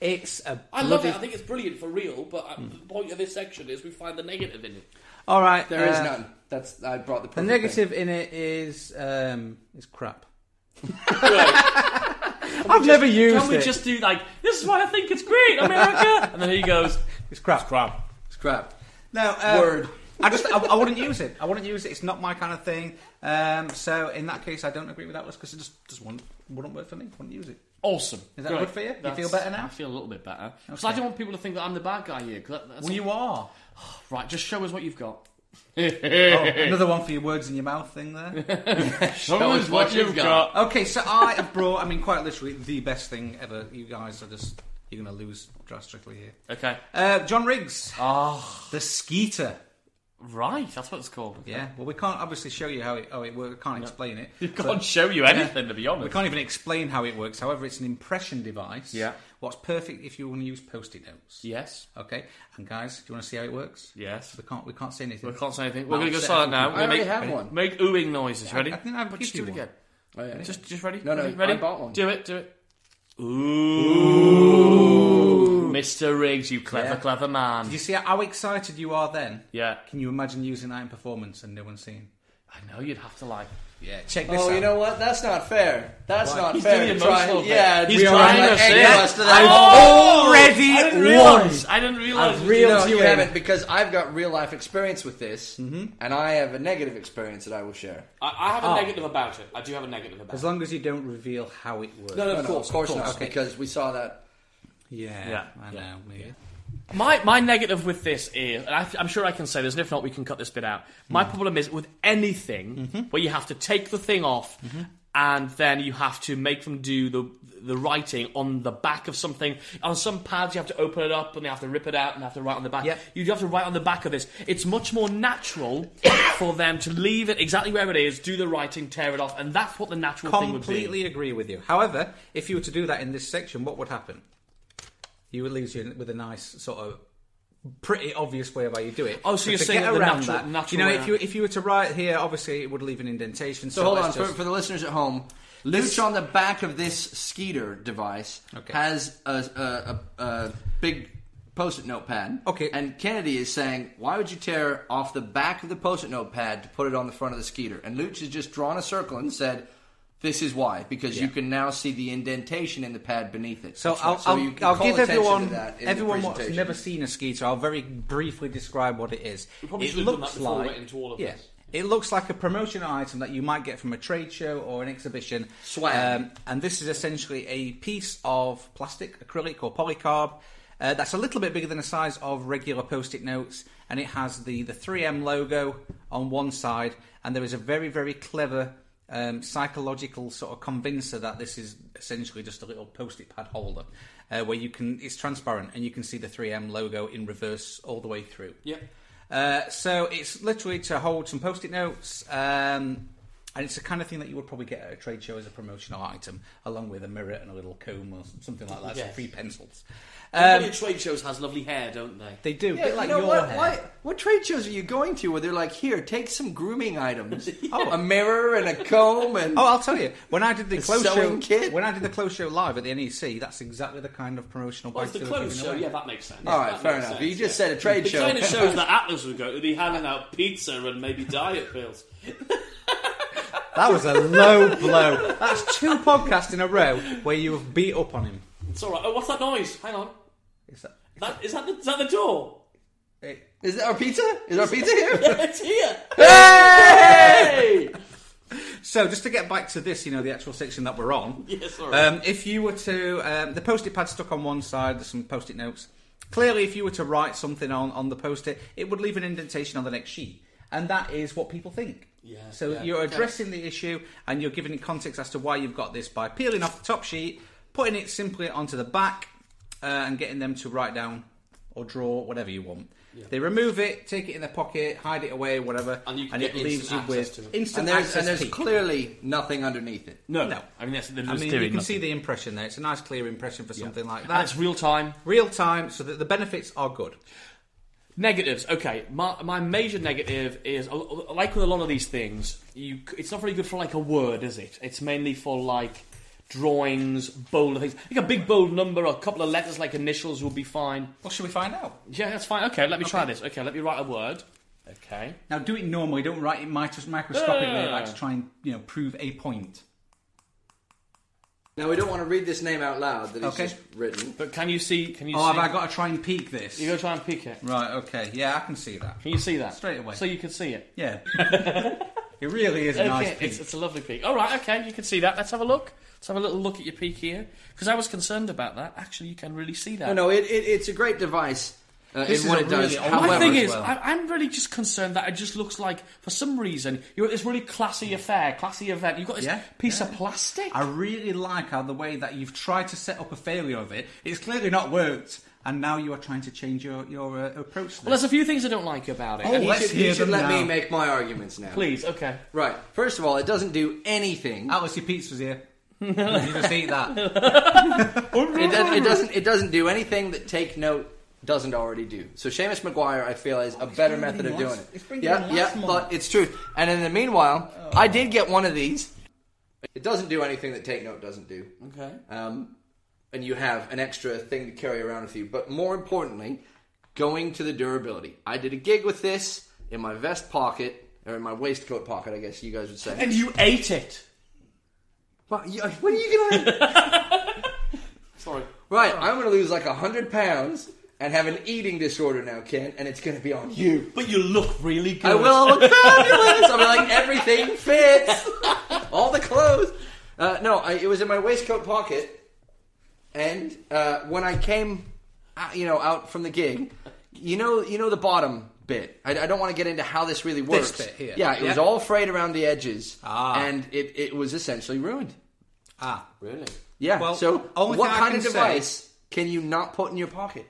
Speaker 5: It's a
Speaker 4: I love it.
Speaker 5: bloody-
Speaker 4: I think it's brilliant for real, but uh the point of this section is we find the negative in it.
Speaker 5: All right,
Speaker 3: There is
Speaker 5: uh,
Speaker 3: none. That's I brought the.
Speaker 5: The
Speaker 3: perfect thing.
Speaker 5: negative in it is um, is
Speaker 3: [laughs]
Speaker 5: crap. [laughs] I've never used
Speaker 4: Can we
Speaker 5: it.
Speaker 4: just do like this is why I think it's great, America? and then he goes,
Speaker 5: It's crap. It's crap.
Speaker 3: It's crap.
Speaker 5: No uh,
Speaker 3: Word.
Speaker 5: I just I, I wouldn't use it. I wouldn't use it. It's not my kind of thing. Um, so in that case, I don't agree with that list because it just just wouldn't, wouldn't work for me. Wouldn't use it.
Speaker 4: "Awesome."
Speaker 5: Is that
Speaker 4: Great.
Speaker 5: good for you? You
Speaker 4: That's-
Speaker 5: feel better now?
Speaker 4: I feel a little bit better because I
Speaker 5: Okay.
Speaker 4: [laughs] don't want people to think that I'm the bad guy here. 'cause that- that's
Speaker 5: Well, you are.
Speaker 4: right. Just show us what you've got.
Speaker 5: oh, another one for your words in your mouth thing there.
Speaker 4: Show Show us us what what you've you've got. got.
Speaker 5: Okay, so I have brought, I mean, quite literally, the best thing ever. You guys are just, you're going to lose drastically here.
Speaker 4: Okay. Ah,
Speaker 5: Uh, John Riggs. Oh. The Skeeter.
Speaker 4: Right, that's what it's called. [laughs] okay.
Speaker 5: Yeah, well, we can't obviously show you how it, how it works. We can't explain it.
Speaker 4: We
Speaker 5: But-
Speaker 4: can't show [laughs] you anything, to be honest.
Speaker 5: We can't even explain how it works. However, it's an impression device.
Speaker 4: Yeah.
Speaker 5: What's perfect if you want to use post-it notes.
Speaker 4: Yes.
Speaker 5: Okay. And guys, do you want to see how it works?
Speaker 4: Yes.
Speaker 5: We can't. We can't say anything.
Speaker 4: We can't say anything. We're
Speaker 5: No,
Speaker 4: going to go
Speaker 5: set
Speaker 4: silent
Speaker 5: up.
Speaker 4: now.
Speaker 5: I
Speaker 4: We're gonna
Speaker 5: already
Speaker 4: make,
Speaker 5: have one.
Speaker 4: Make oohing noises. Ready?
Speaker 5: I think I've
Speaker 4: Let's
Speaker 5: given
Speaker 4: do it
Speaker 5: you
Speaker 4: again.
Speaker 3: Oh, yeah.
Speaker 4: Just, just ready?
Speaker 3: No, no,
Speaker 4: Ready? ready?
Speaker 3: I bought one.
Speaker 4: Do it, do it. Ooh. Mr. Riggs, you clever,
Speaker 5: Yeah.
Speaker 4: clever man.
Speaker 5: Do you see how excited you are then?
Speaker 4: Yeah.
Speaker 5: Can you imagine using that in performance and no one seeing?
Speaker 4: I know you'd have to like.
Speaker 5: Yeah. Check this
Speaker 3: Oh,
Speaker 5: out.
Speaker 3: you know what? That's not fair. That's
Speaker 5: Why?
Speaker 3: not
Speaker 4: He's
Speaker 3: fair.
Speaker 4: doing
Speaker 3: to
Speaker 4: the
Speaker 3: try-
Speaker 4: emotional bit.
Speaker 3: Yeah,
Speaker 4: He's
Speaker 3: we are
Speaker 4: trying
Speaker 3: like
Speaker 4: to
Speaker 3: any
Speaker 4: say
Speaker 3: of
Speaker 4: it.
Speaker 3: us to
Speaker 5: I've
Speaker 3: that.
Speaker 5: already
Speaker 4: Oh! I didn't
Speaker 5: won.
Speaker 4: realize. I didn't realize.
Speaker 5: I've reeled
Speaker 3: No,
Speaker 5: you
Speaker 3: you
Speaker 5: in.
Speaker 3: haven't because I've got real life experience with this, and I have a negative experience that I will share.
Speaker 4: I, I have a negative about it. I do have a negative about
Speaker 5: As long as you don't reveal how it works.
Speaker 3: of course, of course, not,
Speaker 5: okay.
Speaker 3: because we saw that.
Speaker 5: Yeah.
Speaker 4: Yeah.
Speaker 5: I know. Yeah.
Speaker 4: My my negative with this is, and I, I'm sure I can say this, and if not, we can cut this bit out. My problem is with anything where you have to take the thing off, and then you have to make them do the the writing on the back of something. On some pads, you have to open it up, and they have to rip it out, and have to write on the back.
Speaker 5: Yep.
Speaker 4: You have to write on the back of this. It's much more natural [coughs] for them to leave it exactly where it is, do the writing, tear it off, and that's what the natural thing would be.
Speaker 5: Completely agree with you. However, if you were to do that in this section, what would happen? You would lose you with a nice sort of pretty obvious way of how you do it.
Speaker 4: Oh, so you're
Speaker 5: to
Speaker 4: saying
Speaker 5: get
Speaker 4: the
Speaker 5: around
Speaker 4: natural-
Speaker 5: that, you
Speaker 4: natural
Speaker 5: know,
Speaker 4: way
Speaker 5: if you if you were to write here, obviously it would leave an indentation. So,
Speaker 3: So hold on
Speaker 5: let's
Speaker 3: for,
Speaker 5: just-
Speaker 3: for the listeners at home. Luch on the back of this Skeeter device
Speaker 5: Okay.
Speaker 3: has a, a, a, a big post-it notepad.
Speaker 5: Okay.
Speaker 3: And Kennedy is saying, "Why would you tear off the back of the post-it notepad to put it on the front of the Skeeter?" And Luch has just drawn a circle and said. This is why, because you can now see the indentation in the pad beneath it.
Speaker 5: So
Speaker 3: That's
Speaker 5: I'll,
Speaker 3: right. So
Speaker 5: I'll,
Speaker 3: you can
Speaker 5: I'll
Speaker 3: call
Speaker 5: give
Speaker 3: attention to
Speaker 5: everyone
Speaker 3: that in the
Speaker 5: everyone what's
Speaker 3: presentation.
Speaker 5: never seen a skeeter. I'll very briefly describe what it is.
Speaker 4: probably
Speaker 5: it
Speaker 4: should have done
Speaker 5: looks
Speaker 4: that before we
Speaker 5: like
Speaker 4: went into all of
Speaker 5: yeah,
Speaker 4: this.
Speaker 5: it looks like a promotional item that you might get from a trade show or an exhibition.
Speaker 3: Swag.
Speaker 5: Um, and this is essentially a piece of plastic, acrylic, or polycarb. Uh, that's a little bit bigger than the size of regular post-it notes, and it has the, the 3M logo on one side, and there is a very, very clever um, psychological sort of convincer that this is essentially just a little post-it pad holder uh, where you can it's transparent and you can see the 3M logo in reverse all the way through.
Speaker 4: Yep.
Speaker 5: Uh, so it's literally to hold some post-it notes, um, and it's the kind of thing that you would probably get at a trade show as a promotional item, along with a mirror and a little comb or something like that, some
Speaker 4: Yes.
Speaker 5: free pencils.
Speaker 4: Everybody at trade shows has lovely hair, don't they?
Speaker 5: They do, a
Speaker 3: Yeah,
Speaker 5: bit like
Speaker 3: you know
Speaker 5: your
Speaker 3: what?
Speaker 5: hair.
Speaker 3: Why, what trade shows are you going to where they're like, here, take some grooming
Speaker 5: [laughs]
Speaker 3: items, Oh, a mirror and a comb, and
Speaker 5: Oh, I'll tell you. When I did
Speaker 3: [laughs]
Speaker 5: the close show,
Speaker 3: sewing kit?
Speaker 5: when I did the close show live at the NEC, that's exactly the kind of promotional.
Speaker 4: Well, it's the
Speaker 5: bike they were
Speaker 4: close
Speaker 5: giving
Speaker 4: show,
Speaker 5: away.
Speaker 4: yeah, that makes sense.
Speaker 3: All right,
Speaker 4: That
Speaker 3: fair
Speaker 4: makes
Speaker 3: enough.
Speaker 4: sense,
Speaker 3: You just said a trade
Speaker 4: the
Speaker 3: show.
Speaker 4: kind of shows
Speaker 3: [laughs]
Speaker 4: that Atlas would go to, be handing out pizza and maybe diet pills.
Speaker 5: That was a
Speaker 3: [laughs]
Speaker 5: low blow. That's two podcasts in a row where you have beat up on him.
Speaker 4: It's all right. Oh, what's that noise? Hang on.
Speaker 5: Is that-
Speaker 4: That is that the, is that the door?
Speaker 3: is that our pizza? Is our
Speaker 5: [laughs]
Speaker 3: pizza here?
Speaker 4: It's here.
Speaker 5: So, just to get back to this, you know, the actual section that we're on.
Speaker 4: Yes, all right.
Speaker 5: Um, if you were to, um, the post-it pad stuck on one side. There's some post-it notes. Clearly, if you were to write something on on the post-it, it would leave an indentation on the next sheet, and that is what people think.
Speaker 4: Yeah,
Speaker 5: So
Speaker 4: yeah.
Speaker 5: you're addressing the issue and you're giving it context as to why you've got this by peeling off the top sheet, putting it simply onto the back, uh, and getting them to write down or draw whatever you want. They remove it, take it in their pocket, hide it away, whatever,
Speaker 4: And you can
Speaker 5: it
Speaker 4: get
Speaker 5: leaves you
Speaker 4: instant
Speaker 5: with
Speaker 4: access to it.
Speaker 5: instant
Speaker 3: and there's,
Speaker 5: access.
Speaker 3: and there's
Speaker 5: peak.
Speaker 3: clearly nothing underneath it.
Speaker 4: no,
Speaker 5: no.
Speaker 4: I mean, that's the
Speaker 5: Oh, I mean, you can see the impression there. It's a nice, clear impression for something like that.
Speaker 4: And it's real time.
Speaker 5: real time, so that the benefits are good.
Speaker 4: Negatives. Okay, my, my major negative is like with a lot of these things, you c- it's not very good for like a word, is it? It's mainly for like drawings, bold things. Like a big bold number or a couple of letters, like initials, will be fine.
Speaker 5: Well, should we find out?
Speaker 4: Yeah, that's fine. Okay, let me try this. Okay, let me write a word. Okay.
Speaker 5: Now, do it normally. Don't write it mic- microscopically,
Speaker 4: No, no, no,
Speaker 5: like
Speaker 4: no.
Speaker 5: to try and you know prove a point.
Speaker 3: Now, we don't want to read this name out loud that he's
Speaker 5: Okay.
Speaker 3: just written.
Speaker 4: But can you see? Can you
Speaker 5: Oh,
Speaker 4: see?
Speaker 5: have I got to try and peak this?
Speaker 4: You gotta try and pick it.
Speaker 5: Right. Okay. Yeah, I can see that.
Speaker 4: Can you see that
Speaker 5: Straight away.
Speaker 4: So you can see it.
Speaker 5: Yeah. [laughs] it really is a nice
Speaker 4: Okay,
Speaker 5: peak.
Speaker 4: it's, it's a lovely peak. All right, okay, you can see that. Let's have a look. Let's have a little look at your peak here, because I was concerned about that. Actually, you can really see that.
Speaker 3: No, no, it, it, it's a great device. Uh,
Speaker 4: This
Speaker 3: in
Speaker 4: is
Speaker 3: what
Speaker 4: a
Speaker 3: it does.
Speaker 4: really old-
Speaker 3: However,
Speaker 4: My thing
Speaker 3: as
Speaker 4: is,
Speaker 3: well.
Speaker 4: I, I'm really just concerned that it just looks like, for some reason, you're at this really classy affair, classy event. You've got this
Speaker 5: Yeah,
Speaker 4: piece of plastic.
Speaker 5: I really like how the way that you've tried to set up a failure of it, it's clearly not worked, and now you are trying to change your, your uh, approach to
Speaker 4: Well,
Speaker 5: this.
Speaker 4: there's a few things I don't like about it.
Speaker 5: Oh,
Speaker 4: And you
Speaker 5: let's
Speaker 4: should-
Speaker 5: hear
Speaker 3: you should
Speaker 5: them
Speaker 3: let
Speaker 5: now.
Speaker 3: me make my arguments now.
Speaker 4: Please, okay.
Speaker 3: Right. First of all, it doesn't do anything.
Speaker 5: Alice, your pizza's here. you just eat
Speaker 3: [laughs]
Speaker 5: that.
Speaker 3: It, does,
Speaker 5: Mm-hmm.
Speaker 3: it doesn't. It doesn't do anything that take note doesn't already do. So Seamus Maguire, I feel, is a better
Speaker 5: bringing
Speaker 3: method
Speaker 5: in
Speaker 3: of doing
Speaker 5: last-
Speaker 3: it.
Speaker 5: it's bringing
Speaker 3: yeah,
Speaker 5: in
Speaker 3: yeah,
Speaker 5: last Oh. month.
Speaker 3: but it's truth. And in the meanwhile, I did get one of these. It doesn't do anything that take note doesn't do.
Speaker 4: Okay.
Speaker 3: Um, and you have an extra thing to carry around with you. But more importantly, going to the durability. I did a gig with this in my vest pocket or in my waistcoat pocket, I guess you guys would say.
Speaker 4: And you ate it.
Speaker 3: What, you- what are you gonna?
Speaker 4: Sorry.
Speaker 3: Right, I'm going to lose like 100 pounds and have an eating disorder now, Ken, and it's going to be on you.
Speaker 4: But you look really good.
Speaker 3: I will look fabulous. I'll
Speaker 5: [laughs]
Speaker 3: be like, everything fits. All the clothes. Uh, no, I, it was in my waistcoat pocket. And uh, when I came, uh, you know, out from the gig, you know, you know the bottom bit. I, I don't want to get into how this really works.
Speaker 5: bit here.
Speaker 3: Yeah, it was
Speaker 5: Yeah.
Speaker 3: all frayed around the edges,
Speaker 5: Ah.
Speaker 3: and it, it was essentially ruined.
Speaker 5: Ah,
Speaker 3: Really? Yeah.
Speaker 5: Well,
Speaker 3: so,
Speaker 5: only
Speaker 3: what
Speaker 5: thing I
Speaker 3: kind of
Speaker 5: can say-
Speaker 3: device can you not put in your pocket?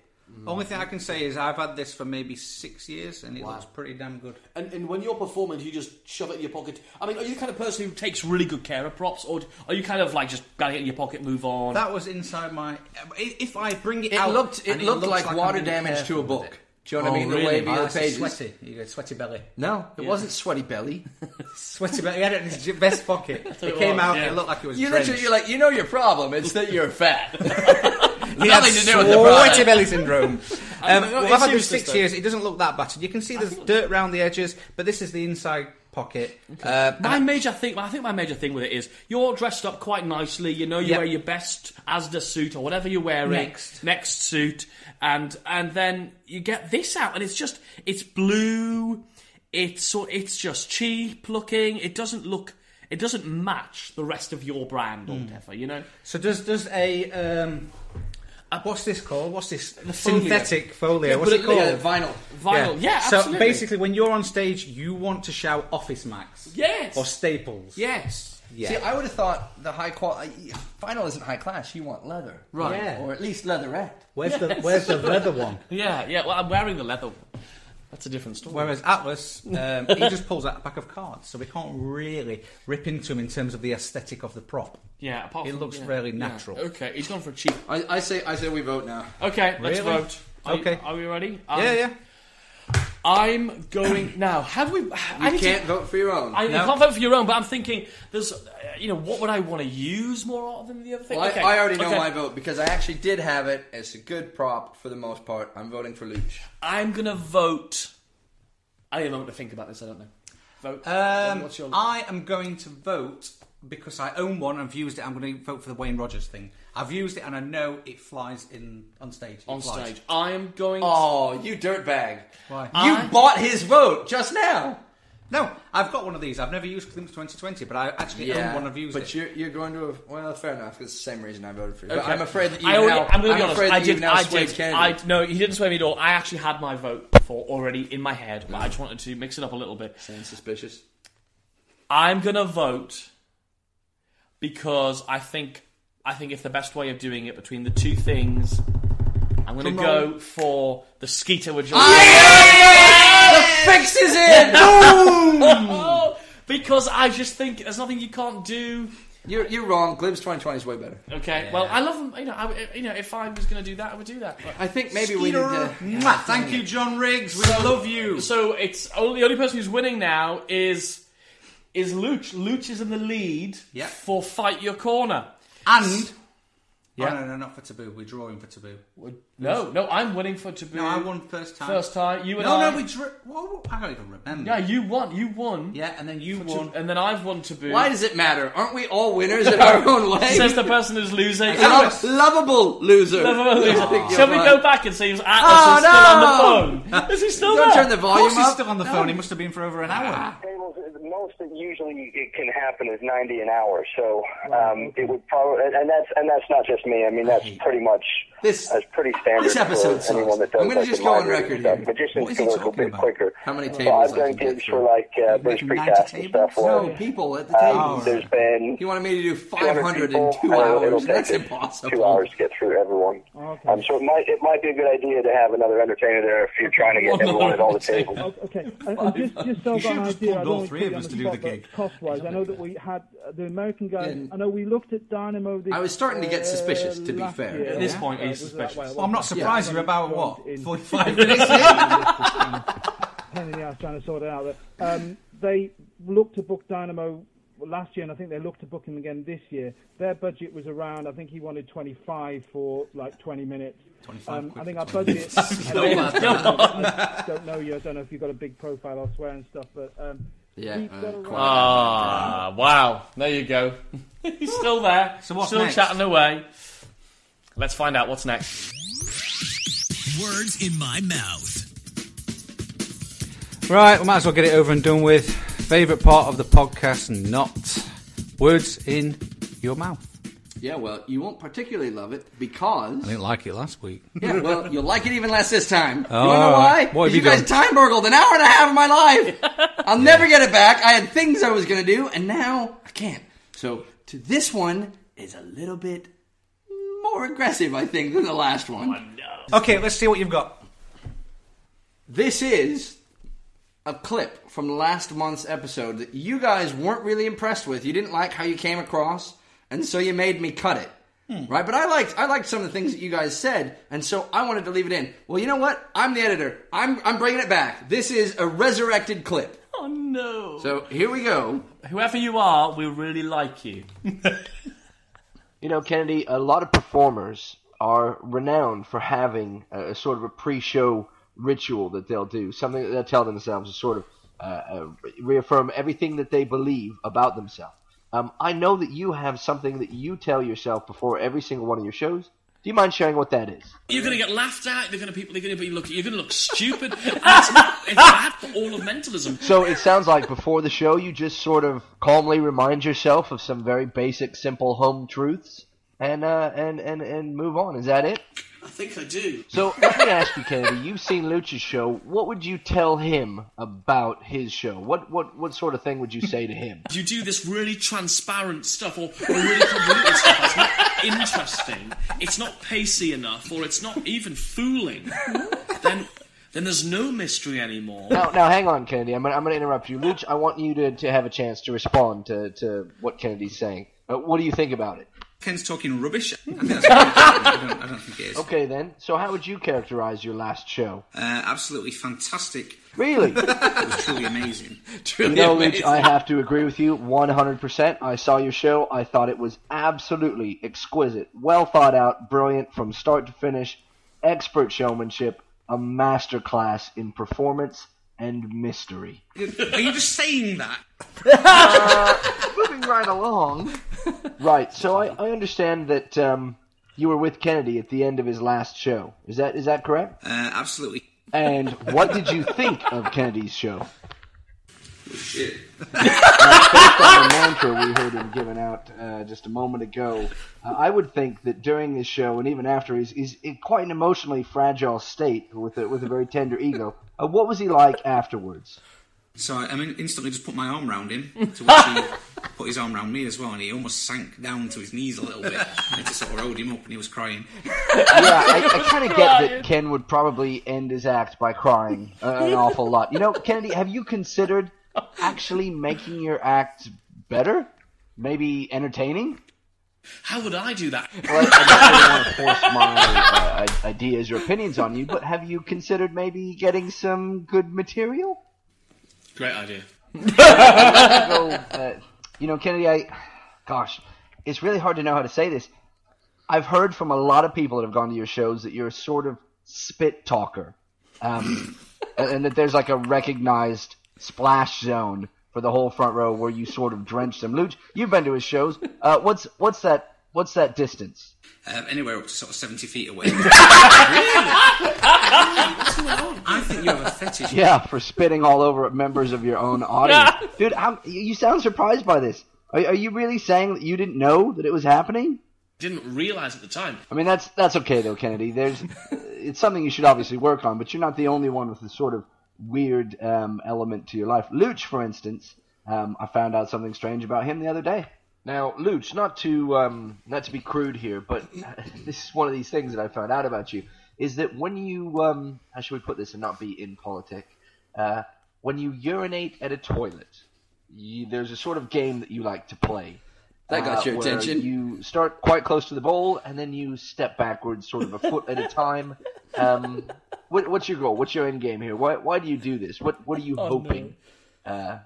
Speaker 5: only thing I can say is I've had this for maybe six years, and it looks pretty damn good.
Speaker 4: And, and when you're performing, do you just shove it in your pocket? I mean, are you the kind of person who takes really good care of props, or are you kind of like just got to get in your pocket, move on?
Speaker 5: That was inside my. If I bring it,
Speaker 3: It
Speaker 5: out,
Speaker 3: looked it
Speaker 5: and
Speaker 3: looked
Speaker 5: looks
Speaker 3: like,
Speaker 5: I'm
Speaker 3: water
Speaker 5: being
Speaker 3: damage to
Speaker 5: careful
Speaker 3: a
Speaker 5: with
Speaker 3: book.
Speaker 5: it.
Speaker 3: Do you know what
Speaker 5: Oh,
Speaker 3: I mean? The way the pages.
Speaker 5: Sweaty, you got sweaty belly.
Speaker 3: No, it wasn't sweaty belly.
Speaker 5: [laughs] Sweaty belly. He had it in his j- vest [laughs] pocket. it came
Speaker 4: was,
Speaker 5: out.
Speaker 4: yeah.
Speaker 5: and It looked like it was.
Speaker 3: You
Speaker 5: drenched.
Speaker 3: literally, you're like, you know your problem. It's that you're fat.
Speaker 5: He had
Speaker 3: nothing to do with the
Speaker 5: sweaty
Speaker 3: product.
Speaker 5: belly syndrome. um,
Speaker 4: mean,
Speaker 5: well,
Speaker 4: it
Speaker 5: I've had
Speaker 4: seems
Speaker 5: this six
Speaker 4: just a-
Speaker 5: years. It doesn't look that battered. You can see
Speaker 3: [laughs]
Speaker 5: there's dirt round the edges, but this is the inside pocket. Uh,
Speaker 4: My major thing, I think my major thing with it is you're dressed up quite nicely. You know, you
Speaker 5: Yep.
Speaker 4: wear your best Asda suit or whatever you're wearing,
Speaker 5: Next.
Speaker 4: next suit, and and then you get this out, and it's just it's blue. It's so it's just cheap looking. It doesn't look. It doesn't match the rest of your brand
Speaker 5: Hmm.
Speaker 4: or whatever. You know,
Speaker 5: so does does a um, what's this called? What's this
Speaker 4: folio.
Speaker 5: synthetic folio? What's it
Speaker 4: but it-
Speaker 5: called?
Speaker 4: yeah,
Speaker 3: Yeah, vinyl.
Speaker 4: vinyl. Yeah,
Speaker 5: so
Speaker 4: absolutely.
Speaker 5: basically, when you're on stage, you want to shout Office Max.
Speaker 4: Yes.
Speaker 5: Or Staples.
Speaker 4: yes.
Speaker 5: Yeah.
Speaker 3: See, I would have thought the high quality vinyl isn't high class. You want leather, right?
Speaker 5: Yeah.
Speaker 3: Or at least leatherette.
Speaker 5: where's the Where's the leather one?
Speaker 4: Yeah, yeah. Well, I'm wearing the leather. one. That's a different
Speaker 5: [laughs]
Speaker 4: story.
Speaker 5: Whereas Atlas, um, he just pulls out a pack of cards, so we can't really rip into him in terms of the aesthetic of the prop.
Speaker 4: yeah, apart
Speaker 5: It
Speaker 4: from,
Speaker 5: looks
Speaker 4: yeah,
Speaker 5: really
Speaker 4: yeah.
Speaker 5: natural.
Speaker 4: Okay, he's gone for a cheap
Speaker 3: I, I say, I say, we vote now.
Speaker 4: Okay, let's
Speaker 5: Really?
Speaker 4: vote. Are
Speaker 5: Okay.
Speaker 4: You, are we ready? Um,
Speaker 5: yeah, yeah.
Speaker 4: I'm
Speaker 5: [coughs]
Speaker 4: going now. Have we? I
Speaker 3: You
Speaker 4: need to-
Speaker 3: can't vote for your own.
Speaker 4: I, you
Speaker 5: No.
Speaker 4: can't vote for your own, but I'm thinking there's, uh, you know, what would I want to use more of than the other thing?
Speaker 3: Well, I-
Speaker 4: okay.
Speaker 3: I, already know
Speaker 4: okay.
Speaker 3: my vote because I actually did have it. It's a good prop for the most part. I'm voting for Luch.
Speaker 4: I'm gonna vote. I need a moment to think about this. I don't know. Vote.
Speaker 5: Um,
Speaker 4: What's your?
Speaker 5: I am going to vote because I own one and I've used it. I'm going to vote for the Wayne Rogers thing. I've used it and I know it flies in on stage. It
Speaker 4: on
Speaker 5: flies.
Speaker 4: stage. I am going.
Speaker 3: Oh, you dirtbag!
Speaker 5: Why?
Speaker 3: You
Speaker 4: I-
Speaker 3: bought his vote just now.
Speaker 5: No, I've got one of these. I've never used Glimpse 2020, but I actually own one. I've used
Speaker 3: but
Speaker 5: it.
Speaker 3: you're you're going to a well, fair enough. It's the same reason I voted for you. But
Speaker 4: Okay.
Speaker 3: I'm afraid that you
Speaker 4: I already,
Speaker 3: now.
Speaker 4: I'm going to
Speaker 3: I'm
Speaker 4: be honest.
Speaker 3: afraid
Speaker 4: I
Speaker 3: that you've
Speaker 4: did.
Speaker 3: now
Speaker 4: I
Speaker 3: swayed
Speaker 4: did. I,
Speaker 3: Kennedy.
Speaker 4: no, he didn't sway me at all. I actually had my vote for already in my head, but I just wanted to mix it up a little bit.
Speaker 3: Sounds suspicious.
Speaker 4: I'm gonna vote because I think I think it's the best way of doing it between the two things. I'm gonna go for the Skeeter with Johnny.
Speaker 3: The fix is
Speaker 4: [laughs]
Speaker 3: in.
Speaker 4: Oh, because I just think there's nothing you can't do.
Speaker 3: You're you're wrong. Glimpse 2020 is way better.
Speaker 4: Okay, well I love them. You know, I, you know, if I was gonna do that, I would do that. But-
Speaker 3: I think maybe we need to.
Speaker 5: Mwah! Thank you, John Riggs. We love you.
Speaker 4: So it's only the only person who's winning now is is Luch. Luch is in the lead
Speaker 5: Yeah.
Speaker 4: for Fight Your Corner.
Speaker 5: And yeah. no, no, not for Taboo. We're drawing for Taboo.
Speaker 4: No, no, I'm winning for Taboo.
Speaker 5: No, I won first time.
Speaker 4: First time, you and
Speaker 5: No,
Speaker 4: I.
Speaker 5: no, we drew. Whoa, I don't even remember.
Speaker 4: Yeah, you won. You won.
Speaker 5: Yeah, and then you
Speaker 4: To-
Speaker 5: won.
Speaker 4: and then I've won taboo. [laughs]
Speaker 3: Why does it matter? Aren't we all winners in our own way?
Speaker 4: says the person who's losing?
Speaker 3: Lo-
Speaker 4: Atlas. [laughs]
Speaker 3: lovable loser.
Speaker 4: Lovable loser.
Speaker 3: I think you're
Speaker 4: Shall we
Speaker 3: right.
Speaker 4: go back and see if Atlas is
Speaker 3: Oh,
Speaker 4: still on the phone? Is he still
Speaker 3: Don't
Speaker 4: there?
Speaker 3: turn the
Speaker 5: Of course
Speaker 3: volume
Speaker 5: he's
Speaker 3: up.
Speaker 5: still on the phone. He must have been for over an hour.
Speaker 7: Tables, most that usually it can happen is 90 an hour. So um, it would probably, and that's and that's not just me. I mean, that's pretty much
Speaker 13: this,
Speaker 7: that's pretty standard
Speaker 13: this episode
Speaker 7: for
Speaker 13: sucks.
Speaker 7: anyone that does
Speaker 13: I'm gonna
Speaker 7: like
Speaker 13: just
Speaker 7: the
Speaker 13: go
Speaker 7: line
Speaker 13: on
Speaker 7: reading
Speaker 13: record
Speaker 7: stuff.
Speaker 13: here.
Speaker 7: Magicians
Speaker 13: What is
Speaker 7: can
Speaker 13: he
Speaker 7: work a
Speaker 13: talking
Speaker 7: bit
Speaker 13: about?
Speaker 7: quicker.
Speaker 13: How many
Speaker 7: So
Speaker 13: tables
Speaker 7: I've
Speaker 13: I
Speaker 7: done
Speaker 13: can get
Speaker 7: gigs for
Speaker 13: through?
Speaker 7: like uh, British precasts and stuff.
Speaker 13: No,
Speaker 7: where,
Speaker 13: people at the
Speaker 7: um,
Speaker 13: tables.
Speaker 7: There's been
Speaker 13: you wanted me to do
Speaker 7: 200
Speaker 13: 500 in
Speaker 7: people.
Speaker 13: two
Speaker 7: I know it'll
Speaker 13: hours.
Speaker 7: take
Speaker 13: That's
Speaker 7: us
Speaker 13: impossible.
Speaker 7: Two hours to get through everyone.
Speaker 6: Okay.
Speaker 7: Um, so it might it might be a good idea to have another entertainer there if you're trying to get
Speaker 6: One
Speaker 7: everyone
Speaker 6: other
Speaker 7: at all the tables.
Speaker 6: Okay,
Speaker 5: [laughs]
Speaker 6: and, and just, just
Speaker 5: You
Speaker 6: so I've got
Speaker 5: should've
Speaker 6: an
Speaker 5: just
Speaker 6: idea,
Speaker 5: pulled
Speaker 6: I
Speaker 5: all
Speaker 6: don't
Speaker 5: three of us to do the gig.
Speaker 6: Cost wise, I know that we had uh, the American guy. I know we looked at Dynamo. The,
Speaker 13: I was starting to get suspicious, to be
Speaker 6: uh, last
Speaker 13: fair.
Speaker 6: year.
Speaker 13: At this point,
Speaker 6: Uh,
Speaker 13: he's
Speaker 6: was it that
Speaker 13: suspicious.
Speaker 6: way?
Speaker 13: Well, I'm not surprised
Speaker 6: Yeah.
Speaker 13: you're about, what,
Speaker 6: In-
Speaker 13: 45
Speaker 5: minutes
Speaker 6: Pain in the ass trying to sort it out. but, Um, they looked to book Dynamo last year, and I think they looked to book him again this year. Their budget was around, I think he wanted 25 for like 20 minutes.
Speaker 5: 25
Speaker 6: Um, I
Speaker 5: quid
Speaker 6: think
Speaker 5: for
Speaker 6: our
Speaker 5: 20
Speaker 13: [laughs]
Speaker 6: budget. [laughs]
Speaker 5: minutes.
Speaker 6: I don't know-
Speaker 5: Come on.
Speaker 6: I don't know you. I don't know if you've got a big profile elsewhere and stuff, but um,
Speaker 4: Yeah,
Speaker 6: we've
Speaker 13: uh,
Speaker 6: got around-
Speaker 4: Ah, wow. There you go. [laughs] He's still there.
Speaker 14: So what's
Speaker 4: still
Speaker 14: next?
Speaker 4: chatting away. Let's find out what's next.
Speaker 2: Words in my mouth.
Speaker 14: [laughs] Right, we might as well get it over and done with. Favorite part of the podcast, not words in your mouth.
Speaker 13: Yeah, well, you won't particularly love it because.
Speaker 14: I didn't like it last [laughs] week.
Speaker 13: Yeah, well, you'll like it even less this time.
Speaker 14: Oh,
Speaker 13: you wanna know why?
Speaker 14: what have
Speaker 13: Because
Speaker 14: you
Speaker 13: you guys time burgled an hour and a half of my life. I'll never get it back. I had things I was going to do, and now I can't. So to this one is a little bit more aggressive, I think, than the last one.
Speaker 14: Okay, let's see what you've got.
Speaker 13: This is a clip from last month's episode that you guys weren't really impressed with. You didn't like how you came across, and so you made me cut it. Right? But I liked I liked some of the things that you guys said, and so I wanted to leave it in. Well, you know what? I'm the editor. I'm I'm bringing it back. This is a resurrected clip.
Speaker 4: Oh no.
Speaker 13: So here we go.
Speaker 4: Whoever you are, we really
Speaker 15: [laughs]
Speaker 4: like you.
Speaker 3: You know, Kennedy, a lot of performers are renowned for having a, a sort of a pre-show ritual that they'll do, something that they'll tell themselves to sort of uh, uh, re- reaffirm everything that they believe about themselves. Um, I know that you have something that you tell yourself before every single one of your shows. Do you mind sharing what that is?
Speaker 4: You're going to get laughed at. They're going to people. They're going to be looking. You're going to look [laughs] stupid. That's it's bad for all of mentalism.
Speaker 3: So it sounds like before the show, you just sort of calmly remind yourself of some very basic, simple home truths, and uh, and and and move on. Is that it?
Speaker 15: I think I do.
Speaker 3: So let me ask you, Kennedy. You've seen Lucha's show. What would you tell him about his show? What what what sort of thing would you say to him?
Speaker 15: You do this really transparent stuff or, or really convoluted stuff that's not interesting, it's not pacey enough, or it's not even fooling. Then, then there's no mystery anymore.
Speaker 3: Now, now, hang on, Kennedy. I'm gonna, I'm gonna interrupt you, Luch. I want you to, to have a chance to respond to, to what Kennedy's saying. Uh, what do you think about it?
Speaker 5: Ken's talking rubbish. I, think that's what he's doing. I, don't, I don't think it is.
Speaker 3: Okay, then. So, how would you characterize your last show?
Speaker 5: Uh, absolutely fantastic.
Speaker 3: Really?
Speaker 5: It was truly amazing.
Speaker 3: You know, Luch, I have to agree with you 100%. I saw your show. I thought it was absolutely exquisite, well thought out, brilliant from start to finish, expert showmanship, a masterclass in performance and mystery.
Speaker 5: Are you just saying that?
Speaker 3: moving right along. Right, so I, I understand that um, you were with Kennedy at the end of his last show. Is that is that correct?
Speaker 5: Uh, absolutely.
Speaker 3: And what did you think of Kennedy's show?
Speaker 5: Shit.
Speaker 3: based on the mantra we heard him giving out uh, just a moment ago, uh, I would think that during this show and even after, he's, he's in quite an emotionally fragile state with a, with a very tender ego. Uh, what was he like afterwards?
Speaker 5: So I, I mean, instantly just put my arm round him to which he put his arm round me as well, and he almost sank down to his knees a little bit. I had to sort of hold him up, and he was crying.
Speaker 3: Yeah, I, I kind of get that Ken would probably end his act by crying a- an awful lot. You know, Kennedy, have you considered actually making your act better? Maybe entertaining?
Speaker 15: How would I do that?
Speaker 3: Well, I don't want to force my uh, i- ideas or opinions on you, but have you considered maybe getting some good material?
Speaker 15: Great idea.
Speaker 3: So, uh, you know, Kennedy, I, gosh, it's really hard to know how to say this. I've heard from a lot of people that have gone to your shows that you're a sort of spit talker, um, [laughs] and, and that there's like a recognized splash zone for the whole front row where you sort of drench them. Luch, you've been to his shows. Uh, what's what's that What's that distance?
Speaker 5: Um, anywhere up to sort of 70 feet away. really? What's going on? I think you have a fetish.
Speaker 3: Yeah, for spitting all over members of your own audience, dude. How you- you sound surprised by this? Are, are you really saying that you didn't know that it was happening?
Speaker 16: Didn't realize at the time.
Speaker 3: I mean, that's that's okay though, Kennedy. There's it's something you should obviously work on, but you're not the only one with this sort of weird um, element to your life. Luch, for instance, um, I found out something strange about him the other day. Now, Luch, not to um, not to be crude here, but [laughs] this is one of these things that I found out about you is that when you um, how should we put this and not be in politic, uh, when you urinate at a toilet, you, there's a sort of game that you like to play. Uh,
Speaker 11: That got your
Speaker 3: where
Speaker 11: attention.
Speaker 3: You start quite close to the bowl, and then you step backwards, sort of a foot at a
Speaker 11: [laughs]
Speaker 3: time. Um, what, what's your goal? What's your end game here? Why, why do you do this? What What are you
Speaker 5: Oh, no.
Speaker 3: hoping? Uh,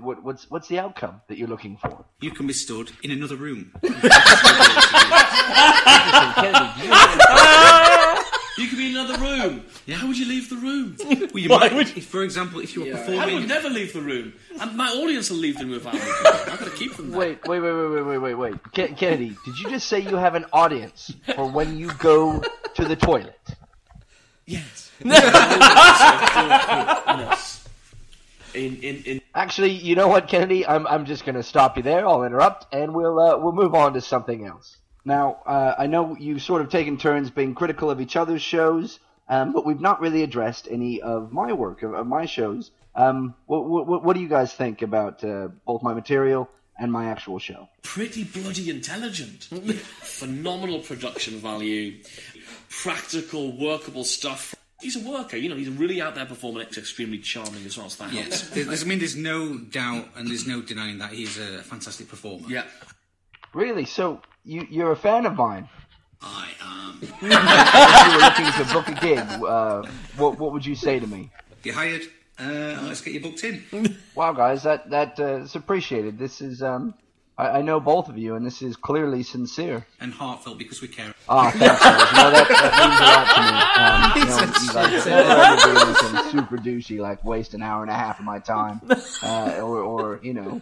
Speaker 3: what, what's What's the outcome that you're looking for?
Speaker 5: You can be stood in another room.
Speaker 16: You could be in another room. How would you leave the room?
Speaker 5: Well, you might, if, for example, if you were
Speaker 16: I would
Speaker 5: performing.
Speaker 16: never leave the room. And my audience will leave the room if I leave the room. I've got to keep them there.
Speaker 3: Wait, wait, wait, wait, wait, wait, wait, wait. Ken- Kennedy, did you just say you have an audience for when you go to the toilet?
Speaker 16: Yes. in, in, in
Speaker 3: Actually, you know what, Kennedy? I'm I'm just going to stop you there. I'll interrupt, and we'll uh, we'll move on to something else. Now, uh, I know you've sort of taken turns being critical of each other's shows, um, but we've not really addressed any of my work of, of my shows. Um, what, what what do you guys think about uh, both my material and my actual show?
Speaker 16: pretty bloody intelligent. Phenomenal production value, practical, workable stuff. He's a worker, you know, he's really out there performing. It's extremely charming as well, so that
Speaker 5: Yes,
Speaker 4: [laughs]
Speaker 16: helps.
Speaker 5: there's, I mean, there's no doubt and there's no denying that he's a fantastic performer.
Speaker 16: Yeah.
Speaker 3: Really? So you you're a fan of mine?
Speaker 5: I um, am.
Speaker 3: if you were looking to book a gig, uh, what what would you say to me?
Speaker 5: You're hired. Uh, let's get you booked in.
Speaker 3: Wow, guys, that that uh, is appreciated. This is um, I, I know both of you, and this is clearly sincere.
Speaker 5: And heartfelt because we care.
Speaker 3: Ah, thanks, guys. No, that, that means a lot to me. Um, you know, you guys never ever do anything super douchey, like waste an hour and a half of my time, uh, or or you know,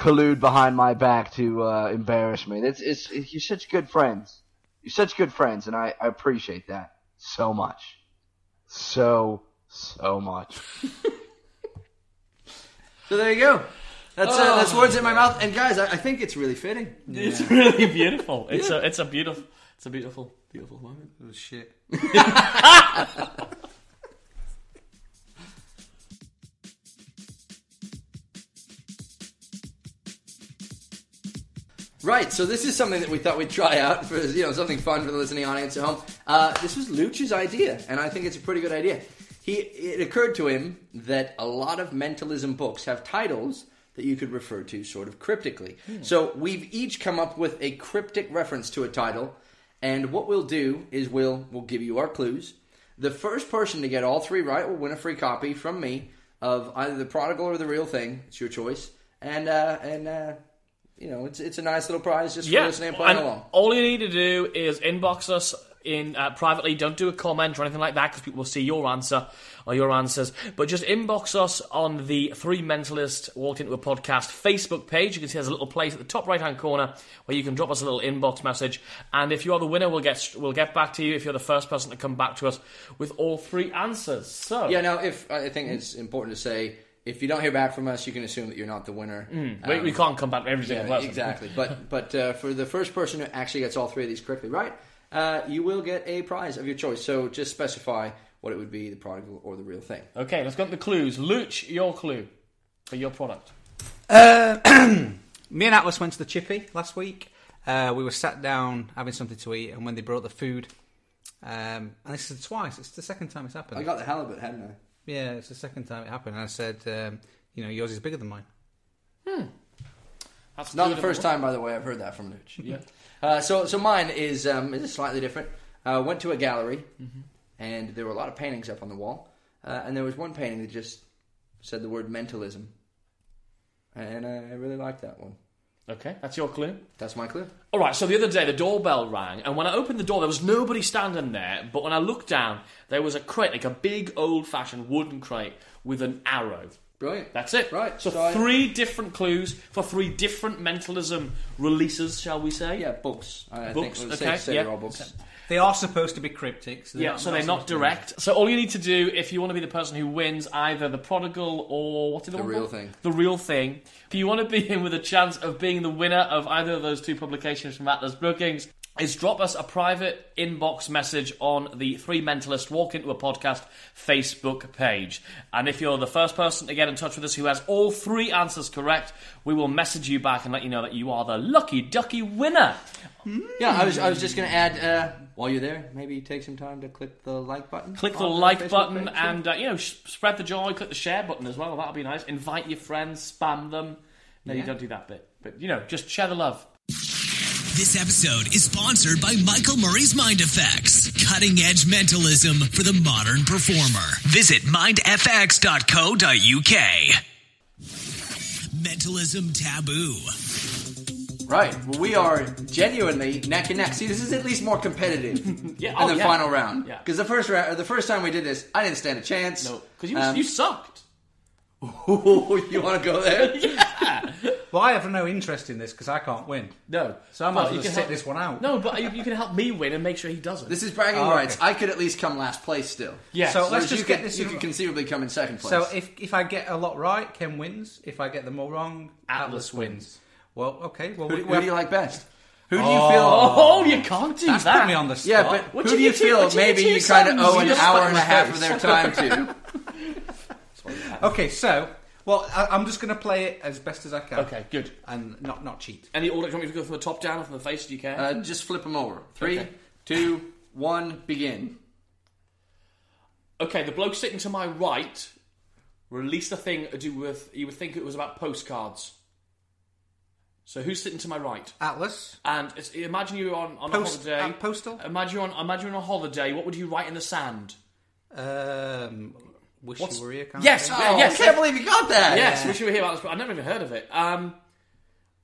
Speaker 3: collude behind my back to uh, embarrass me. That's it's, it's you're such good friends. You're such good friends, and I, I appreciate that so much, so so much.
Speaker 11: So there you go. That's
Speaker 4: Oh.
Speaker 11: uh, that's words in my mouth. And guys, I, I think it's really fitting.
Speaker 4: It's really beautiful. It's a it's a beautiful it's a beautiful beautiful moment.
Speaker 5: Oh, shit.
Speaker 11: Right, so this is something that we thought we'd try out for you know something fun for the listening audience at home. Uh, this was Luch's idea, and I think it's a pretty good idea. He it occurred to him that a lot of mentalism books have titles that you could refer to sort of cryptically. So we've each come up with a cryptic reference to a title, and what we'll do is we'll we'll give you our clues. The first person to get all three right will win a free copy from me of either the prodigal or the real thing. It's your choice, and uh, and. Uh, you know, it's it's a nice little prize just for
Speaker 4: yeah,
Speaker 11: listening and playing
Speaker 4: and
Speaker 11: along.
Speaker 4: all you need to do is inbox us in uh, privately. Don't do a comment or anything like that because people will see your answer or your answers. But just inbox us on the Three Mentalist Walked Into a Podcast Facebook page. You can see there's a little place at the top right hand corner where you can drop us a little inbox message. And if you are the winner, we'll get we'll get back to you. If you're the first person to come back to us with all three answers, so
Speaker 11: Yeah, now if I think it's important to say if you don't hear back from us, you can assume that you're not the winner.
Speaker 4: Mm, we, we can't come back to every single
Speaker 11: Yeah,
Speaker 4: person.
Speaker 11: exactly.
Speaker 4: [laughs]
Speaker 11: But but uh, for the first person who actually gets all three of these correctly right, uh, you will get a prize of your choice. So just specify what it would be, the prodigal or the real thing.
Speaker 4: Okay, let's go to the clues. Luch, your clue for your product.
Speaker 17: Uh, [clears throat] me and Atlas went to the Chippy last week. Uh, we were sat down having something to eat, and when they brought the food, um, and this is twice, it's the second time it's happened.
Speaker 11: I got the halibut, hadn't I?
Speaker 17: Yeah, it's the second time it happened. And I said, um, you know, yours is bigger than mine.
Speaker 4: That's
Speaker 11: not
Speaker 4: good
Speaker 11: the
Speaker 4: of
Speaker 11: first
Speaker 4: them.
Speaker 11: time, by the way, I've heard that from Luch.
Speaker 4: Yeah.
Speaker 11: [laughs] Uh, so so mine is um, is slightly different. Uh, went to a gallery,
Speaker 4: Mm-hmm.
Speaker 11: and there were a lot of paintings up on the wall, uh, and there was one painting that just said the word mentalism, and uh, I really liked that one.
Speaker 4: Okay, that's your clue.
Speaker 11: That's my clue.
Speaker 4: All right, so the other day the doorbell rang, and when I opened the door, there was nobody standing there. But when I looked down, there was a crate, like a big old fashioned wooden crate with an arrow.
Speaker 11: Brilliant.
Speaker 4: That's it.
Speaker 11: Right.
Speaker 4: So,
Speaker 11: so I-
Speaker 4: three different clues for three different mentalism releases, shall we say?
Speaker 11: Yeah, books. I
Speaker 4: books.
Speaker 11: think it's safe
Speaker 4: okay.
Speaker 11: to say
Speaker 4: yeah.
Speaker 11: they're all books.
Speaker 5: They are supposed to be cryptic. So
Speaker 4: Yeah, so they're not direct. So all you need to do, if you want to be the person who wins either the prodigal or what is the,
Speaker 11: The
Speaker 4: one
Speaker 11: Real
Speaker 4: called?
Speaker 11: Thing.
Speaker 4: the real thing, if you want to be in with a chance of being the winner of either of those two publications from Atlas Brookings, is drop us a private inbox message on the Three Mentalist Walk Into a Podcast Facebook page. And if you're the first person to get in touch with us who has all three answers correct, we will message you back and let you know that you are the lucky ducky winner.
Speaker 11: Yeah, I was I was just going to add uh, while you're there, maybe take some time to click the like button.
Speaker 4: Click the
Speaker 11: on
Speaker 4: like
Speaker 11: Facebook
Speaker 4: button
Speaker 11: page, yeah.
Speaker 4: and uh, you know sh- spread the joy. Click the share button as well. That'll be nice. Invite your friends. Spam them. No, you
Speaker 2: Yeah.
Speaker 4: don't do that bit. But you know, just share the love.
Speaker 2: This episode is sponsored by Michael Murray's Mind Effects, cutting edge mentalism for the modern performer. Visit mindfx.co.uk. Mentalism taboo.
Speaker 11: Right, well, we are genuinely neck and neck. See, this is at least more competitive
Speaker 5: [laughs]
Speaker 4: Yeah,
Speaker 11: than
Speaker 4: oh,
Speaker 11: the
Speaker 4: yeah.
Speaker 11: final round.
Speaker 4: Yeah.
Speaker 11: Because the first ra- the first time we did this, I didn't stand a chance. No,
Speaker 4: because you, you
Speaker 11: [laughs]
Speaker 4: sucked.
Speaker 11: you want to
Speaker 5: [laughs]
Speaker 11: go there?
Speaker 5: Well, I have no interest in this because I can't win.
Speaker 4: No.
Speaker 5: So I might
Speaker 4: Well,
Speaker 5: as
Speaker 4: you
Speaker 5: well
Speaker 4: can
Speaker 5: sit
Speaker 4: help-
Speaker 5: this one out.
Speaker 4: No, but you, you can help me win and make sure he doesn't.
Speaker 11: This is bragging
Speaker 5: Oh, okay.
Speaker 11: rights. I could at least come last place still.
Speaker 5: Yes. So let's
Speaker 11: Whereas
Speaker 5: just
Speaker 11: you
Speaker 5: get
Speaker 11: could,
Speaker 5: this
Speaker 11: You
Speaker 5: in-
Speaker 11: could conceivably come in second place.
Speaker 5: So if, if I get a lot right, Ken wins. If I get them all wrong, Atlas, wins. Well, okay. Well,
Speaker 11: who,
Speaker 5: we-
Speaker 11: who
Speaker 5: we-
Speaker 11: do you like best? Who do you
Speaker 5: Oh.
Speaker 11: feel?
Speaker 5: Oh,
Speaker 4: you can't do
Speaker 5: That's put that. me on the
Speaker 11: Yeah,
Speaker 5: spot.
Speaker 11: but
Speaker 5: What
Speaker 11: who
Speaker 5: did
Speaker 11: do
Speaker 5: you
Speaker 11: you
Speaker 5: do-
Speaker 11: feel
Speaker 5: what did you
Speaker 11: maybe
Speaker 5: do,
Speaker 11: you kind
Speaker 5: son?
Speaker 11: of owe
Speaker 5: You
Speaker 11: an
Speaker 5: just
Speaker 11: hour
Speaker 5: spat in
Speaker 11: and a
Speaker 5: my
Speaker 11: half
Speaker 5: face.
Speaker 11: of their time to?
Speaker 5: [laughs] Okay, so well, I, I'm just going to play it as best as I can.
Speaker 4: Okay, good.
Speaker 5: And not not cheat.
Speaker 4: Any order? Do you want me to go from the top down or from the face? Do you care?
Speaker 11: Uh, just flip them over. Three, two, one,
Speaker 4: Okay.
Speaker 11: begin.
Speaker 4: Okay, the bloke sitting to my right released a thing to do with. You would think it was about postcards. So who's sitting to my right?
Speaker 5: Atlas.
Speaker 4: And it's, imagine you're on, on
Speaker 5: Post-
Speaker 4: a holiday.
Speaker 5: uh, postal?
Speaker 4: Imagine you're on. Imagine you're on a holiday. What would you write in the sand?
Speaker 5: Um, wish
Speaker 4: What's-
Speaker 5: you were here. Kind
Speaker 4: yes, uh,
Speaker 5: Of
Speaker 4: yeah,
Speaker 5: thing.
Speaker 4: yes.
Speaker 11: Oh, I can't believe you got that.
Speaker 4: Yes,
Speaker 11: Yeah.
Speaker 4: wish you were here about this. I've never even heard of it. Um,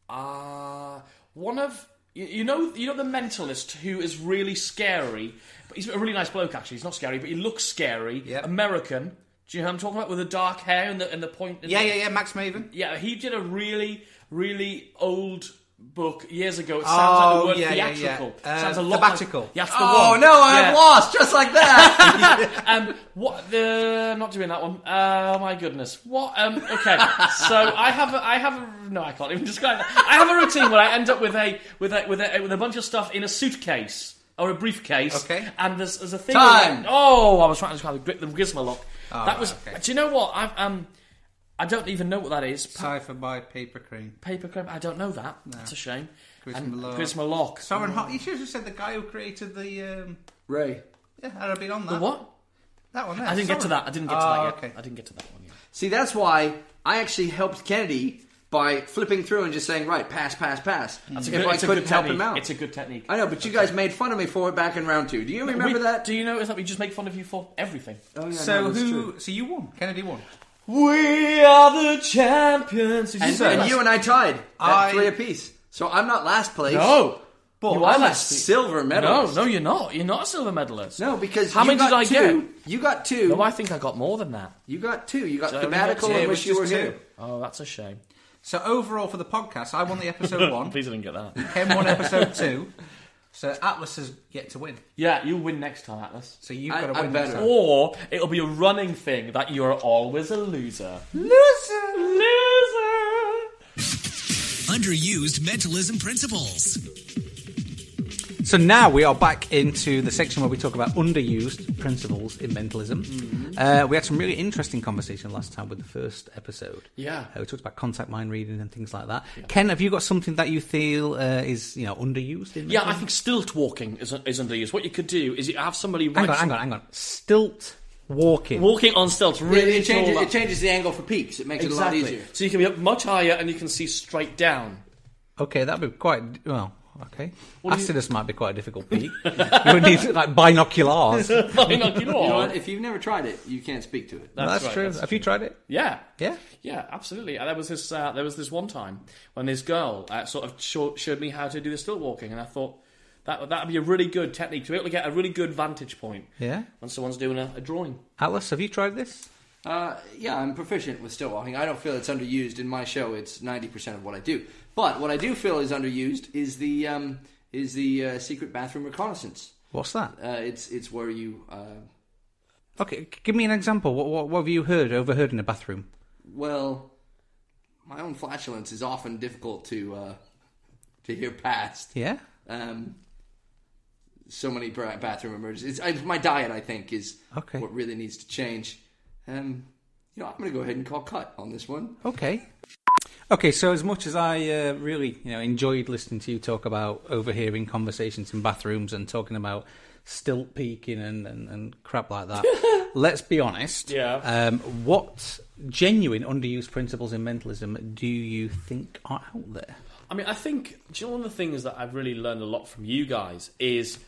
Speaker 4: uh, one of you, you know you know the mentalist who is really scary. But he's a really nice bloke actually. He's not scary, but he looks scary. American. Do you know who I'm talking about? With the dark hair and the and the point. and
Speaker 5: Yeah,
Speaker 4: the-
Speaker 5: yeah, yeah. Max Maven.
Speaker 4: yeah, he did a really, really old book years ago. It sounds like the
Speaker 5: Oh,
Speaker 4: word
Speaker 5: yeah, yeah, yeah.
Speaker 4: theatrical.
Speaker 5: Uh,
Speaker 4: sounds a lot
Speaker 5: sabbatical.
Speaker 4: Like, yeah, that's the
Speaker 11: Oh
Speaker 4: one.
Speaker 11: no, I've
Speaker 4: Yeah.
Speaker 11: lost just like [laughs] that.
Speaker 4: Um, what the? I'm not doing that one. Oh my goodness. What? Um, okay. [laughs] So I have a, I have a, no, I can't even describe that. I have a routine where I end up with a with a with a with a bunch of stuff in a suitcase or a briefcase.
Speaker 5: Okay.
Speaker 4: And there's, there's a thing.
Speaker 11: Time.
Speaker 4: around- oh, I was trying to describe the, grip- the gizmo lock. that
Speaker 5: right,
Speaker 4: was.
Speaker 5: okay.
Speaker 4: Do you know what? I've um. I don't even know what that is. Pa-
Speaker 5: Cipher by Paper Crane.
Speaker 4: paper crane. I don't know that. That's a shame.
Speaker 5: Chris
Speaker 4: And
Speaker 5: Malone.
Speaker 4: Chris Mallock.
Speaker 5: Soren Hot. You should have said the guy who created the. Um,
Speaker 11: Ray.
Speaker 5: yeah, I'd have been on that.
Speaker 4: The what?
Speaker 5: That one. There.
Speaker 4: I didn't get to
Speaker 5: Soren.
Speaker 4: that. I didn't get to
Speaker 5: Ah,
Speaker 4: that yet.
Speaker 5: Okay.
Speaker 4: I didn't get to that one yet.
Speaker 11: See, that's why I actually helped Kennedy by flipping through and just saying, right, pass, pass, pass.
Speaker 4: Mm-hmm. It's a
Speaker 11: if
Speaker 4: good-
Speaker 11: I
Speaker 4: it's a
Speaker 11: couldn't
Speaker 4: good
Speaker 11: help
Speaker 4: technique.
Speaker 11: him out.
Speaker 4: It's a good technique.
Speaker 11: I know, but you guys made fun of me for it back in round two. Do you remember
Speaker 4: We-
Speaker 11: that?
Speaker 4: Do you notice that we just make fun of you for everything?
Speaker 11: Oh, yeah,
Speaker 5: So
Speaker 11: no, that's
Speaker 5: who?
Speaker 11: true.
Speaker 5: So you won. Kennedy won.
Speaker 4: We are the champions.
Speaker 11: And, and you and I tied at
Speaker 5: I-
Speaker 11: three apiece. So I'm not last place.
Speaker 4: no,
Speaker 5: But
Speaker 4: you
Speaker 11: I'm
Speaker 4: are
Speaker 11: a
Speaker 4: last.
Speaker 11: silver
Speaker 4: no,
Speaker 11: medalist.
Speaker 4: no, you're not. You're not a silver medalist.
Speaker 11: No, because
Speaker 4: How
Speaker 11: you
Speaker 4: many
Speaker 11: got
Speaker 4: did I
Speaker 11: two. You got two.
Speaker 4: No, I think I got more than that.
Speaker 11: You got two. You got
Speaker 4: So I only got
Speaker 11: sabbatical
Speaker 4: two.
Speaker 11: and
Speaker 4: It
Speaker 11: wish
Speaker 4: was
Speaker 11: you were
Speaker 5: just two.
Speaker 11: here.
Speaker 4: Oh, that's a shame.
Speaker 5: So overall for the podcast, I won the episode
Speaker 4: [laughs]
Speaker 5: one.
Speaker 4: Please, I didn't get
Speaker 5: [laughs]
Speaker 4: that.
Speaker 5: Ken won episode two. So Atlas has yet to win.
Speaker 4: yeah, you'll win next time, Atlas.
Speaker 5: So you've
Speaker 11: I-
Speaker 5: got to
Speaker 11: I'm
Speaker 5: win this
Speaker 11: better.
Speaker 5: time.
Speaker 4: Or it'll be a running thing that you're always a loser.
Speaker 5: Loser.
Speaker 4: Loser.
Speaker 2: Underused mentalism principles.
Speaker 5: So now we are back into the section where we talk about underused principles in mentalism.
Speaker 4: Mm-hmm.
Speaker 5: Uh, we had some really interesting conversation last time with the first episode.
Speaker 4: Yeah.
Speaker 5: Uh, we talked about contact mind reading and things like that. Ken, have you got something that you feel uh, is you know underused in?
Speaker 4: Yeah, I
Speaker 5: mentalism?
Speaker 4: think stilt walking is, is underused. What you could do is you have somebody
Speaker 5: Hang on,
Speaker 4: write-
Speaker 5: hang on, hang on. Stilt walking.
Speaker 4: walking on stilts.
Speaker 11: It,
Speaker 4: Really
Speaker 11: it changes,
Speaker 4: tall
Speaker 11: it changes the angle for peaks. It makes
Speaker 4: Exactly.
Speaker 11: it a lot easier.
Speaker 4: So you can be up much higher and you can see straight down. [laughs]
Speaker 5: Okay, that'd be quite well. Okay,
Speaker 4: do you-
Speaker 5: Acidus might be quite a difficult peak. you would need like
Speaker 4: [laughs]
Speaker 5: binoculars. No,
Speaker 4: Fucking like, you know
Speaker 11: You know
Speaker 4: what?
Speaker 11: what? If you've never tried it, you can't speak to it.
Speaker 5: that's,
Speaker 4: right,
Speaker 5: true.
Speaker 4: that's
Speaker 5: have you tried it?
Speaker 4: Yeah.
Speaker 5: Yeah.
Speaker 4: Yeah, absolutely. And there was this, uh, there was this one time when this girl uh, sort of sho- showed me how to do the stilt walking, and I thought that that would be a really good technique to be able to get a really good vantage point
Speaker 5: Yeah.
Speaker 4: when someone's doing a, a drawing.
Speaker 5: Alice, have you tried this?
Speaker 11: Uh, yeah, I'm proficient with still walking. I don't feel it's underused in my show. It's 90% of what I do. But what I do feel is underused is the um, is the uh, secret bathroom reconnaissance.
Speaker 5: What's that?
Speaker 11: Uh, it's it's where you uh,
Speaker 5: Okay, g- give me an example. What, what, what have you heard, overheard in a bathroom?
Speaker 11: well, my own flatulence is often difficult to uh, to hear past.
Speaker 5: Yeah?
Speaker 11: Um, so many bra- bathroom emergencies. It's, I, my diet, I think, is
Speaker 5: Okay.
Speaker 11: what really needs to change. Um, you know, I'm going to go ahead and call cut on this one.
Speaker 5: Okay. Okay, so as much as I uh, really you know enjoyed listening to you talk about overhearing conversations in bathrooms and talking about stilt peeking and, and, and crap like that, let's be honest.
Speaker 4: Yeah.
Speaker 5: Um, what genuine underused principles in mentalism do you think are out there?
Speaker 4: I mean, I think do you know one of the things that I've really learned a lot from you guys is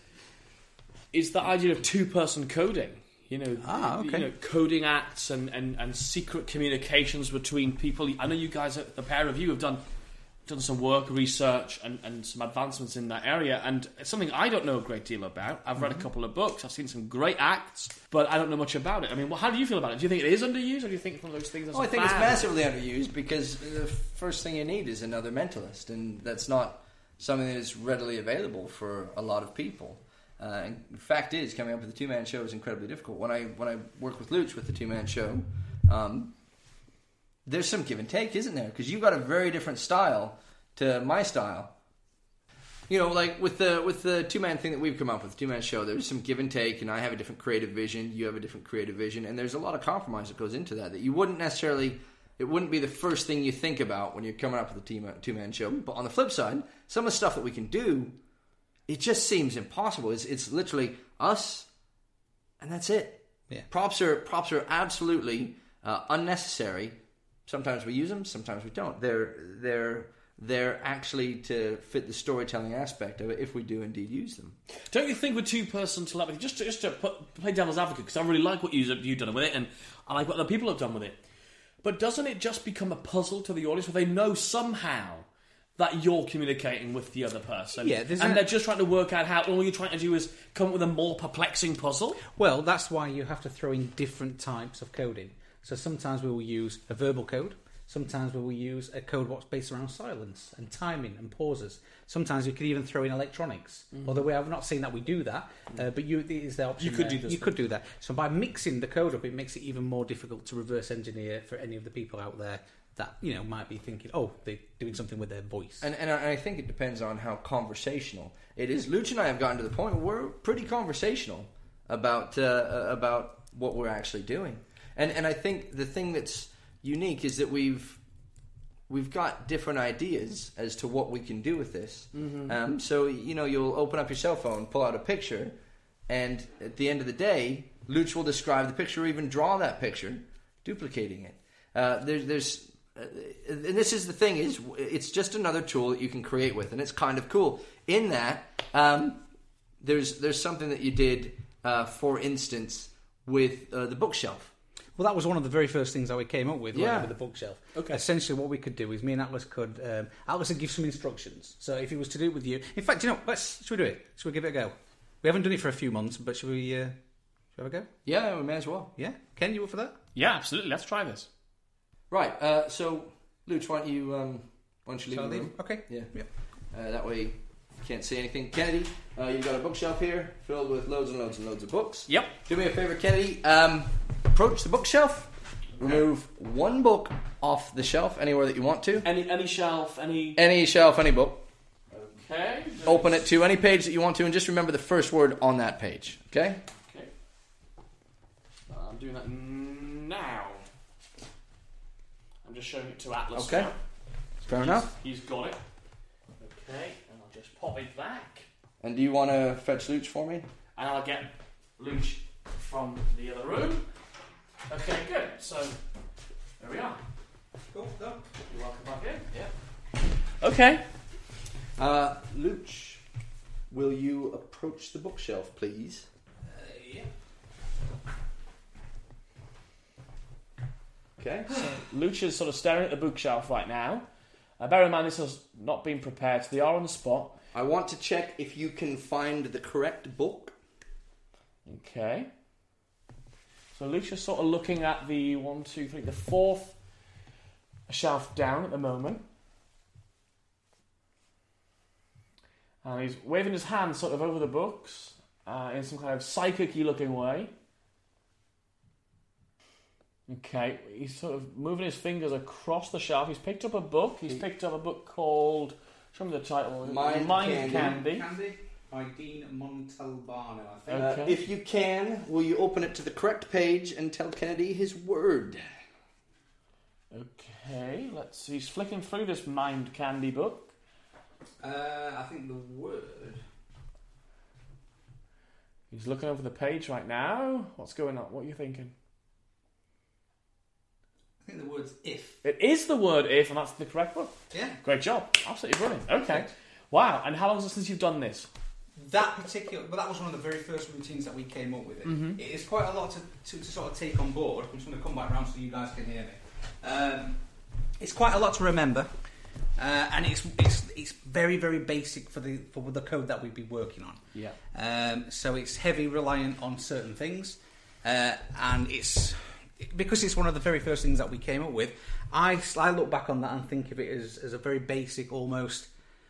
Speaker 4: is the idea of two person coding. You know,
Speaker 5: Ah,
Speaker 4: you
Speaker 5: okay.
Speaker 4: know, coding acts and, and, and secret communications between people. I know you guys, the pair of you, have done done some work, research, and, and some advancements in that area. And it's something I don't know a great deal about. I've
Speaker 5: Mm-hmm.
Speaker 4: read a couple of books, I've seen some great acts, but I don't know much about it. I mean, well, how do you feel about it? Do you think it is underused, or do you think it's one of those things that's
Speaker 11: Oh, I think it's
Speaker 4: bad?
Speaker 11: massively underused because the first thing you need is another mentalist, and that's not something that is readily available for a lot of people. Uh, and the fact is, coming up with a two man show is incredibly difficult. When I when I work with Luch with the two man show, um, there's some give and take, isn't there? Because you've got a very different style to my style. You know, like with the with the two man thing that we've come up with, two man show. There's some give and take, and I have a different creative vision. You have a different creative vision, and there's a lot of compromise that goes into that. That you wouldn't necessarily, it wouldn't be the first thing you think about when you're coming up with a team two man show. But on the flip side, some of the stuff that we can do, it just seems impossible. It's it's literally us, and that's it.
Speaker 5: Yeah.
Speaker 11: Props are props are absolutely uh, unnecessary. Sometimes we use them, sometimes we don't. They're they're they're actually to fit the storytelling aspect of it if we do indeed use them.
Speaker 4: Don't you think with two person telepathy, just to, just to put, play devil's advocate, because I really like what you, you've done with it, and I like what other people have done with it. But doesn't it just become a puzzle to the audience where they know somehow that you're communicating with the other person?
Speaker 5: Yeah,
Speaker 4: and
Speaker 5: there's a-
Speaker 4: they're just trying to work out how all you're trying to do is come up with a more perplexing puzzle.
Speaker 5: Well, that's why you have to throw in different types of coding. So sometimes we will use a verbal code. Sometimes we will use a code what's based around silence and timing and pauses. Sometimes we could even throw in electronics. Although we have not seen that we do that, uh, but you it is the option.
Speaker 4: Mm-hmm. You could
Speaker 5: there.
Speaker 4: do this
Speaker 5: You
Speaker 4: one.
Speaker 5: could do that. So by mixing the code up, it makes it even more difficult to reverse engineer for any of the people out there that you know might be thinking, "Oh, they're doing something with their voice."
Speaker 11: And, and I I think it depends on how conversational it is. Luch and I have gotten to the point where we're pretty conversational about uh, about what we're actually doing. And and I think the thing that's unique is that we've we've got different ideas as to what we can do with this. Um, so you know, you'll open up your cell phone, pull out a picture, and at the end of the day, Luch will describe the picture or even draw that picture, duplicating it. Uh, there's, there's, uh, and this is the thing is it's just another tool that you can create with, and it's kind of cool in that. Um, there's there's something that you did, uh, for instance, with uh, the bookshelf.
Speaker 5: Well, that was one of the very first things that we came up with, yeah.
Speaker 11: Yeah.
Speaker 5: with the bookshelf. Okay. Essentially, what we could do is me and Atlas could um, Atlas would give some instructions. So if he was to do it with you, in fact, you know, let's should we do it? Should we give it a go? We haven't done it for a few months, but should we? Uh, should we have a go?
Speaker 11: Yeah, we may as well.
Speaker 5: Yeah. Ken, you up for that?
Speaker 4: Yeah, absolutely. Let's try this.
Speaker 11: Right. Uh, so, Luch, why don't you um, why don't you leave the room?
Speaker 5: Okay.
Speaker 11: Yeah. Uh, that way, you can't see anything. Kennedy, uh, you've got a bookshelf here filled with loads and loads and loads of books.
Speaker 4: Yep.
Speaker 11: Do me a favor, Kennedy. Um, approach the bookshelf. Remove one book off the shelf anywhere that you want to.
Speaker 4: Any any shelf, any.
Speaker 11: Any shelf, any book.
Speaker 4: Okay.
Speaker 5: Oh.
Speaker 11: Open it to any page that you want to, and just remember the first word on that page. Okay.
Speaker 4: Okay. I'm doing that now. I'm just showing it to Atlas.
Speaker 11: Okay.
Speaker 4: now.
Speaker 11: Fair enough.
Speaker 4: He's got it. Okay, and I'll just pop it back.
Speaker 11: And do you want to fetch Luch for me?
Speaker 4: And I'll get Luch from the other room. Okay, good. So, there we are. Cool, done. You're welcome back in. Yeah. Okay.
Speaker 11: Uh, Luch, will you approach the bookshelf, please? Okay.
Speaker 4: Luch is sort of staring at the bookshelf right now. Uh, bear in mind, this has not been prepared, so they are on the spot.
Speaker 11: I want to check if you can find the correct book.
Speaker 4: Okay. So So Lucia's sort of looking at the one, two, three, the fourth shelf down at the moment. And he's waving his hand sort of over the books uh, in some kind of psychic looking way. Okay, he's sort of moving his fingers across the shelf. He's picked up a book. He's picked up a book called. Show me the title.
Speaker 11: Mind Candy.
Speaker 5: Candy by Dean Montalbano, I think.
Speaker 11: Uh,
Speaker 4: Okay.
Speaker 11: if you can, will you open it to the correct page and tell Kennedy his word?
Speaker 4: Okay, let's see. He's flicking through this mind candy book.
Speaker 5: Uh, I think the word.
Speaker 4: He's looking over the page right now. What's going on? What are you thinking?
Speaker 5: I think the word's if.
Speaker 4: It is the word if, and that's the correct one.
Speaker 5: Yeah.
Speaker 4: Great job. Absolutely brilliant. Okay. Wow. And how long is it since you've done this?
Speaker 5: That particular, but that was one of the very first routines that we came up with. It.
Speaker 4: Mhm.
Speaker 5: It is quite a lot to, to, to sort of take on board. I'm just going to come back round so you guys can hear me. Um, it's quite a lot to remember, uh, and it's, it's it's very very basic for the for the code that we'd be working on.
Speaker 4: Yeah.
Speaker 5: Um, so it's heavy reliant on certain things, uh, and it's because it's one of the very first things that we came up with. I, I look back on that and think of it as, as a very basic, almost.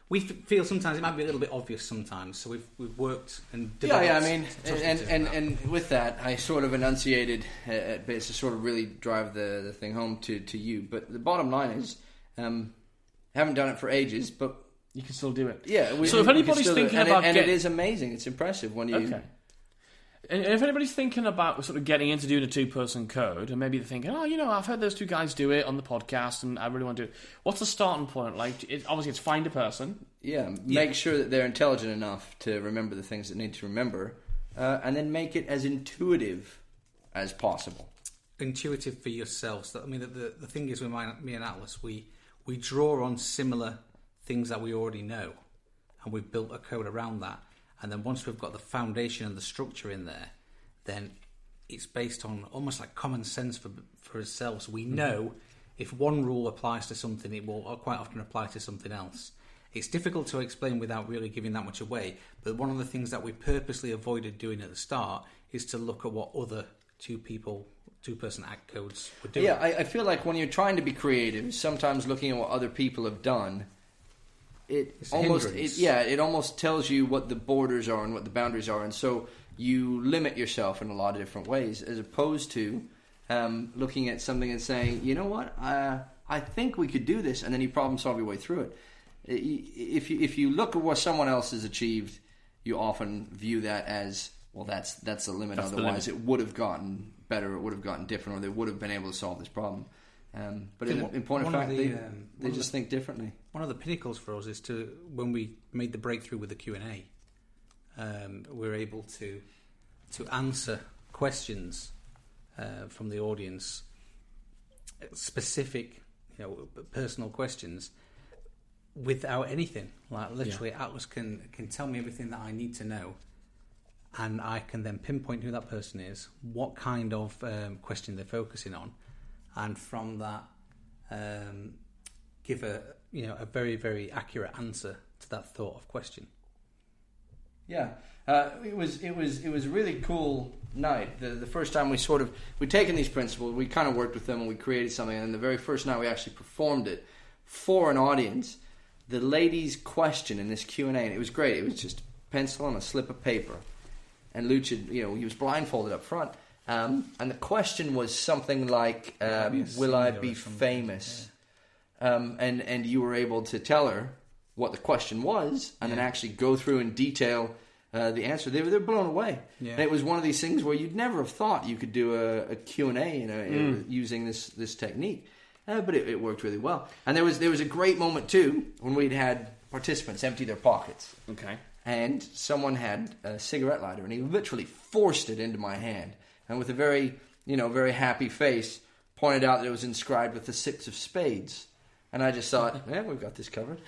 Speaker 5: We f- feel sometimes it might be a little bit obvious sometimes, so we've we've worked and
Speaker 11: Yeah,
Speaker 5: developed.
Speaker 11: yeah. I mean, and
Speaker 5: something
Speaker 11: and,
Speaker 5: to-
Speaker 11: and, and with that, I sort of enunciated, uh, uh, but it's to sort of really drive the, the thing home to, to you. But the bottom line is, um, haven't done it for ages, but
Speaker 4: you can still do it.
Speaker 11: Yeah.
Speaker 4: So if
Speaker 11: we can
Speaker 4: anybody's
Speaker 11: still do it.
Speaker 4: thinking
Speaker 11: and
Speaker 4: about
Speaker 11: it, and
Speaker 4: get-
Speaker 11: it is amazing. It's impressive when you.
Speaker 4: Okay. And if anybody's thinking about sort of getting into doing a two-person code, and maybe they're thinking, oh, you know, I've heard those two guys do it on the podcast, and I really want to do it. What's the starting point? Like, it, obviously, it's find a person.
Speaker 11: Yeah, make sure that they're intelligent enough to remember the things that need to remember, uh, and then make it as intuitive as possible.
Speaker 5: intuitive for yourselves. That I mean, the, the, the thing is with my, me and Atlas, we we draw on similar things that we already know, and we've built a code around that. And then once we've got the foundation and the structure in there, then it's based on almost like common sense for for ourselves. We know if one rule applies to something, it will quite often apply to something else. It's difficult to explain without really giving that much away, but one of the things that we purposely avoided doing at the start is to look at what other two people, two person act codes were doing.
Speaker 11: Yeah, I, I feel like when you're trying to be creative, sometimes looking at what other people have done, it
Speaker 5: It's a
Speaker 11: almost it,
Speaker 5: hindrance.
Speaker 11: yeah, it almost tells you what the borders are and what the boundaries are, and so you limit yourself in a lot of different ways, as opposed to um, looking at something and saying, you know what, uh, I think we could do this, and then you problem solve your way through it. I- i- If you, if you look at what someone else has achieved, you often view that as well. That's that's the limit.
Speaker 4: That's the
Speaker 11: Otherwise,
Speaker 4: limit.
Speaker 11: it would have gotten better, it would have gotten different, or they would have been able to solve this problem. Um, but in, in point
Speaker 5: One
Speaker 11: of fact, they,
Speaker 5: um, one
Speaker 11: they
Speaker 5: of
Speaker 11: just
Speaker 5: the-
Speaker 11: think differently.
Speaker 5: One of the pinnacles for us is to when we made the breakthrough with the Q and A, um, we were able to to answer questions uh, from the audience, specific, you know, personal questions, without anything. Like literally, Atlas can can tell me everything that I need to know. And I can then pinpoint who that person is, what kind of um, question they're focusing on, and from that, um, give a you know a very very accurate answer to that thought of question.
Speaker 11: Yeah, uh, it was it was it was a really cool night. The the first time we sort of we'd taken these principles, we kind of worked with them, and we created something. And the very first night we actually performed it for an audience. The lady's question in this Q and A, and it was great. It was just pencil and a slip of paper, and Lucha, you know, he was blindfolded up front. Um, and the question was something like, um, "Will I be famous?" Um, and and you were able to tell her what the question was, and then actually go through in detail uh, the answer. They were they're blown away.
Speaker 5: Yeah.
Speaker 11: And it was one of these things where you'd never have thought you could do a, a Q and A, you know,
Speaker 5: Mm.
Speaker 11: using this this technique. Uh, but it, it worked really well. And there was there was a great moment too when we'd had participants empty their pockets.
Speaker 4: Okay.
Speaker 11: And someone had a cigarette lighter, and he literally forced it into my hand, and with a very you know very happy face, pointed out that it was inscribed with the six of spades. And I just thought, [laughs] yeah, we've got this covered.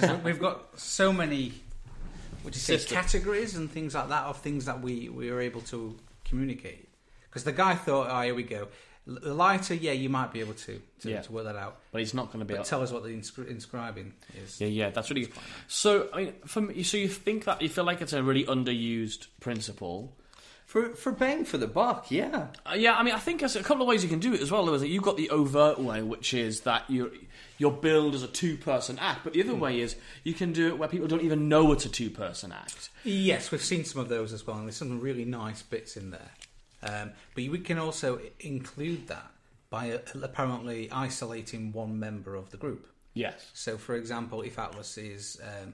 Speaker 5: So we've got so many, what do you say,
Speaker 11: System.
Speaker 5: categories and things like that of things that we we were able to communicate. Because the guy thought, oh, here we go. L- The lighter, yeah, you might be able to to,
Speaker 4: Yeah.
Speaker 5: to work that out,
Speaker 4: but he's not going to be
Speaker 5: But
Speaker 4: able-
Speaker 5: tell us what the inscri- inscribing is.
Speaker 4: Yeah, yeah, that's really good. So, I mean, for me, so you think that you feel like it's a really underused principle.
Speaker 11: For for bang for the buck, yeah.
Speaker 4: Uh, yeah, I mean, I think there's a couple of ways you can do it as well. There is that you've got the overt way, which is that you you're billed as a two person act, but the other way is you can do it where people don't even know it's a two person act.
Speaker 5: Yes, we've seen some of those as well, and there's some really nice bits in there. Um, but we can also include that by uh, apparently isolating one member of the group.
Speaker 4: Yes.
Speaker 5: So, for example, if Atlas is, um,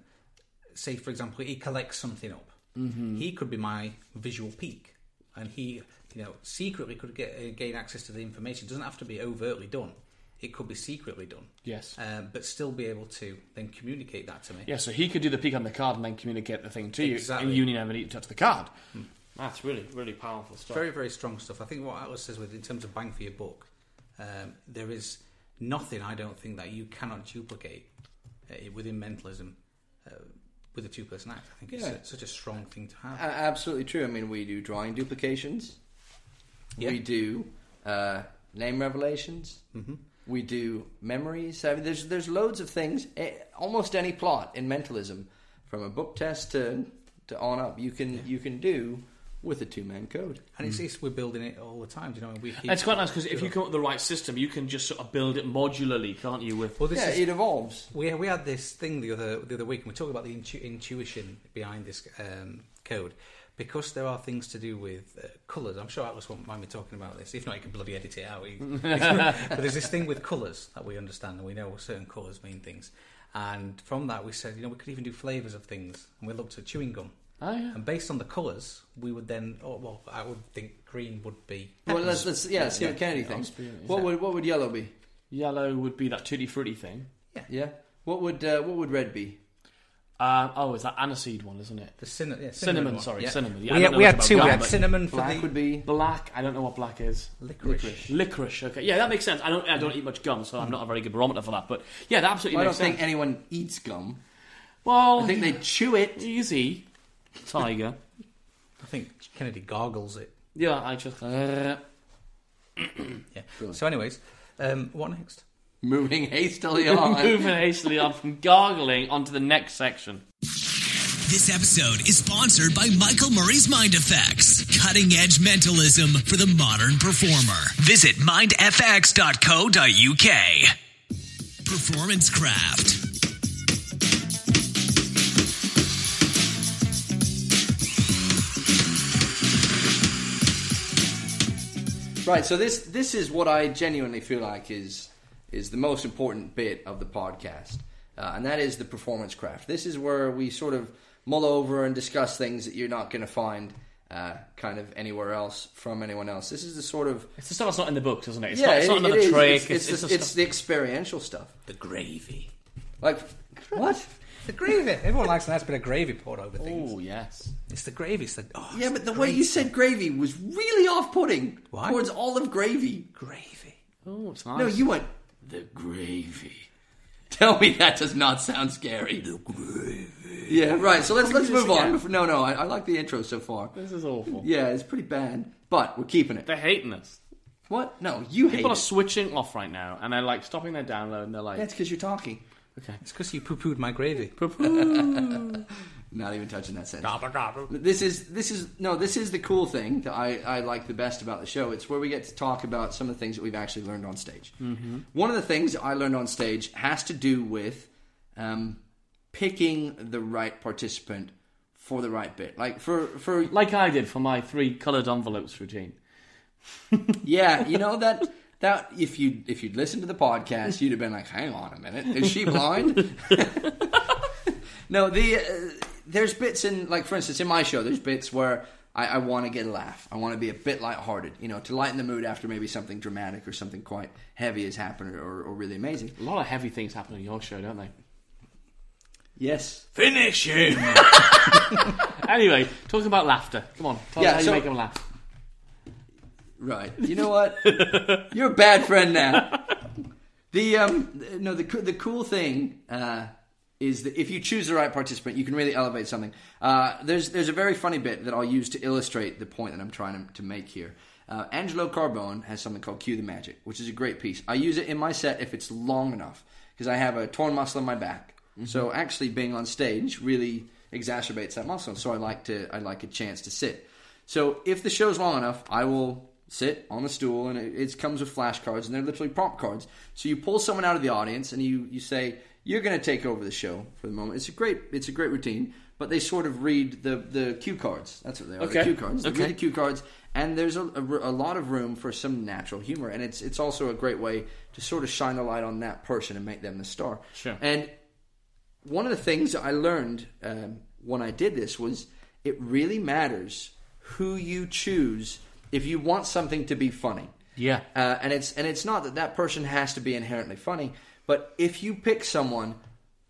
Speaker 5: say, for example, he collects something up,
Speaker 4: Mhm.
Speaker 5: he could be my visual peak, and he, you know, secretly could get uh, gain access to the information. It doesn't have to be overtly done. It could be secretly done,
Speaker 4: Yes.
Speaker 5: um, but still be able to then communicate that to me.
Speaker 4: Yeah, so he could do the peek on the card and then communicate the thing to you,
Speaker 5: Exactly.
Speaker 4: and you never need to touch the card. Hmm. That's really, really powerful stuff.
Speaker 5: Very, very strong stuff. I think what Atlas says with in terms of bang for your buck, um, there is nothing I don't think that you cannot duplicate uh, within mentalism uh, with a two-person act. I think
Speaker 11: Yeah.
Speaker 5: it's a, such a strong thing to
Speaker 11: A-
Speaker 5: have.
Speaker 11: absolutely true. I mean, we do drawing duplications. We do uh, name revelations.
Speaker 4: Mm-hmm.
Speaker 5: Mhm.
Speaker 11: We do memories. I mean, there's there's loads of things. Eh, Almost any plot in mentalism, from a book test to to on up, you can you can do with a two man code.
Speaker 5: and it's, it's we're building it all the time. Do you know? and We keep,
Speaker 4: Mm. It's quite nice because if you come up with the right system, you can just sort of build it modularly, can't you? With
Speaker 5: Well, this is-
Speaker 11: evolves.
Speaker 5: We we had this thing the other the other week, and we talked about the intu- intuition behind this um, code because there are things to do with uh, colours. I'm sure Atlas won't mind me talking about this. If not, he can bloody edit it
Speaker 4: [laughs]
Speaker 5: out. He- but there's this thing with colours that we understand, and we know certain colours mean things. And from that, we said, you know, we could even do flavours of things, and we looked at chewing gum.
Speaker 4: Oh, yeah.
Speaker 5: And based on the colours, we would then, oh, well, I would think green would be.
Speaker 11: Well, let's, let's yeah, let's see what Kennedy thinks. What would what would yellow be?
Speaker 4: Yellow would be that tutti frutti thing.
Speaker 5: Yeah.
Speaker 11: Yeah. What would uh, what would red be?
Speaker 4: Um, oh, it's that aniseed one, isn't it?
Speaker 5: The cinna- yeah, cinnamon
Speaker 4: cinnamon,
Speaker 5: one.
Speaker 4: sorry,
Speaker 5: Yeah.
Speaker 4: cinnamon.
Speaker 5: We
Speaker 4: I don't
Speaker 5: had-
Speaker 4: know
Speaker 5: we
Speaker 4: much
Speaker 5: had
Speaker 4: about
Speaker 5: two. We
Speaker 4: gum,
Speaker 5: had
Speaker 4: but-
Speaker 5: cinnamon for
Speaker 4: black
Speaker 5: the-
Speaker 4: would
Speaker 11: be
Speaker 4: black. I don't know what black is.
Speaker 5: Licorice.
Speaker 4: Licorice. Licorice, Okay, yeah, that makes sense. I don't. I don't eat much gum, so I'm not a very good barometer for that. But yeah, that absolutely
Speaker 11: Well, I
Speaker 4: makes
Speaker 11: don't
Speaker 4: sense.
Speaker 11: think anyone eats gum. [laughs]
Speaker 4: Well,
Speaker 11: I think they chew it.
Speaker 4: Easy, tiger.
Speaker 5: I think Kennedy gargles it.
Speaker 4: [laughs] yeah, I just. uh, [laughs]
Speaker 5: yeah. So, anyways, um, what next?
Speaker 11: Moving hastily on.
Speaker 4: [laughs] Moving hastily on from gargling onto the next section.
Speaker 2: This episode is sponsored by Michael Murray's Mind Effects, cutting edge mentalism for the modern performer. Visit mindfx.co.uk. Performance Craft.
Speaker 11: Right. So this this is what I genuinely feel like is is the most important bit of the podcast, uh, and that is the performance craft. This is where we sort of mull over and discuss things that you're not going to find. Uh, kind of anywhere else from anyone else. This is the sort of
Speaker 4: It's the stuff that's not in the books, isn't it? It's
Speaker 11: Yeah,
Speaker 4: not, it's not
Speaker 11: it-
Speaker 4: another
Speaker 11: it is.
Speaker 4: trick.
Speaker 11: It's, it's, the,
Speaker 4: the
Speaker 11: it's the experiential stuff.
Speaker 5: The gravy.
Speaker 11: Like what?
Speaker 5: The gravy. Everyone likes a nice bit of gravy poured over things.
Speaker 4: Oh yes.
Speaker 5: It's the gravy. It's the oh,
Speaker 11: Yeah, but the way you said gravy was really off-putting
Speaker 5: Why?
Speaker 11: towards olive gravy.
Speaker 5: Gravy.
Speaker 4: Oh, it's nice.
Speaker 11: No, you went the gravy. [laughs] Tell me that does not sound scary. The gravy. Yeah, right. So let's
Speaker 4: Can we
Speaker 11: let's
Speaker 4: do this
Speaker 11: move on.
Speaker 4: again?
Speaker 11: No, no, I, I like the intro so far.
Speaker 4: This is awful.
Speaker 11: Yeah, it's pretty bad, but we're keeping it.
Speaker 4: They're hating us.
Speaker 11: What? No, you hate
Speaker 4: People are
Speaker 11: it.
Speaker 4: switching off right now, and they're like stopping their download, and they're like,
Speaker 11: That's because you're talking.
Speaker 4: okay,
Speaker 5: It's because you poo pooed my gravy.
Speaker 11: Not even touching that sentence. This is this is no, this is the cool thing that I, I like the best about the show. It's where we get to talk about some of the things that we've actually learned on stage. One of the things I learned on stage has to do with um, picking the right participant for the right bit. Like for for
Speaker 4: like I did for my three coloured envelopes routine.
Speaker 11: yeah, you know that that if you if you'd listened to the podcast, you'd have been like, "Hang on a minute, is she blind?" [laughs] no, the uh, there's bits in like for instance in my show, there's bits where I, I want to get a laugh. I want to be a bit lighthearted, you know, to lighten the mood after maybe something dramatic or something quite heavy has happened or, or really amazing.
Speaker 4: A lot of heavy things happen in your show, don't they?
Speaker 11: Yes.
Speaker 4: Finish him. [laughs] anyway, talking about laughter. Come on, tell
Speaker 11: Yeah,
Speaker 4: us how
Speaker 11: so-
Speaker 4: you make them laugh.
Speaker 11: Right. You know what? You're a bad friend now. The um no the co- the cool thing uh, is that if you choose the right participant, you can really elevate something. Uh, there's there's a very funny bit that I'll use to illustrate the point that I'm trying to, to make here. Uh, Angelo Carbone has something called Cue the Magic, which is a great piece. I use it in my set if it's long enough because I have a torn muscle in my back. So actually, being on stage really exacerbates that muscle. So I like to I like a chance to sit. So if the show's long enough, I will sit on the stool, and it, it comes with flashcards, and they're literally prompt cards. So you pull someone out of the audience, and you you say you're going to take over the show for the moment. It's a great it's a great routine, but they sort of read the the cue cards. That's what they are.
Speaker 4: Okay.
Speaker 11: The cue cards. They
Speaker 4: Okay.
Speaker 11: read the cue cards, and there's a, a r- a lot of room for some natural humor, and it's it's also a great way to sort of shine a light on that person and make them the star.
Speaker 4: Sure.
Speaker 11: And one of the things I learned um, when I did this was it really matters who you choose if you want something to be funny.
Speaker 4: Yeah.
Speaker 11: Uh, and it's and it's not that that person has to be inherently funny, but if you pick someone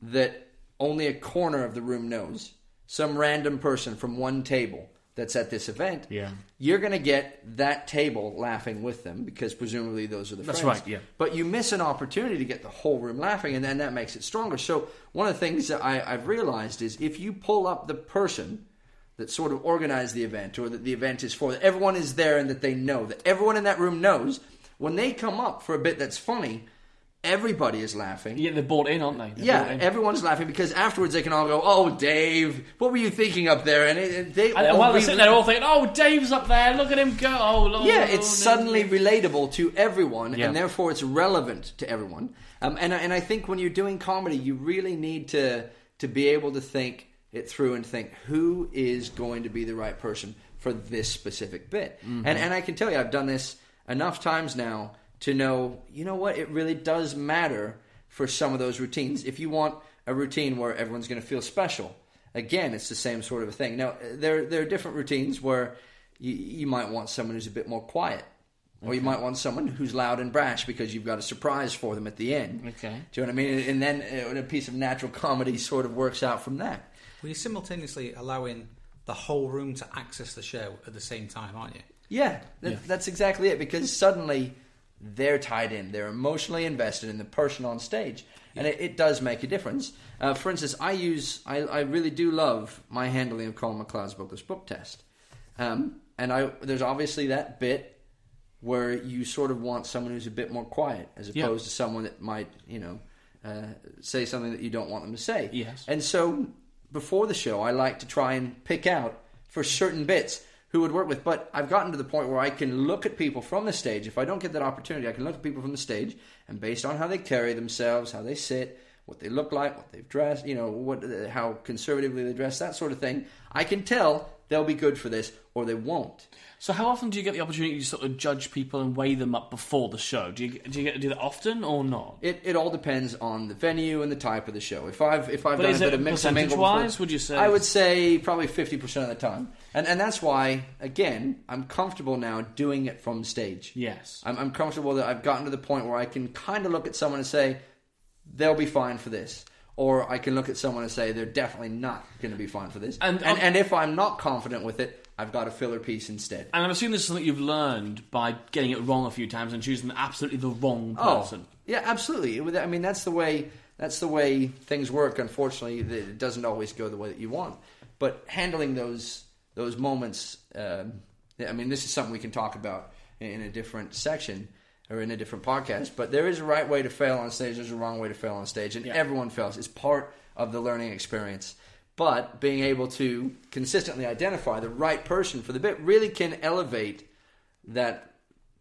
Speaker 11: that only a corner of the room knows, some random person from one table that's at this event,
Speaker 4: Yeah.
Speaker 11: you're going to get that table laughing with them because presumably those are the
Speaker 4: That's
Speaker 11: friends.
Speaker 4: right, yeah.
Speaker 11: But you miss an opportunity to get the whole room laughing, and then that makes it stronger. So one of the things that I, I've realized is if you pull up the person that sort of organized the event or that the event is for, that everyone is there and that they know, that everyone in that room knows, when they come up for a bit that's funny, everybody is laughing.
Speaker 4: Yeah, they're bought in, aren't they? They're
Speaker 11: yeah,
Speaker 4: bought in.
Speaker 11: everyone's laughing because afterwards they can all go, "Oh, Dave, what were you thinking up there?" And it, it- they
Speaker 4: And then
Speaker 11: all
Speaker 4: while they're
Speaker 11: re-
Speaker 4: sitting there, all thinking, "Oh, Dave's up there. Look at him go!" Oh, look,
Speaker 11: yeah,
Speaker 4: oh,
Speaker 11: it's
Speaker 4: no.
Speaker 11: suddenly relatable to everyone,
Speaker 4: Yeah.
Speaker 11: and therefore it's relevant to everyone. Um, and I- and I think when you're doing comedy, you really need to to be able to think it through and think who is going to be the right person for this specific bit.
Speaker 18: Mhm.
Speaker 11: And and I can tell you, I've done this enough times now to know. You know what? It really does matter for some of those routines. If you want a routine where everyone's going to feel special, again, it's the same sort of a thing. Now, there there are different routines where you, you might want someone who's a bit more quiet, or you
Speaker 4: Okay.
Speaker 11: might want someone who's loud and brash because you've got a surprise for them at the end.
Speaker 19: Okay.
Speaker 11: Do you know what I mean? And then uh, a piece of natural comedy sort of works out from that.
Speaker 5: Well, you're simultaneously allowing the whole room to access the show at the same time, aren't you?
Speaker 11: Yeah, that,
Speaker 5: Yeah.
Speaker 11: that's exactly it. Because suddenly they're tied in, they're emotionally invested in the person on stage, and it, it does make a difference. Uh, for instance, I use I, I really do love my handling of Colin McLeod's bookless book test, um, and I there's obviously that bit where you sort of want someone who's a bit more quiet as opposed
Speaker 4: Yeah.
Speaker 11: to someone that might you know uh, say something that you don't want them to say.
Speaker 4: Yes.
Speaker 11: And so before the show, I like to try and pick out for certain bits who would work with. But I've gotten to the point where I can look at people from the stage. If I don't get that opportunity, I can look at people from the stage and based on how they carry themselves, how they sit, what they look like, what they've dressed, you know, what uh, how conservatively they dress, that sort of thing, I can tell they'll be good for this or they won't.
Speaker 4: So, how often do you get the opportunity to sort of judge people and weigh them up before the show? Do you do you get to do that often or not?
Speaker 11: It, it all depends on the venue and the type of the show. If I've if I've
Speaker 4: But
Speaker 11: done
Speaker 4: is
Speaker 11: a
Speaker 4: it
Speaker 11: bit of mix and mingle,
Speaker 4: percentage-wise,
Speaker 11: before-
Speaker 4: would you say
Speaker 11: I would say probably fifty percent of the time, and and that's why again I'm comfortable now doing it from stage.
Speaker 4: Yes,
Speaker 11: I'm, I'm comfortable that I've gotten to the point where I can kind of look at someone and say they'll be fine for this, or I can look at someone and say they're definitely not going to be fine for this.
Speaker 4: And-
Speaker 11: and, and if I'm not confident with it, I've got a filler piece instead.
Speaker 4: And I'm assuming this is something you've learned by getting it wrong a few times and choosing absolutely the wrong person.
Speaker 11: Oh, yeah, absolutely. It would- I mean, that's the way that's the way things work. Unfortunately, that it doesn't always go the way that you want. But handling those those moments, um, I mean, this is something we can talk about in a different section or in a different podcast. But there is a right way to fail on stage. There's a wrong way to fail on stage, and everyone fails. It's part of the learning experience. But being able to consistently identify the right person for the bit really can elevate that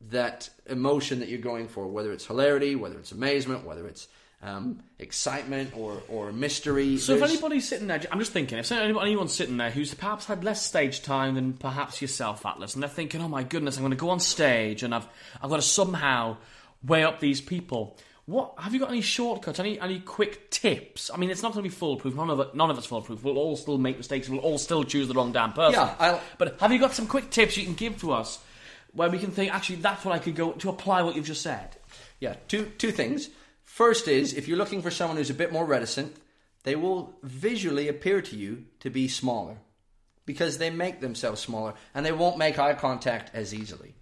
Speaker 11: that emotion that you're going for, whether it's hilarity, whether it's amazement, whether it's um, excitement or or mystery.
Speaker 4: So if
Speaker 11: There's-
Speaker 4: anybody's sitting there, I'm just thinking, if anybody- anyone's sitting there who's perhaps had less stage time than perhaps yourself, Atlas, and they're thinking, oh my goodness, I'm going to go on stage and I've, I've got to somehow weigh up these people. What have you got any shortcuts? Any any quick tips? I mean, it's not going to be foolproof. None of it, none of it's foolproof. We'll all still make mistakes. We'll all still choose the wrong damn person.
Speaker 11: Yeah, I'll-
Speaker 4: but have you got some quick tips you can give to us where we can think actually that's what I could go to apply what you've just said?
Speaker 11: yeah, two two things. First is if you're looking for someone who's a bit more reticent, they will visually appear to you to be smaller because they make themselves smaller and they won't make eye contact as easily.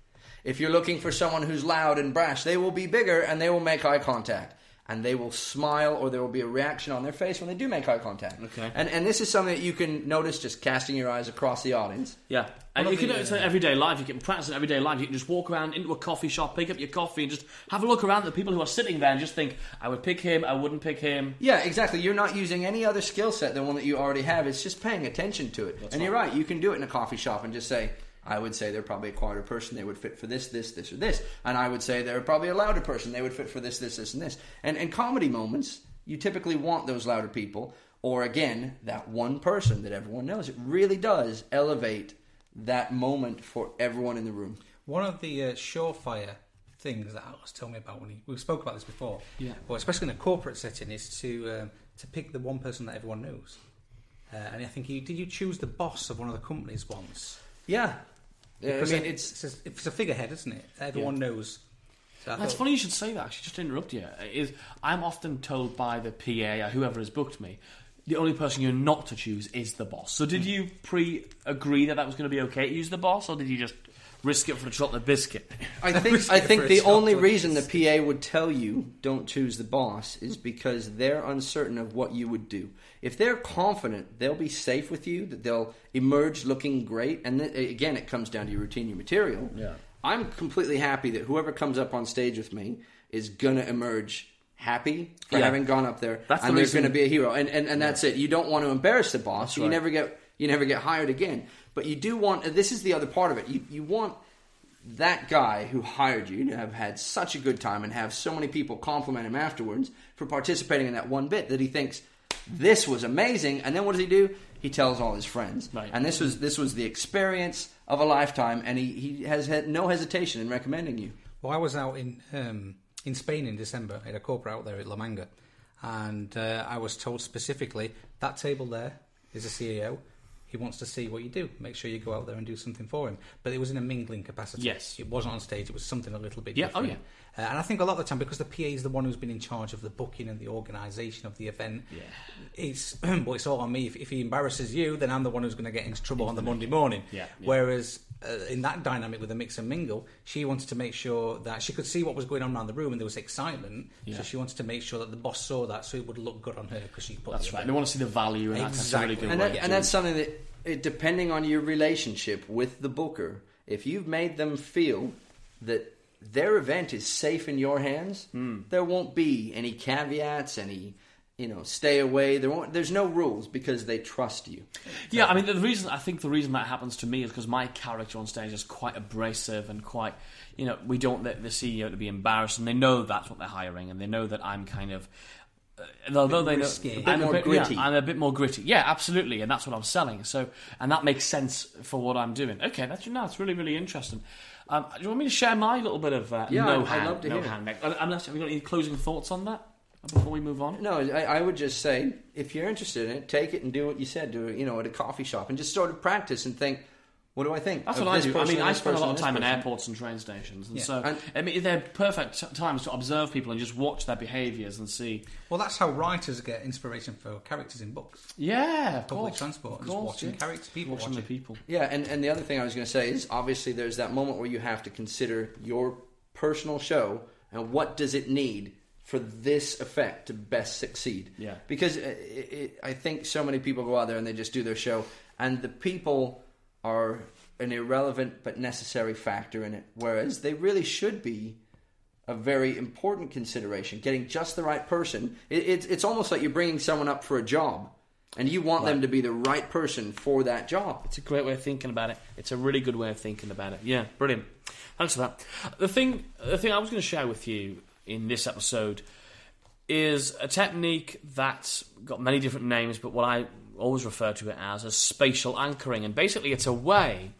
Speaker 11: If you're looking for someone who's loud and brash, they will be bigger and they will make eye contact and they will smile or there will be a reaction on their face when they do make eye contact. Okay. And and this is something that you can notice just casting your eyes across the audience.
Speaker 4: Yeah, and
Speaker 11: Well,
Speaker 4: you can
Speaker 11: the-
Speaker 4: do it in everyday life. You can practice it in everyday life. You can just walk around into a coffee shop, pick up your coffee, and just have a look around at the people who are sitting there, and just think, I would pick him, I wouldn't pick him.
Speaker 11: Yeah, exactly. You're not using any other skill set than one that you already have. It's just paying attention to it. and you're right. You can do it in a coffee shop and just say, I would say they're probably a quieter person. They would fit for this, this, this, or this. And I would say they're probably a louder person. They would fit for this, this, this, and this. And in comedy moments, you typically want those louder people, or again, that one person that everyone knows. It really does elevate that moment for everyone in the room.
Speaker 5: One of the uh, surefire things that Atlas told me about when he, we spoke about this before,
Speaker 11: Yeah.
Speaker 5: well, especially in a corporate setting, is to um, to pick the one person that everyone knows. Uh, and I think you did you choose the boss of one of the companies once?
Speaker 11: Yeah, Yeah, I
Speaker 5: Because
Speaker 11: mean,
Speaker 5: it- it's a, it's a figurehead, isn't it? Everyone
Speaker 4: Yeah.
Speaker 5: knows. So I
Speaker 4: That's
Speaker 5: thought-
Speaker 4: funny you should say that. Actually, just to interrupt you, is I'm often told by the PA or whoever has booked me, the only person you're not to choose is the boss. So did you pre-agree that that was going to be okay to use the boss, or did you just risk it for the chocolate [laughs] biscuit?
Speaker 11: I think I think the only reason the PA would tell you don't choose the boss is because they're uncertain of what you would do. If they're confident, they'll be safe with you. That they'll emerge looking great. And th- again, it comes down to your routine, your material.
Speaker 4: Yeah.
Speaker 11: I'm completely happy that whoever comes up on stage with me is gonna emerge happy for
Speaker 4: Yeah.
Speaker 11: having gone up there,
Speaker 4: That's the
Speaker 11: and they're
Speaker 4: reason-
Speaker 11: gonna be a hero. And and, and that's it. You don't want to embarrass the boss. you
Speaker 4: right.
Speaker 11: never get you never get hired again. But you do want. and This is the other part of it. You you want that guy who hired you to have had such a good time and have so many people compliment him afterwards for participating in that one bit that he thinks this was amazing and then what does he do he tells all his friends and this was this was the experience of a lifetime and he, he has had no hesitation in recommending you
Speaker 5: Well, I was out in um, in Spain in December. I had a corporate out there at La Manga, and uh, I was told specifically that table there is a CEO. He wants to see what you do. Make sure you go out there and do something for him. But it was in a mingling capacity.
Speaker 4: Yes.
Speaker 5: it wasn't on stage. It was something a little bit.
Speaker 4: Yeah, oh,
Speaker 5: Different. yeah. Uh, and I think a lot of the time because the PA is the one who's been in charge of the booking and the organisation of the event. Yeah. It's [clears throat] well, it's all on me. If, if he embarrasses you, then I'm the one who's going to get into trouble on the Monday morning.
Speaker 4: Yeah, yeah.
Speaker 5: Whereas uh, in that dynamic with the mix and mingle, she wanted to make sure that she could see what was going on around the room and there was excitement.
Speaker 4: Yeah.
Speaker 5: So she wanted to make sure that the boss saw that, so it would look good on her because she put. the
Speaker 4: That's right. They
Speaker 5: event.
Speaker 4: want to see the value, and that's a really good
Speaker 11: and,
Speaker 4: way.
Speaker 11: that-
Speaker 4: of
Speaker 11: and
Speaker 4: doing
Speaker 11: that's something that it, depending on your relationship with the booker if you've made them feel that their event is safe in your hands
Speaker 4: Hmm.
Speaker 11: there won't be any caveats any you know stay away there won't there's no rules because they trust you
Speaker 4: Yeah, I mean the reason I think the reason that happens to me is because my character on stage is quite abrasive and quite, you know, we don't want the the CEO to be embarrassed, and they know that's what they're hiring, and they know that I'm kind of. uh, and although they know,
Speaker 5: risky. A bit
Speaker 4: I'm
Speaker 11: more
Speaker 4: yeah,
Speaker 11: gritty.
Speaker 4: I'm a bit more gritty. Yeah, absolutely, and that's what I'm selling. So, and that makes sense for what I'm doing. Okay, that's no, it's really really interesting. Um, do you want me to share my little bit of uh,
Speaker 11: Yeah,
Speaker 4: no
Speaker 11: I'd- I'd
Speaker 4: hand,
Speaker 11: love to
Speaker 4: no
Speaker 11: hear it.
Speaker 4: hand? Nick? Uh, Unless have you got any closing thoughts on that before we move on?
Speaker 11: No, I, I would just say if you're interested in it, take it and do what you said. Do it, you know, at a coffee shop and just sort of practice and think, what do I think?
Speaker 4: That's
Speaker 11: of
Speaker 4: what I
Speaker 11: this
Speaker 4: do. I
Speaker 11: person
Speaker 4: mean,
Speaker 11: and
Speaker 4: I
Speaker 11: this
Speaker 4: spend a
Speaker 11: person
Speaker 4: lot of
Speaker 11: and this
Speaker 4: time in
Speaker 11: person?
Speaker 4: airports and train stations, and
Speaker 5: Yeah.
Speaker 4: so
Speaker 11: And-
Speaker 4: I mean, they're perfect t- times to observe people and just watch their behaviours and see.
Speaker 5: Well, that's how writers get inspiration for characters in books.
Speaker 4: Yeah, of
Speaker 5: Public
Speaker 4: course,
Speaker 5: transport,
Speaker 4: of
Speaker 5: just
Speaker 4: course,
Speaker 5: watching
Speaker 4: yeah.
Speaker 5: characters, people
Speaker 4: watching the
Speaker 5: watching.
Speaker 4: people.
Speaker 11: Yeah, and, and the other thing I was going to say is obviously there's that moment where you have to consider your personal show and what does it need for this effect to best succeed.
Speaker 4: Yeah.
Speaker 11: Because i it, I think so many people go out there and they just do their show, and the people are an irrelevant but necessary factor in it, whereas they really should be a very important consideration. Getting just the right person. It, it's it's almost like you're bringing someone up for a job, and you want them to be the right person for that job.
Speaker 4: It's a great way of thinking about it. It's a really good way of thinking about it. Yeah, brilliant. Thanks for that. The thing, the thing I was going to share with you in this episode is a technique that's got many different names, but what I always refer to it as as spatial anchoring, and basically it's a way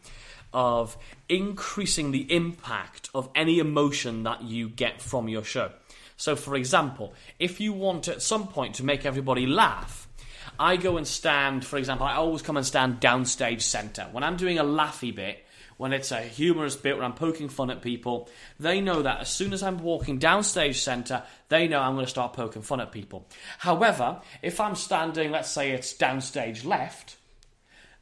Speaker 4: of increasing the impact of any emotion that you get from your show. So, for example, if you want at some point to make everybody laugh, I go and stand, for example, I always come and stand downstage centre. When I'm doing a laughy bit, when it's a humorous bit where I'm poking fun at people, they know that as soon as I'm walking downstage centre, they know I'm going to start poking fun at people. However, if I'm standing, let's say it's downstage left,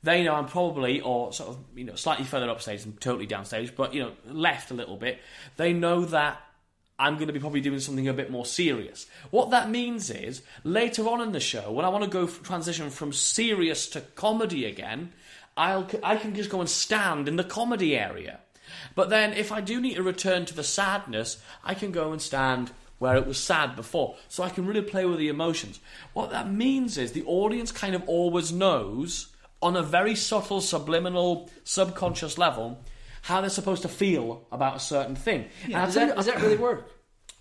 Speaker 4: they know I'm probably, or sort of, you know, slightly further upstage than totally downstage, but, you know, left a little bit. They know that I'm going to be probably doing something a bit more serious. What that means is later on in the show, when I want to go f- transition from serious to comedy again, I'll I can just go and stand in the comedy area. But then if I do need to return to the sadness, I can go and stand where it was sad before. So I can really play with the emotions. What that means is the audience kind of always knows on a very subtle, subliminal, subconscious level how they're supposed to feel about a certain thing. And I'll
Speaker 3: does,
Speaker 4: tell
Speaker 3: that,
Speaker 4: you-
Speaker 3: does that really work?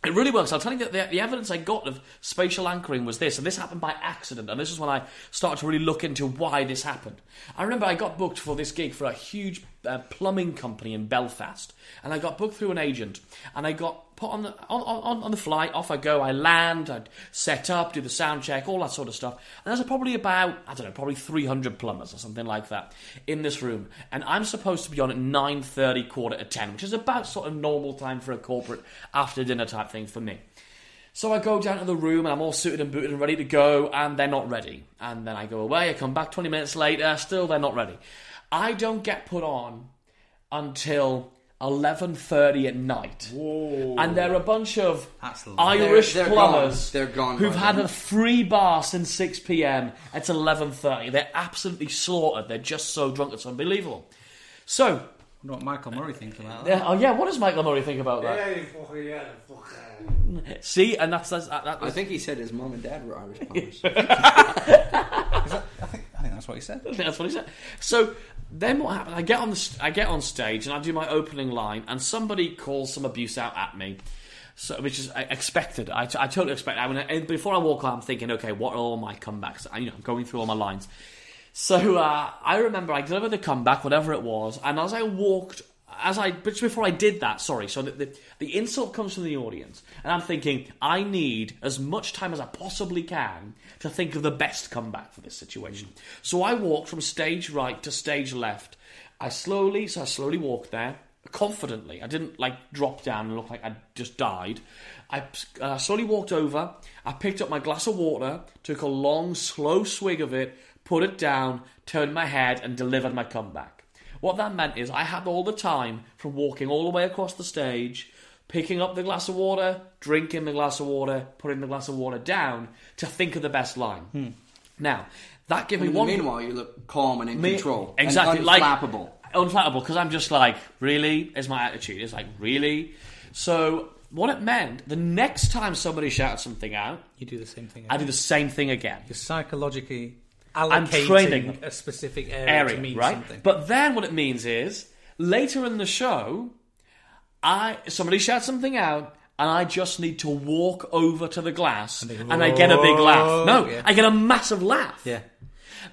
Speaker 4: it really works. I'll tell you that the, the evidence I got of spatial anchoring was this, and this happened by accident, and this is when I started to really look into why this happened. I remember I got booked for this gig for a huge uh, plumbing company in Belfast, and I got booked through an agent, and I got put on the on, on, on the flight. Off I go. I land. I set up, do the sound check, all that sort of stuff. And there's probably about I don't know, probably 300 plumbers or something like that in this room, and I'm supposed to be on at 9:30, quarter to 10, which is about sort of normal time for a corporate after dinner type thing for me. So I go down to the room and I'm all suited and booted and ready to go, and they're not ready. And then I go away, I come back 20 minutes later, still they're not ready. I don't get put on until 11.30 at night. And they're a bunch of Irish
Speaker 3: They're- they're
Speaker 4: plumbers
Speaker 3: gone. They're gone
Speaker 4: who've
Speaker 3: by
Speaker 4: had
Speaker 3: then.
Speaker 4: a free bar since 6 p.m. It's 11.30. They're absolutely slaughtered. They're just so drunk, it's unbelievable. So...
Speaker 5: What Michael Murray thinks about
Speaker 4: Yeah, oh yeah, what does Michael Murray think about that? See, and that's that's that. that
Speaker 3: I think he said his mom and dad were Irish
Speaker 4: [laughs]
Speaker 3: plumbers.
Speaker 5: I think that's what he said.
Speaker 4: I think [laughs] that's what he said. So then what happened? I get on the st- I get on stage and I do my opening line, and somebody calls some abuse out at me. So, which is uh, expected. I, t- I totally expect. I mean, I- before I walk out, I'm thinking, okay, what are all my comebacks? I, you know, I'm going through all my lines. So uh, I remember I delivered the comeback, whatever it was, and as I walked, as I but just before I did that, sorry. So the, the the insult comes from the audience, and I'm thinking I need as much time as I possibly can to think of the best comeback for this situation. So I walked from stage right to stage left. I slowly, so I slowly walked there confidently. I didn't like drop down and look like I just died. I uh, slowly walked over. I picked up my glass of water, took a long, slow swig of it, put it down, turned my head, and delivered my comeback. What that meant is I had all the time from walking all the way across the stage, picking up the glass of water, drinking the glass of water, putting the glass of water down to think of the best line. Now, that gave
Speaker 3: Hmm.
Speaker 4: me
Speaker 3: In the
Speaker 4: one.
Speaker 3: meanwhile, you look calm and in
Speaker 4: Me-
Speaker 3: control. and
Speaker 4: Exactly, like
Speaker 3: unflappable.
Speaker 4: unflappable because I'm just like, really, is my attitude. It's like, really. So what it meant, the next time somebody shouted something out,
Speaker 5: You do the same thing.
Speaker 4: I do the same thing again.
Speaker 5: You're psychologically
Speaker 4: I'm
Speaker 5: allocating
Speaker 4: training them.
Speaker 5: a specific area, to
Speaker 4: Airy,
Speaker 5: mean
Speaker 4: right?
Speaker 5: something.
Speaker 4: But then what it means is later in the show, I somebody shouts something out. And I just need to walk over to the glass, and, I get a big laugh. No,
Speaker 5: Yeah.
Speaker 4: I get a massive laugh.
Speaker 5: Yeah.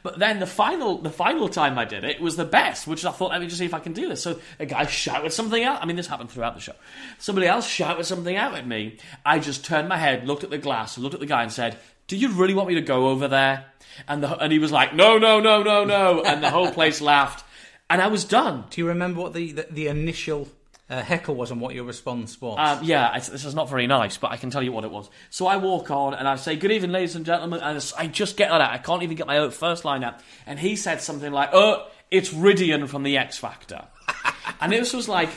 Speaker 4: But then the final the final time I did it was the best, which I thought, let me just see if I can do this. So a guy shouted something out. I mean, this happened throughout the show. Somebody else shouted something out at me. I just turned my head, looked at the glass, looked at the guy, and said, "Do you really want me to go over there?" And the, and he was like, "No, no, no, no, no," and the whole place laughed, and I was done.
Speaker 5: Do you remember what the, the, the initial uh, heckle was and what your response was?
Speaker 4: Um, yeah, it's, this is not very nice, but I can tell you what it was. So I walk on and I say, "Good evening, ladies and gentlemen," and it's- I just get that out. I can't even get my own first line out. And he said something like, "Oh, it's Ridian from the
Speaker 5: [laughs]
Speaker 4: X Factor," and this was like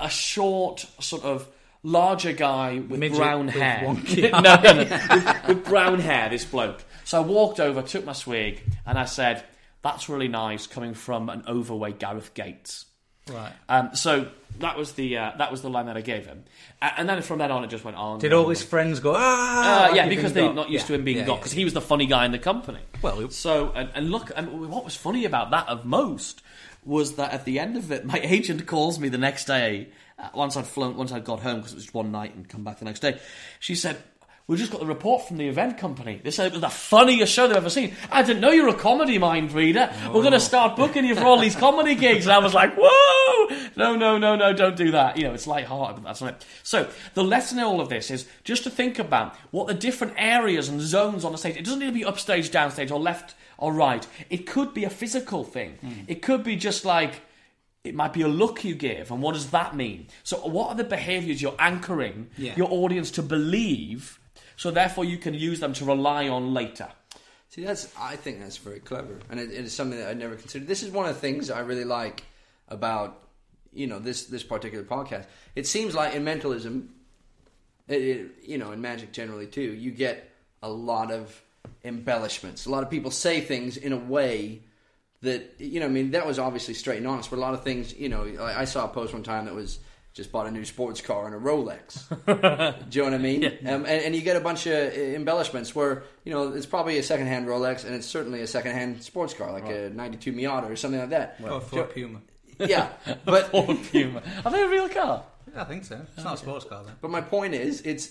Speaker 4: a short, sort of larger guy with
Speaker 5: Midget
Speaker 4: brown
Speaker 5: with
Speaker 4: hair.
Speaker 5: wonky
Speaker 4: [laughs]
Speaker 5: [laughs]
Speaker 4: no, no, no. with, with brown hair, this bloke. So I walked over, took my swig, and I said, "That's really nice, coming from an overweight Gareth Gates."
Speaker 5: right.
Speaker 4: Um, so that was the uh, that was the line that I gave him, A- and then from then on it just went on.
Speaker 5: Did
Speaker 4: and
Speaker 5: all
Speaker 4: on.
Speaker 5: his friends go, ah?
Speaker 4: Uh, yeah,
Speaker 5: you've
Speaker 4: because
Speaker 5: been
Speaker 4: they're
Speaker 5: got."
Speaker 4: not used
Speaker 5: Yeah.
Speaker 4: to him being
Speaker 5: Yeah,
Speaker 4: got
Speaker 5: yeah,
Speaker 4: because he was the funny guy in the company.
Speaker 5: Well, it-
Speaker 4: so and, and look, and what was funny about that of most was that at the end of it, [laughs] my agent calls me the next day. Uh, once I'd flown, once I'd got home because it was just one night and come back the next day, she said. We just got the report from the event company. They said it was the funniest show they've ever seen. I didn't know you were a comedy mind reader. We're going to start booking you for all these comedy gigs. And I was like, whoa! No, no, no, no, don't do that. You know, it's lighthearted, but that's not it. So, the lesson in all of this is just to think about what the different areas and zones on the stage, it doesn't need to be upstage, downstage, or left or right. It could be a physical thing. It could be just like, it might be a look you give, and what does that mean? So, what are the behaviors you're anchoring
Speaker 5: Yeah.
Speaker 4: your audience to believe, so therefore you can use them to rely on later?
Speaker 3: See, that's I think that's very clever, and it, it is something that I'd never considered. This is one of the things I really like about you know this this particular podcast. It seems like in mentalism, it, it, you know, in magic generally too, you get a lot of embellishments. A lot of people say things in a way that you know. I mean, that was obviously straight and honest, but a lot of things, you know, I, I saw a post one time that was
Speaker 11: just bought a new sports car and a Rolex. Do you know what I mean? Um, and, and you get a bunch of uh, embellishments where you know it's probably a secondhand Rolex and it's certainly a secondhand sports car, like a '92 Miata or something like that.
Speaker 5: Or a
Speaker 11: Do you-
Speaker 5: Ford Puma.
Speaker 11: Yeah, but
Speaker 4: Puma. Are they a real car?
Speaker 5: Yeah, I think so. It's not a sports car then.
Speaker 11: But my point is, it's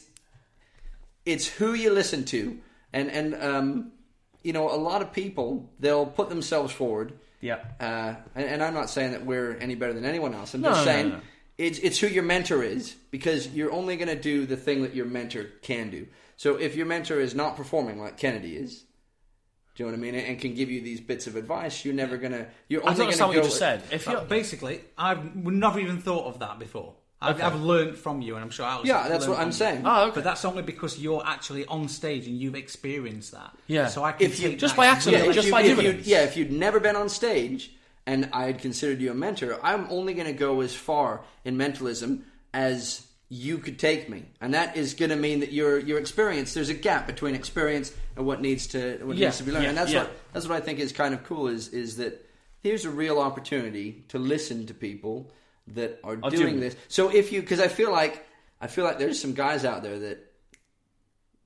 Speaker 11: it's who you listen to, and and um, you know, a lot of people they'll put themselves forward.
Speaker 4: Yeah.
Speaker 11: Uh, and, and I'm not saying that we're any better than anyone else. I'm
Speaker 4: No,
Speaker 11: just
Speaker 4: no,
Speaker 11: saying
Speaker 4: no, no.
Speaker 11: it's it's who your mentor is because you're only going to do the thing that your mentor can do. So if your mentor is not performing like Kennedy is. Do you know what I mean? And can give you these bits of advice. You're never gonna. You're only gonna go
Speaker 4: If
Speaker 5: you basically, I've never even thought of that before. I've,
Speaker 11: Okay.
Speaker 5: I've learned from you, and I'm sure Alex.
Speaker 11: Yeah,
Speaker 5: has
Speaker 11: that's
Speaker 5: learned
Speaker 11: what I'm
Speaker 5: from you.
Speaker 11: saying. Oh,
Speaker 5: But that's only because you're actually on stage and you've experienced that.
Speaker 11: Yeah.
Speaker 5: So I can
Speaker 11: If you-
Speaker 5: take
Speaker 11: just
Speaker 5: that
Speaker 11: by
Speaker 5: and
Speaker 11: accident,
Speaker 5: really-
Speaker 11: just by doing it. Yeah, if you'd never been on stage and I had considered you a mentor, I'm only going to go as far in mentalism as you could take me, and that is going to mean that your your experience. There's a gap between experience and what needs to what
Speaker 4: Yeah,
Speaker 11: needs to be learned,
Speaker 4: yeah,
Speaker 11: and that's
Speaker 4: yeah.
Speaker 11: what that's what I think is kind of cool. Is is that here's a real opportunity to listen to people that are
Speaker 4: Are
Speaker 11: doing,
Speaker 4: doing it.
Speaker 11: this. So if you, because I feel like I feel like there's some guys out there that.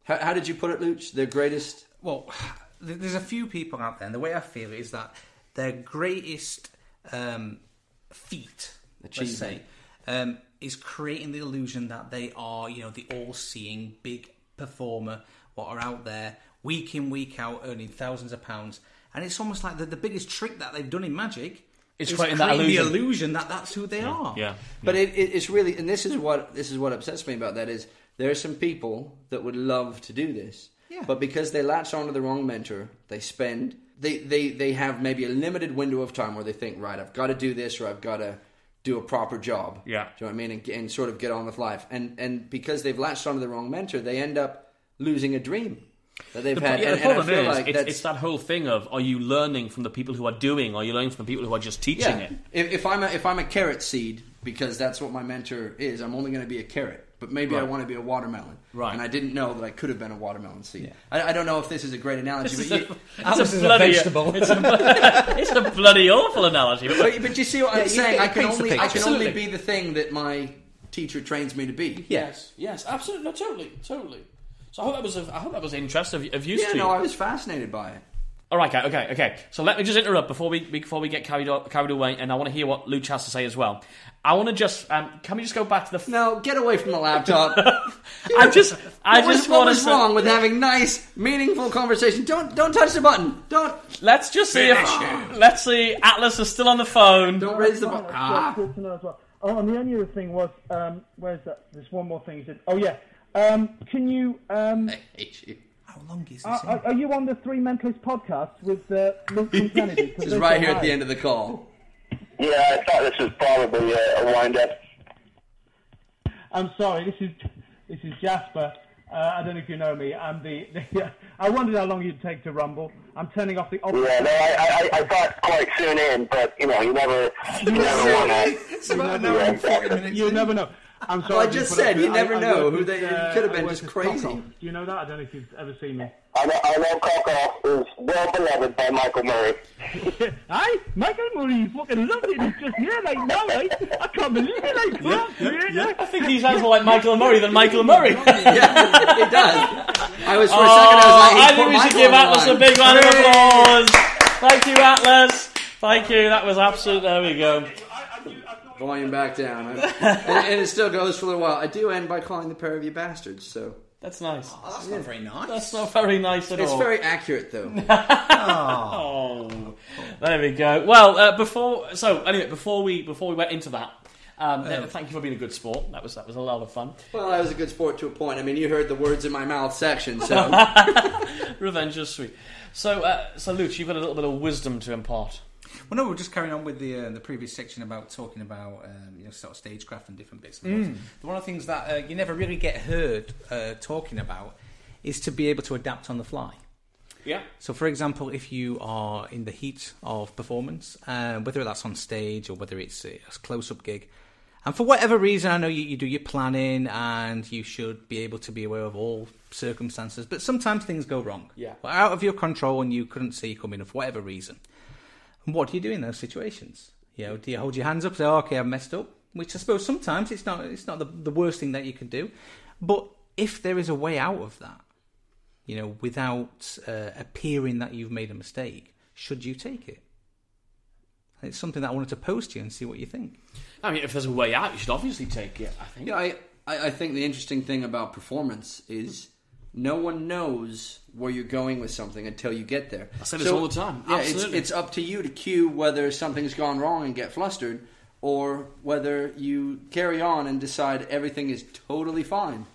Speaker 11: How, how did you put it, Luch? The greatest.
Speaker 5: Well, th- there's a few people out there, and the way I feel is that their greatest um, feat, let's say,
Speaker 11: Achievement.
Speaker 5: um, is creating the illusion that they are, you know, the all-seeing big performer, what are out there week in, week out, earning thousands of pounds, and it's almost like the, the biggest trick that they've done in magic
Speaker 4: It's
Speaker 5: is
Speaker 4: creating that
Speaker 5: the
Speaker 4: illusion.
Speaker 5: illusion that that's who they are.
Speaker 4: Yeah.
Speaker 11: But it, it, it's really, and this is what this is what upsets me about that is there are some people that would love to do this,
Speaker 5: Yeah.
Speaker 11: but because they latch onto the wrong mentor, they spend they they they have maybe a limited window of time where they think, right, I've got to do this or I've got to do a proper job.
Speaker 4: Yeah.
Speaker 11: do you know what I mean? And, and sort of get on with life, and and because they've latched onto the wrong mentor, they end up losing a dream that they've
Speaker 4: The, pro-
Speaker 11: had.
Speaker 4: yeah,
Speaker 11: and,
Speaker 4: the
Speaker 11: and I
Speaker 4: problem
Speaker 11: feel
Speaker 4: is,
Speaker 11: like
Speaker 4: it's,
Speaker 11: that's-
Speaker 4: it's that whole thing of are you learning from the people who are doing, or are you learning from the people who are just teaching it?
Speaker 11: If, if I'm a, if I'm a carrot seed because that's what my mentor is, I'm only going to be a carrot. But maybe I
Speaker 4: Right.
Speaker 11: want to be a watermelon.
Speaker 4: Right.
Speaker 11: And I didn't know that I could have been a watermelon seed. I, I don't know if this is a great analogy,
Speaker 4: This
Speaker 11: but
Speaker 4: is
Speaker 11: you, [laughs]
Speaker 4: a- [laughs] Alice it's a is a bloody- vegetable. it's a- [laughs] it's a bloody awful analogy, but-
Speaker 11: But, but you see what
Speaker 4: Yeah,
Speaker 11: I'm
Speaker 4: you
Speaker 11: saying?
Speaker 4: get-
Speaker 11: I
Speaker 4: it
Speaker 11: can
Speaker 4: paints the
Speaker 11: only I
Speaker 4: picture.
Speaker 11: can only
Speaker 4: Absolutely.
Speaker 11: be the thing that my teacher trains me to be.
Speaker 4: Yes, yes, absolutely, no, totally, totally. So I hope that was of, I hope that was interest of, of use
Speaker 11: Yeah,
Speaker 4: to
Speaker 11: no,
Speaker 4: you.
Speaker 11: I was fascinated by it.
Speaker 4: All right, okay, okay, okay. So let me just interrupt before we before we get carried o- carried away, and I want to hear what Luch has to say as well. I want to just um, can we just go back to the f-
Speaker 11: no? Get away from the laptop.
Speaker 4: I just [laughs] I
Speaker 11: What was-
Speaker 4: just
Speaker 11: what
Speaker 4: want
Speaker 11: was
Speaker 4: to
Speaker 11: wrong with having nice, meaningful conversation? Don't don't touch the button. Don't.
Speaker 4: Let's just see if [laughs] let's see Atlas is still on the phone. Don't
Speaker 11: raise the Ah.
Speaker 6: That's good to know as well. Oh, and the only other thing was, um, where's that? There's one more thing you said. Oh yeah, um, can you? Um,
Speaker 5: How long is this?
Speaker 6: are, are- are you on the Three Mentalist podcast with uh,
Speaker 11: [laughs]
Speaker 6: Luke from Kennedy? 'Cause
Speaker 11: This is
Speaker 6: they
Speaker 11: right
Speaker 6: say
Speaker 11: here at
Speaker 6: hi.
Speaker 11: the end of the call.
Speaker 10: Yeah, I thought this was probably a, a wind up.
Speaker 6: I'm sorry, this is this is Jasper. Uh, I don't know if you know me. I'm the. the [laughs] I wondered how long you'd take to rumble. I'm turning off the. Op-
Speaker 10: Yeah, no, I, I, I thought quite soon in, but you know, you never, you never want to.
Speaker 6: You never know. You never know. I'm sorry.
Speaker 11: Well, I
Speaker 6: didn't
Speaker 11: just
Speaker 6: put up
Speaker 11: said
Speaker 6: with-
Speaker 11: you
Speaker 6: I-
Speaker 11: never
Speaker 6: I
Speaker 11: know
Speaker 6: worked
Speaker 11: who
Speaker 6: with,
Speaker 11: they.
Speaker 6: uh,
Speaker 11: it could have
Speaker 6: I
Speaker 11: been
Speaker 6: worked
Speaker 11: just
Speaker 6: with
Speaker 11: crazy.
Speaker 6: Coco. Do you know that? I don't know if you've ever seen me.
Speaker 10: I know, I know Coco is well beloved by Michael Murray.
Speaker 6: [laughs] Hey, Michael Murray fucking loved it. He's just yeah, like now, like I can't believe it. Like, yeah, yeah,
Speaker 4: I think he sounds more like Michael Murray than Michael
Speaker 11: [laughs]
Speaker 4: Murray.
Speaker 11: It does. I was for a second. I
Speaker 4: Oh,
Speaker 11: was like, he
Speaker 4: I
Speaker 11: put
Speaker 4: think we should
Speaker 11: Michael
Speaker 4: give
Speaker 11: on the
Speaker 4: Atlas a
Speaker 11: line.
Speaker 4: big round of
Speaker 11: Hooray!
Speaker 4: applause. Thank you, Atlas. Thank you. That was absolute. There we go.
Speaker 11: Volume back [laughs] down. I'm- and, and it still goes for a little while. I do end by calling the pair of you bastards. So
Speaker 4: That's nice.
Speaker 5: Oh, that's not very nice.
Speaker 4: That's not very nice at
Speaker 11: it's
Speaker 4: all.
Speaker 11: very accurate though. [laughs]
Speaker 4: Oh, there we go. Well, uh, before so anyway, before we before we went into that, um,
Speaker 11: Oh.
Speaker 4: uh, thank you for being a good sport. That was that was a lot of fun.
Speaker 11: well, that was a good sport to a point. I mean, you heard the words in my mouth section. [laughs] So
Speaker 4: Revenge is sweet. So, uh, so Luch, you've got a little bit of wisdom to impart.
Speaker 5: Well, no, we we're just carrying on with the uh, the previous section about talking about um, you know sort of stagecraft and different bits. And bobs. One of the things that uh, you never really get heard uh, talking about is to be able to adapt on the fly.
Speaker 4: Yeah.
Speaker 5: So, for example, if you are in the heat of performance, uh, whether that's on stage or whether it's a close up gig, and for whatever reason, I know you, you do your planning and you should be able to be aware of all circumstances, but sometimes things go wrong.
Speaker 4: Yeah.
Speaker 5: Well, out of your control and you couldn't see coming for whatever reason. And what do you do in those situations? You know, do you hold your hands up and say, "Oh, okay, I've messed up? which I suppose sometimes it's not it's not the, the worst thing that you can do. But if there is a way out of that, you know, without uh, appearing that you've made a mistake, should you take it? And it's something that I wanted to pose to you and see what you think.
Speaker 4: I mean, if there's a way out, you should obviously take it. I think.
Speaker 3: Yeah, I, I, I think the interesting thing about performance is no one knows where you're going with something until you get there.
Speaker 4: I say this all the time.
Speaker 3: Yeah, it's,
Speaker 4: Absolutely.
Speaker 3: it's up to you to cue whether something's gone wrong and get flustered, or whether you carry on and decide everything is totally fine.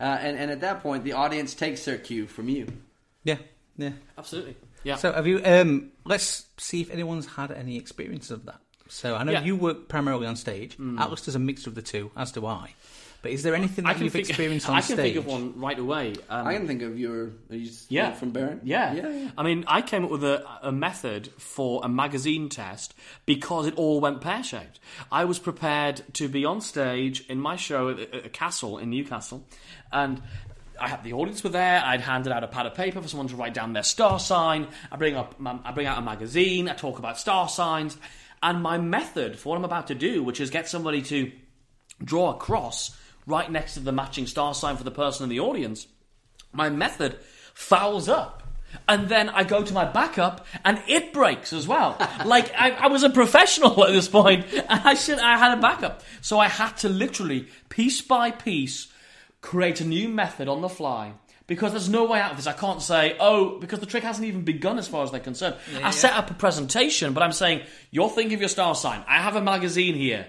Speaker 3: Uh, and, and at that point, the audience takes their cue from you.
Speaker 5: Yeah, yeah.
Speaker 4: Absolutely. Yeah.
Speaker 5: So have you? Um, let's see if anyone's had any experience of that. So I know
Speaker 4: Yeah. Mm.
Speaker 5: you work primarily on stage. Atlas does a mixture of the two, as do I. But is there anything that you've experienced on
Speaker 4: [laughs] I can
Speaker 5: stage?
Speaker 4: think of one right away. Um,
Speaker 3: I can think of your are you
Speaker 4: yeah.
Speaker 3: from Baron.
Speaker 4: Yeah.
Speaker 3: yeah, yeah.
Speaker 4: I mean, I came up with a, a method for a magazine test because it all went pear shaped. I was prepared to be on stage in my show at, at a castle in Newcastle, and I had the audience were there. I'd handed out a pad of paper for someone to write down their star sign. I bring up, my- I bring out a magazine. I talk about star signs, and my method for what I'm about to do, which is get somebody to draw a cross right next to the matching star sign for the person in the audience my method fouls up. And then I go to my backup, and it breaks as well. like I, I was a professional at this point, and I should I had a backup, so I had to literally piece by piece create a new method on the fly because there's no way out of this. I can't say oh because the trick hasn't even begun as far as they're concerned. I set up a presentation, but I'm saying you're thinking of your star sign. I have a magazine here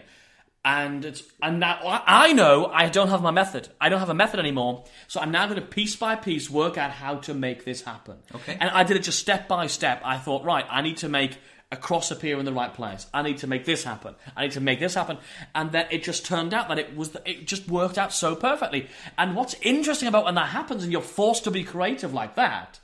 Speaker 4: and it's and now I I know I don't have my method. I don't have a method anymore. So I'm now going to piece by piece work out how to make this happen.
Speaker 5: Okay.
Speaker 4: And I did it just step by step. I thought, right, I need to make a cross appear in the right place. I need to make this happen. I need to make this happen. And then it just turned out that it was it just worked out so perfectly. And what's interesting about when that happens and you're forced to be creative like that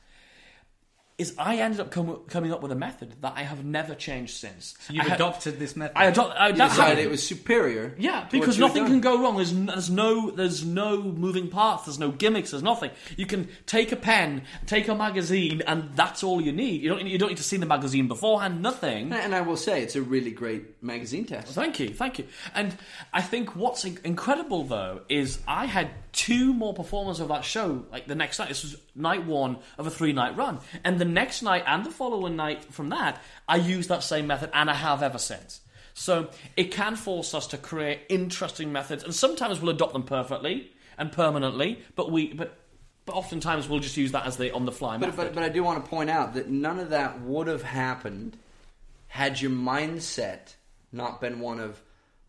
Speaker 4: is I ended up com- coming up with a method that I have never changed since. I
Speaker 5: You've
Speaker 4: had-
Speaker 5: adopted this method.
Speaker 4: I adopt. I,
Speaker 3: You
Speaker 4: that
Speaker 3: decided
Speaker 4: happened-
Speaker 3: it was superior.
Speaker 4: yeah,
Speaker 3: to what
Speaker 4: because
Speaker 3: you had
Speaker 4: nothing
Speaker 3: done.
Speaker 4: can go wrong. There's, n- there's no there's no moving parts. There's no gimmicks. There's nothing. You can take a pen, take a magazine, and that's all you need. You don't you don't need to see the magazine beforehand. Nothing.
Speaker 3: And I will say, it's a really great magazine test.
Speaker 4: Thank you, thank you. And I think what's in- incredible though is I had two more performers of that show like the next night. This was night one of a three night run, and the next night and the following night from that, I used that same method, and I have ever since. So it can force us to create interesting methods, and sometimes we'll adopt them perfectly and permanently, but we but. But oftentimes we'll just use that as the on the fly
Speaker 3: But,
Speaker 4: method.
Speaker 3: but, but I do want to point out that none of that would have happened had your mindset not been one of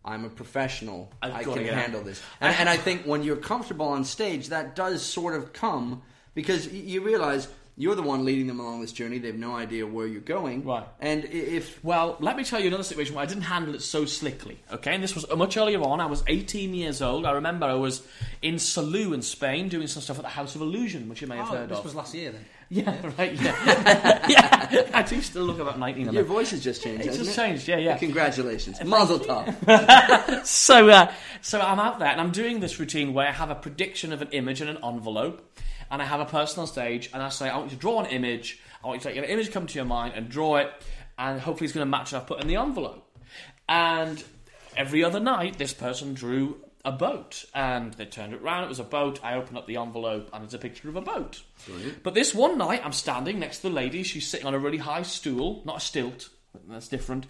Speaker 3: I'm a professional.
Speaker 4: I've
Speaker 3: I
Speaker 4: gotta
Speaker 3: can
Speaker 4: get out."
Speaker 3: handle this. And, and I think when you're comfortable on stage, that does sort of come because y- you realize you're the one leading them along this journey. They have no idea where you're going.
Speaker 4: Right.
Speaker 3: And i- if
Speaker 4: Well, let me tell you another situation where I didn't handle it so slickly. Okay, and this was uh, much earlier on. I was 18 years old. I remember I was in Salou in Spain doing some stuff at the House of Illusion, which you may have
Speaker 5: Oh,
Speaker 4: heard
Speaker 5: this
Speaker 4: of.
Speaker 5: was last year then. [laughs]
Speaker 4: yeah, right. Yeah, [laughs] yeah. I do still look about 19.
Speaker 3: your voice has just changed,
Speaker 4: It's
Speaker 3: hasn't
Speaker 4: just
Speaker 3: it?
Speaker 4: changed. Yeah, yeah.
Speaker 3: Congratulations, Mazel Tov.
Speaker 4: so uh, so I'm out there and I'm doing this routine where I have a prediction of an image in an envelope, and I have a person on stage and I say, I want you to draw an image. I want you to let an image come to your mind and draw it, and hopefully it's going to match what I've put in the envelope. And every other night, this person drew a boat and they turned it round. It was a boat. I opened up the envelope and it's a picture of a boat. But this one night, I'm standing next to the lady. She's sitting on a really high stool, not a stilt. That's different.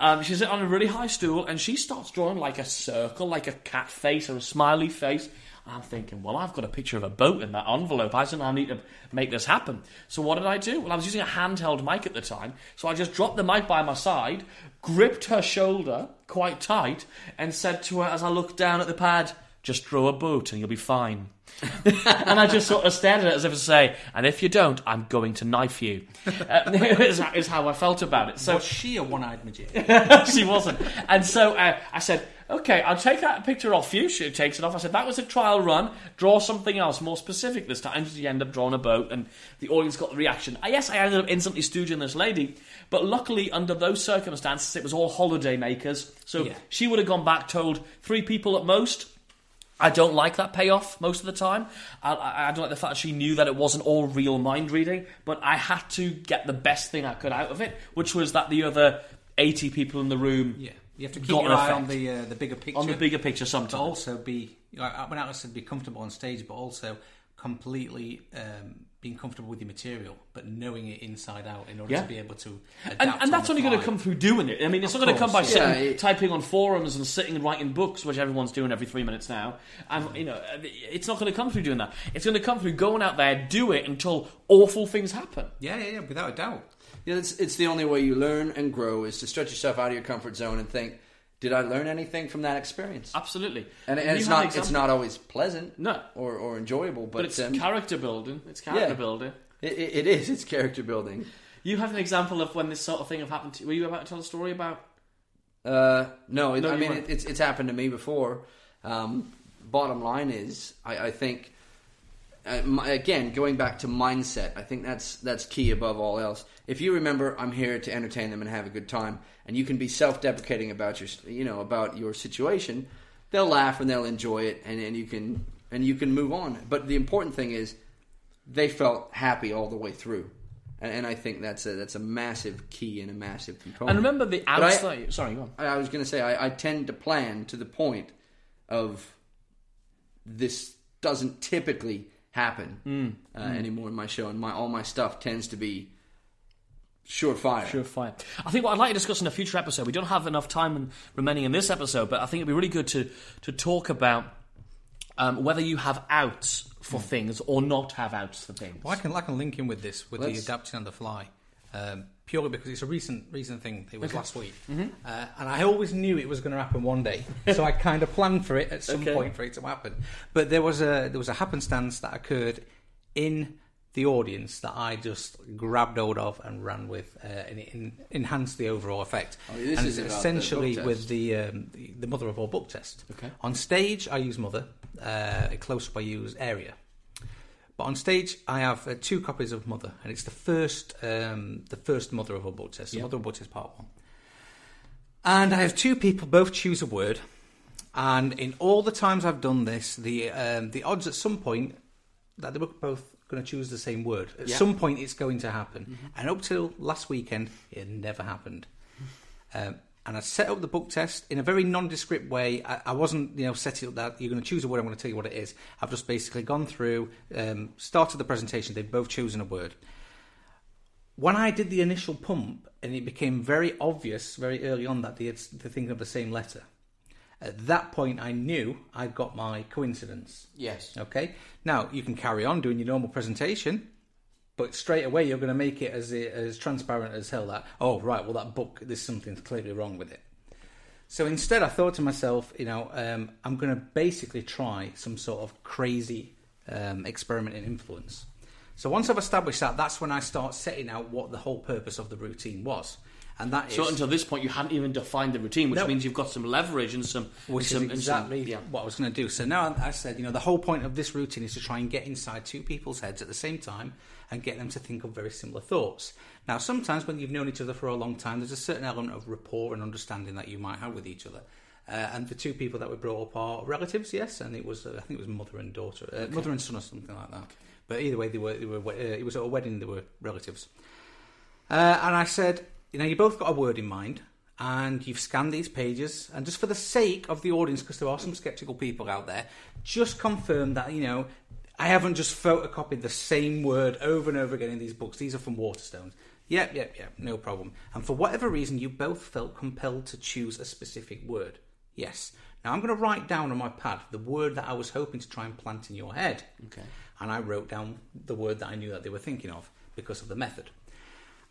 Speaker 4: Um, she's sitting on a really high stool and she starts drawing like a circle, like a cat face or a smiley face. And I'm thinking, well, I've got a picture of a boat in that envelope. I somehow need to make this happen. So what did I do? Well, I was using a handheld mic at the time. So I just dropped the mic by my side, gripped her shoulder quite tight, and said to her as I looked down at the pad, just draw a boat and you'll be fine. [laughs] and I just sort of stared at it as if to say, and if you don't, I'm going to knife you. [laughs] Uh, is, is how I felt about it. So
Speaker 5: Was she a one-eyed
Speaker 4: [laughs]
Speaker 5: magician?
Speaker 4: she wasn't. And so uh, I said, okay, I'll take that picture off you. She takes it off. I said, that was a trial run. Draw something else more specific this time. And she ended up drawing a boat, and the audience got the reaction. Uh, yes, I ended up instantly stooging this lady, but luckily, under those circumstances, it was all holiday makers. So
Speaker 5: Yeah.
Speaker 4: she would have gone back, told three people at most. I don't like that payoff most of the time. I, I, I don't like the fact she knew that it wasn't all real mind reading, but I had to get the best thing I could out of it, which was that the other 80 people in the room
Speaker 5: Yeah. You have to keep
Speaker 4: got
Speaker 5: your
Speaker 4: an
Speaker 5: eye on
Speaker 4: effect.
Speaker 5: the uh, the bigger picture.
Speaker 4: On the bigger picture sometimes.
Speaker 5: But also be, like, when I said be comfortable on stage, but also completely um, being comfortable with your material, but knowing it inside out in order
Speaker 4: Yeah.
Speaker 5: to be able to. Adapt
Speaker 4: And,
Speaker 5: on
Speaker 4: and that's
Speaker 5: the
Speaker 4: only going to
Speaker 5: fly.
Speaker 4: come through doing it. I mean, it's
Speaker 5: Of
Speaker 4: not going to come by
Speaker 5: course.
Speaker 4: sitting,
Speaker 5: Yeah, it-
Speaker 4: typing on forums and sitting and writing books, which everyone's doing every three minutes now. And you know, uh, it's not going to come through doing that. It's going to come through going out there, do it until awful things happen.
Speaker 5: Yeah, yeah, yeah, without a doubt.
Speaker 11: Yeah, it's, it's the only way you learn and grow is to stretch yourself out of your comfort zone and think, did I learn anything from that experience?
Speaker 4: Absolutely.
Speaker 11: And,
Speaker 4: You
Speaker 11: and
Speaker 4: have
Speaker 11: it's
Speaker 4: an
Speaker 11: not it's
Speaker 4: example.
Speaker 11: not always pleasant,
Speaker 4: no,
Speaker 11: or, or enjoyable, but,
Speaker 4: but it's
Speaker 11: um,
Speaker 4: character building. It's character
Speaker 11: Yeah.
Speaker 4: building.
Speaker 11: It, it, it is. It's character building.
Speaker 4: You have an example of when this sort of thing have happened. to Were you about to tell a story about?
Speaker 11: Uh, no, it,
Speaker 4: No,
Speaker 11: I
Speaker 4: you
Speaker 11: mean
Speaker 4: weren't.
Speaker 11: it, it's it's happened to me before. Um, bottom line is, I, I think uh, my, again going back to mindset, I think that's that's key above all else. If you remember, I'm here to entertain them and have a good time, and you can be self-deprecating about your you know about your situation, they'll laugh and they'll enjoy it, and, and you can and you can move on. But the important thing is, they felt happy all the way through. And, and I think that's a that's a massive key and a massive component.
Speaker 4: And remember the
Speaker 11: But I-
Speaker 4: outside. sorry, go on.
Speaker 11: I, I was going to say I, I tend to plan to the point of this doesn't typically happen
Speaker 4: Mm.
Speaker 11: Uh,
Speaker 4: Mm.
Speaker 11: anymore in my show, and my all my stuff tends to be surefire.
Speaker 4: Surefire. I think what I'd like to discuss in a future episode, we don't have enough time in, remaining in this episode, but I think it'd be really good to, to talk about um, whether you have outs for things or not have outs for things.
Speaker 5: Well, I can I can link in with this with the
Speaker 4: Let's-
Speaker 5: adapting on the fly, um, purely because it's a recent recent thing. It was
Speaker 4: Okay.
Speaker 5: last week,
Speaker 4: Mhm.
Speaker 5: uh, and I always knew it was going to happen one
Speaker 4: [laughs]
Speaker 5: day, so I kind of planned for it at some
Speaker 4: Okay.
Speaker 5: point for it to happen. But there was a there was a happenstance that occurred in the audience that I just grabbed hold of and ran with, uh, and it en- enhanced the overall effect.
Speaker 11: Oh, this
Speaker 5: and
Speaker 11: is about the
Speaker 5: essentially
Speaker 11: book
Speaker 5: with
Speaker 11: test.
Speaker 5: the, um, the the mother of all book test.
Speaker 11: Okay.
Speaker 5: On stage, I use mother. Uh, close up, I use area. But on stage, I have uh, two copies of Mother, and it's the first, um, the first Mother of all book test, so
Speaker 20: Yeah.
Speaker 5: Mother of all test part one. And I have two people both choose a word, and in all the times I've done this, the um, the odds at some point that they were both going to choose the same word. At
Speaker 20: Yeah.
Speaker 5: some point, it's going to happen,
Speaker 11: Mm-hmm.
Speaker 5: and up till last weekend, it never happened. Um, and I set up the book test in a very nondescript way. I, I wasn't, you know, setting up that you're going to choose a word. I'm going to tell you what it is. I've just basically gone through, um, started the presentation. They've both chosen a word. When I did the initial pump, and it became very obvious very early on that they had, they're thinking of the same letter. At that point, I knew I'd got my coincidence.
Speaker 11: Yes.
Speaker 5: Okay. Now you can carry on doing your normal presentation, but straight away you're going to make it as as transparent as hell. That oh right, well that book, there's something clearly wrong with it. So instead, I thought to myself, you know, um, I'm going to basically try some sort of crazy um, experiment in influence. So once I've established that, that's when I start setting out what the whole purpose of the routine was, and that is
Speaker 4: So until this point, you hadn't even defined the routine, which
Speaker 5: No.
Speaker 4: means you've got some leverage and some.
Speaker 5: which
Speaker 4: and some,
Speaker 5: is
Speaker 4: and some-
Speaker 5: exactly what I was going to do. So now I I said, you know, the whole point of this routine is to try and get inside two people's heads at the same time and get them to think of very similar thoughts. Now, sometimes when you've known each other for a long time, there's a certain element of rapport and understanding that you might have with each other. Uh, and the two people that were brought up are relatives, yes, and it was uh, I think it was mother and daughter, uh, mother and son, or something like that. But either way, they were, they were uh, it was at a wedding. They were relatives. Uh, and I said, you know, you both got a word in mind, and you've scanned these pages, and just for the sake of the audience, because there are some sceptical people out there, just confirm that you know I haven't just photocopied the same word over and over again in these books. These are from Waterstones. Yep, yep, yep, no problem. And for whatever reason, you both felt compelled to choose a specific word. Yes. Now I'm going to write down on my pad the word that I was hoping to try and plant in your head. Okay. And I wrote down the word that I knew that they were thinking of because of the method.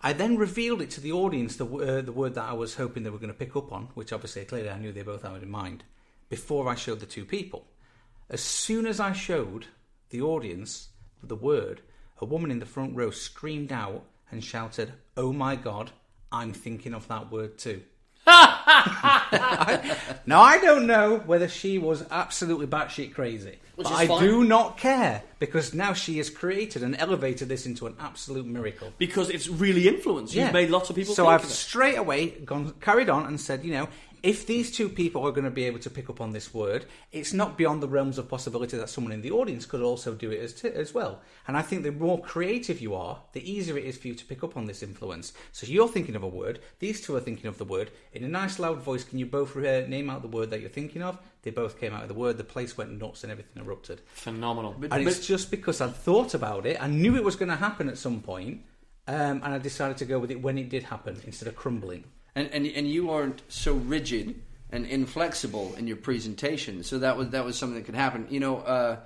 Speaker 5: I then revealed it to the audience the, w- uh, the word that I was hoping they were going to pick up on, which obviously clearly I knew they both had it in mind, before I showed the two people. As soon as I showed the audience the word, a woman in the front row screamed out and shouted, Oh my God, I'm thinking of that word too. [laughs] now, I don't know whether she was absolutely batshit crazy,
Speaker 20: Which
Speaker 5: but
Speaker 20: is
Speaker 5: I
Speaker 20: fine.
Speaker 5: do not care because now she has created and elevated this into an absolute miracle.
Speaker 4: Because it's really influenced. You've made lots of people
Speaker 5: So
Speaker 4: think
Speaker 5: I've
Speaker 4: of it.
Speaker 5: straight away gone, carried on and said, you know, if these two people are going to be able to pick up on this word, it's not beyond the realms of possibility that someone in the audience could also do it as, t- as well. And I think the more creative you are, the easier it is for you to pick up on this influence. So you're thinking of a word, these two are thinking of the word. In a nice loud voice, can you both uh, name out the word that you're thinking of? They both came out of the word, the place went nuts and everything erupted.
Speaker 4: Phenomenal.
Speaker 5: and it's just because I thought about it, I knew it was going to happen at some point, um, and I decided to go with it when it did happen instead of crumbling.
Speaker 11: and and and you aren't so rigid and inflexible in your presentation. So that was that was something that could happen. You know, uh,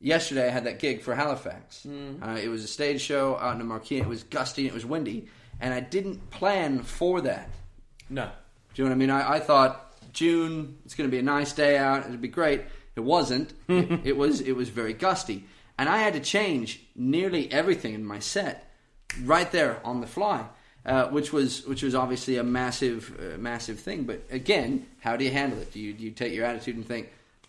Speaker 11: yesterday I had that gig for Halifax.
Speaker 21: Mm.
Speaker 11: Uh, it was a stage show out in the marquee. It was gusty. and It was windy, and I didn't plan for that.
Speaker 4: No.
Speaker 11: Do you know what I mean? I, I thought June, it's going to be a nice day out. It'd be great. It wasn't. it, it was. It was very gusty, and I had to change nearly everything in my set right there on the fly, uh, which was which was obviously a massive uh, massive thing. But again, how do you handle it? Do you do you take your attitude and think,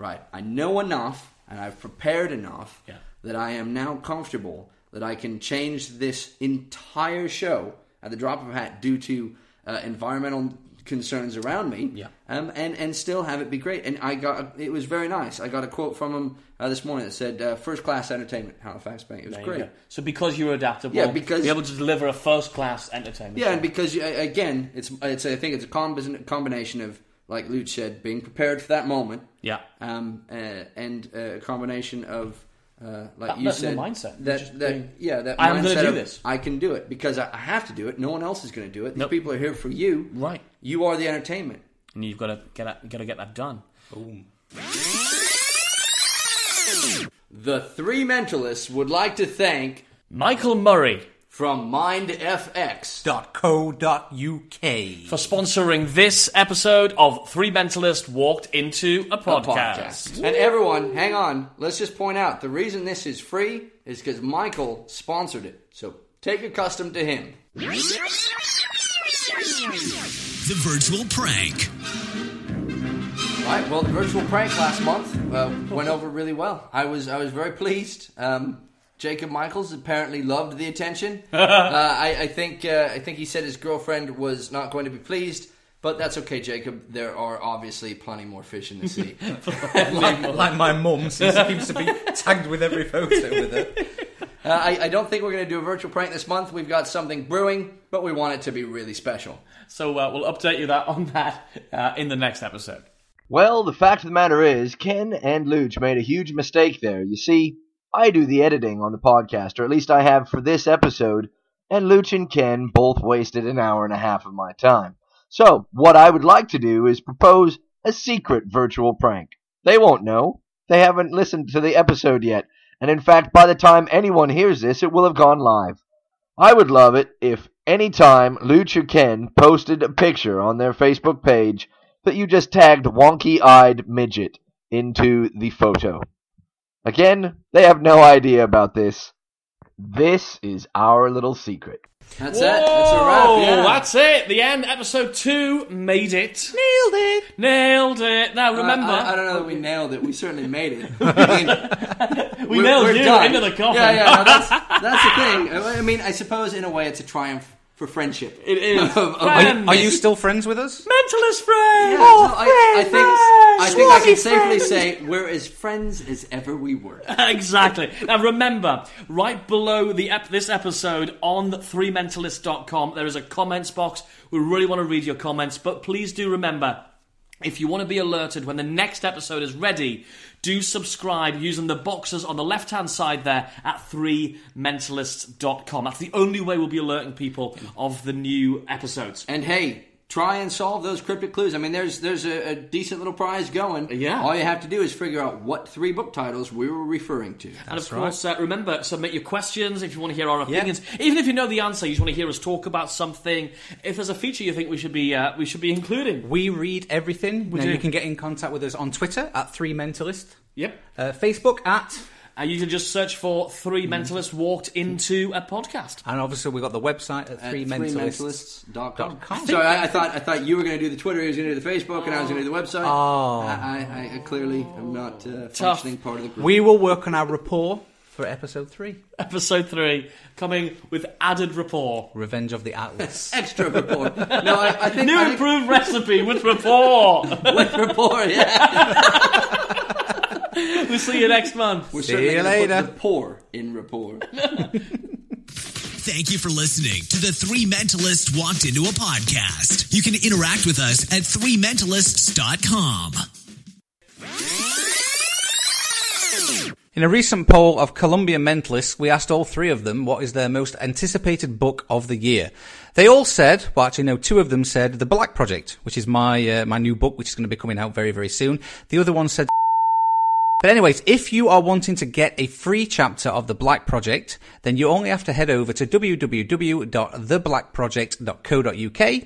Speaker 11: right? I know enough, and I've prepared enough
Speaker 4: Yeah.
Speaker 11: that I am now comfortable that I can change this entire show at the drop of a hat due to uh, environmental concerns around me, yeah. um, and and still have it be great. And I got it was very nice. I got a quote from him uh, this morning that said, uh, "First class entertainment, Halifax Bank." It was
Speaker 4: There you
Speaker 11: great.
Speaker 4: go. So because you were adaptable,
Speaker 11: Yeah, because-
Speaker 4: you're able to deliver a first class entertainment.
Speaker 11: Yeah, and because you, again, it's it's I think it's a com- combination of like Luke said, being prepared for that moment.
Speaker 4: Yeah.
Speaker 11: Um. Uh, and uh, a combination of uh, like
Speaker 4: That-
Speaker 11: you
Speaker 4: that's the
Speaker 11: said
Speaker 4: mindset. Just
Speaker 11: that that
Speaker 4: being,
Speaker 11: yeah that
Speaker 4: "I am gonna
Speaker 11: mindset
Speaker 4: do
Speaker 11: of,
Speaker 4: this."
Speaker 11: I can do it because I, I have to do it. No one else is going to do it. These people are here for you.
Speaker 4: Right.
Speaker 11: You are the entertainment.
Speaker 4: and you've got to get that, got to get that done.
Speaker 5: Boom.
Speaker 11: The three mentalists would like to thank
Speaker 4: Michael Murray
Speaker 11: from MindFX.
Speaker 5: .co.uk
Speaker 4: for sponsoring this episode of Three Mentalists Walked Into a Podcast.
Speaker 11: And everyone, hang on. Let's just point out the reason this is free is because Michael sponsored it. So take a custom to him.
Speaker 10: The virtual prank.
Speaker 11: All right. Well, the virtual prank last month uh, went over really well. I was I was very pleased. Um, Jacob Michaels apparently loved the attention. uh, I, I think uh, I think he said his girlfriend was not going to be pleased, but that's okay, Jacob. There are obviously plenty more fish in the sea. [laughs]
Speaker 5: like, like my mum, she [laughs] seems to be tagged with every photo with her. [laughs]
Speaker 11: Uh, I, I don't think we're going to do a virtual prank this month. We've got something brewing, but we want it to be really special.
Speaker 4: So uh, we'll update you that [laughs] on that uh, in the next episode.
Speaker 3: Well, the fact of the matter is, Ken and Luch made a huge mistake there. You see, I do the editing on the podcast, or at least I have for this episode, and Luch and Ken both wasted an hour and a half of my time. So, what I would like to do is propose a secret virtual prank. They won't know. They haven't listened to the episode yet, and in fact, by the time anyone hears this, it will have gone live. I would love it if anytime Luch or Ken posted a picture on their Facebook page that you just tagged wonky eyed midget into the photo. Again, they have no idea about this. This is our little secret.
Speaker 11: That's it. That's a
Speaker 4: Oh,
Speaker 11: wrap. Yeah.
Speaker 4: that's it. The end. Episode two made it. Nailed it. Nailed it.
Speaker 11: Uh,
Speaker 4: Now remember,
Speaker 11: I, I don't know that we nailed it. We certainly
Speaker 4: [laughs]
Speaker 11: made it. I mean,
Speaker 4: we
Speaker 11: We're-
Speaker 4: nailed
Speaker 11: we're
Speaker 4: you
Speaker 11: done.
Speaker 4: into the coffin.
Speaker 11: Yeah, yeah, no, that's, that's the thing. I mean, I suppose in a way it's a triumph for friendship.
Speaker 4: It is.
Speaker 11: [laughs] Of- of-
Speaker 4: Friends.
Speaker 22: Are you
Speaker 4: [laughs]
Speaker 22: still friends with us?
Speaker 4: [laughs] mentalist
Speaker 11: Yeah,
Speaker 4: friend?
Speaker 11: no, I, I think, I, think I can safely say we're as friends as ever we were.
Speaker 4: [laughs] exactly. Now remember, right below the ep- this episode on 3mentalist.com, there is a comments box. We really want to read your comments, but please do remember if you want to be alerted when the next episode is ready, do subscribe using the boxes on the left hand side there at 3mentalists.com. That's the only way we'll be alerting people of the new episodes.
Speaker 11: And hey, try and solve those cryptic clues. I mean, there's there's a, a decent little prize going.
Speaker 4: Yeah.
Speaker 11: All you have to do is figure out what three book titles we were referring to.
Speaker 4: And of course, uh, remember, submit your questions if you want to hear our opinions. Even if you know the answer, you just want to hear us talk about something. If there's a feature you think we should be uh, we should be including,
Speaker 5: We read everything.
Speaker 4: We
Speaker 5: now
Speaker 4: do.
Speaker 5: you can get in contact with us on Twitter at Three Mentalist,
Speaker 4: yep.
Speaker 5: uh, Facebook at,
Speaker 4: And Uh, you can just search for three mentalists walked into a podcast. [laughs]
Speaker 5: and obviously we've got the website at,
Speaker 11: At
Speaker 5: Three Mentalists.
Speaker 11: threementalists.com.
Speaker 5: com.
Speaker 11: Sorry, I, I thought I thought you were going to do the Twitter, he was going to do the Facebook, and I was going to do the website. Oh. I, I, I clearly am not uh, functioning part of the group.
Speaker 5: We will work on our rapport for episode three.
Speaker 4: Episode three coming with added rapport.
Speaker 5: Revenge of the [laughs] Atlas.
Speaker 11: Extra rapport. No, I, I think
Speaker 4: New
Speaker 11: I think-
Speaker 4: improved recipe with rapport.
Speaker 11: [laughs] with rapport, yeah.
Speaker 4: we'll see you next month.
Speaker 11: We're
Speaker 5: See
Speaker 11: certainly
Speaker 5: you
Speaker 11: gonna put
Speaker 5: later.
Speaker 11: the poor in rapport.
Speaker 2: Thank you for listening to the Three Mentalists Walked Into a Podcast. You can interact with us at 3mentalists.com.
Speaker 5: In a recent poll of Columbia mentalists, we asked all three of them what is their most anticipated book of the year. They all said, well, actually, no, two of them said The Black Project, which is my uh, my new book, which is going to be coming out very, very soon. The other one said. But anyways, if you are wanting to get a free chapter of The Black Project, then you only have to head over to www.theblackproject.co.uk,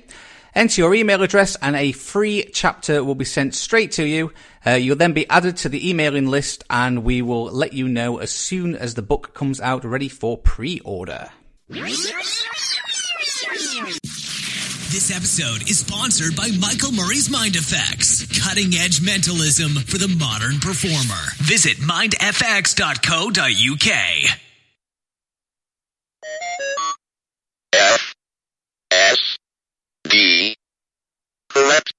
Speaker 5: enter your email address and a free chapter will be sent straight to you. Uh, you'll then be added to the emailing list and we will let you know as soon as the book comes out ready for pre-order.
Speaker 2: This episode is sponsored by Michael Murray's Mind Effects, cutting edge mentalism for the modern performer. Visit mindfx.co.uk.
Speaker 10: F S D. Correct.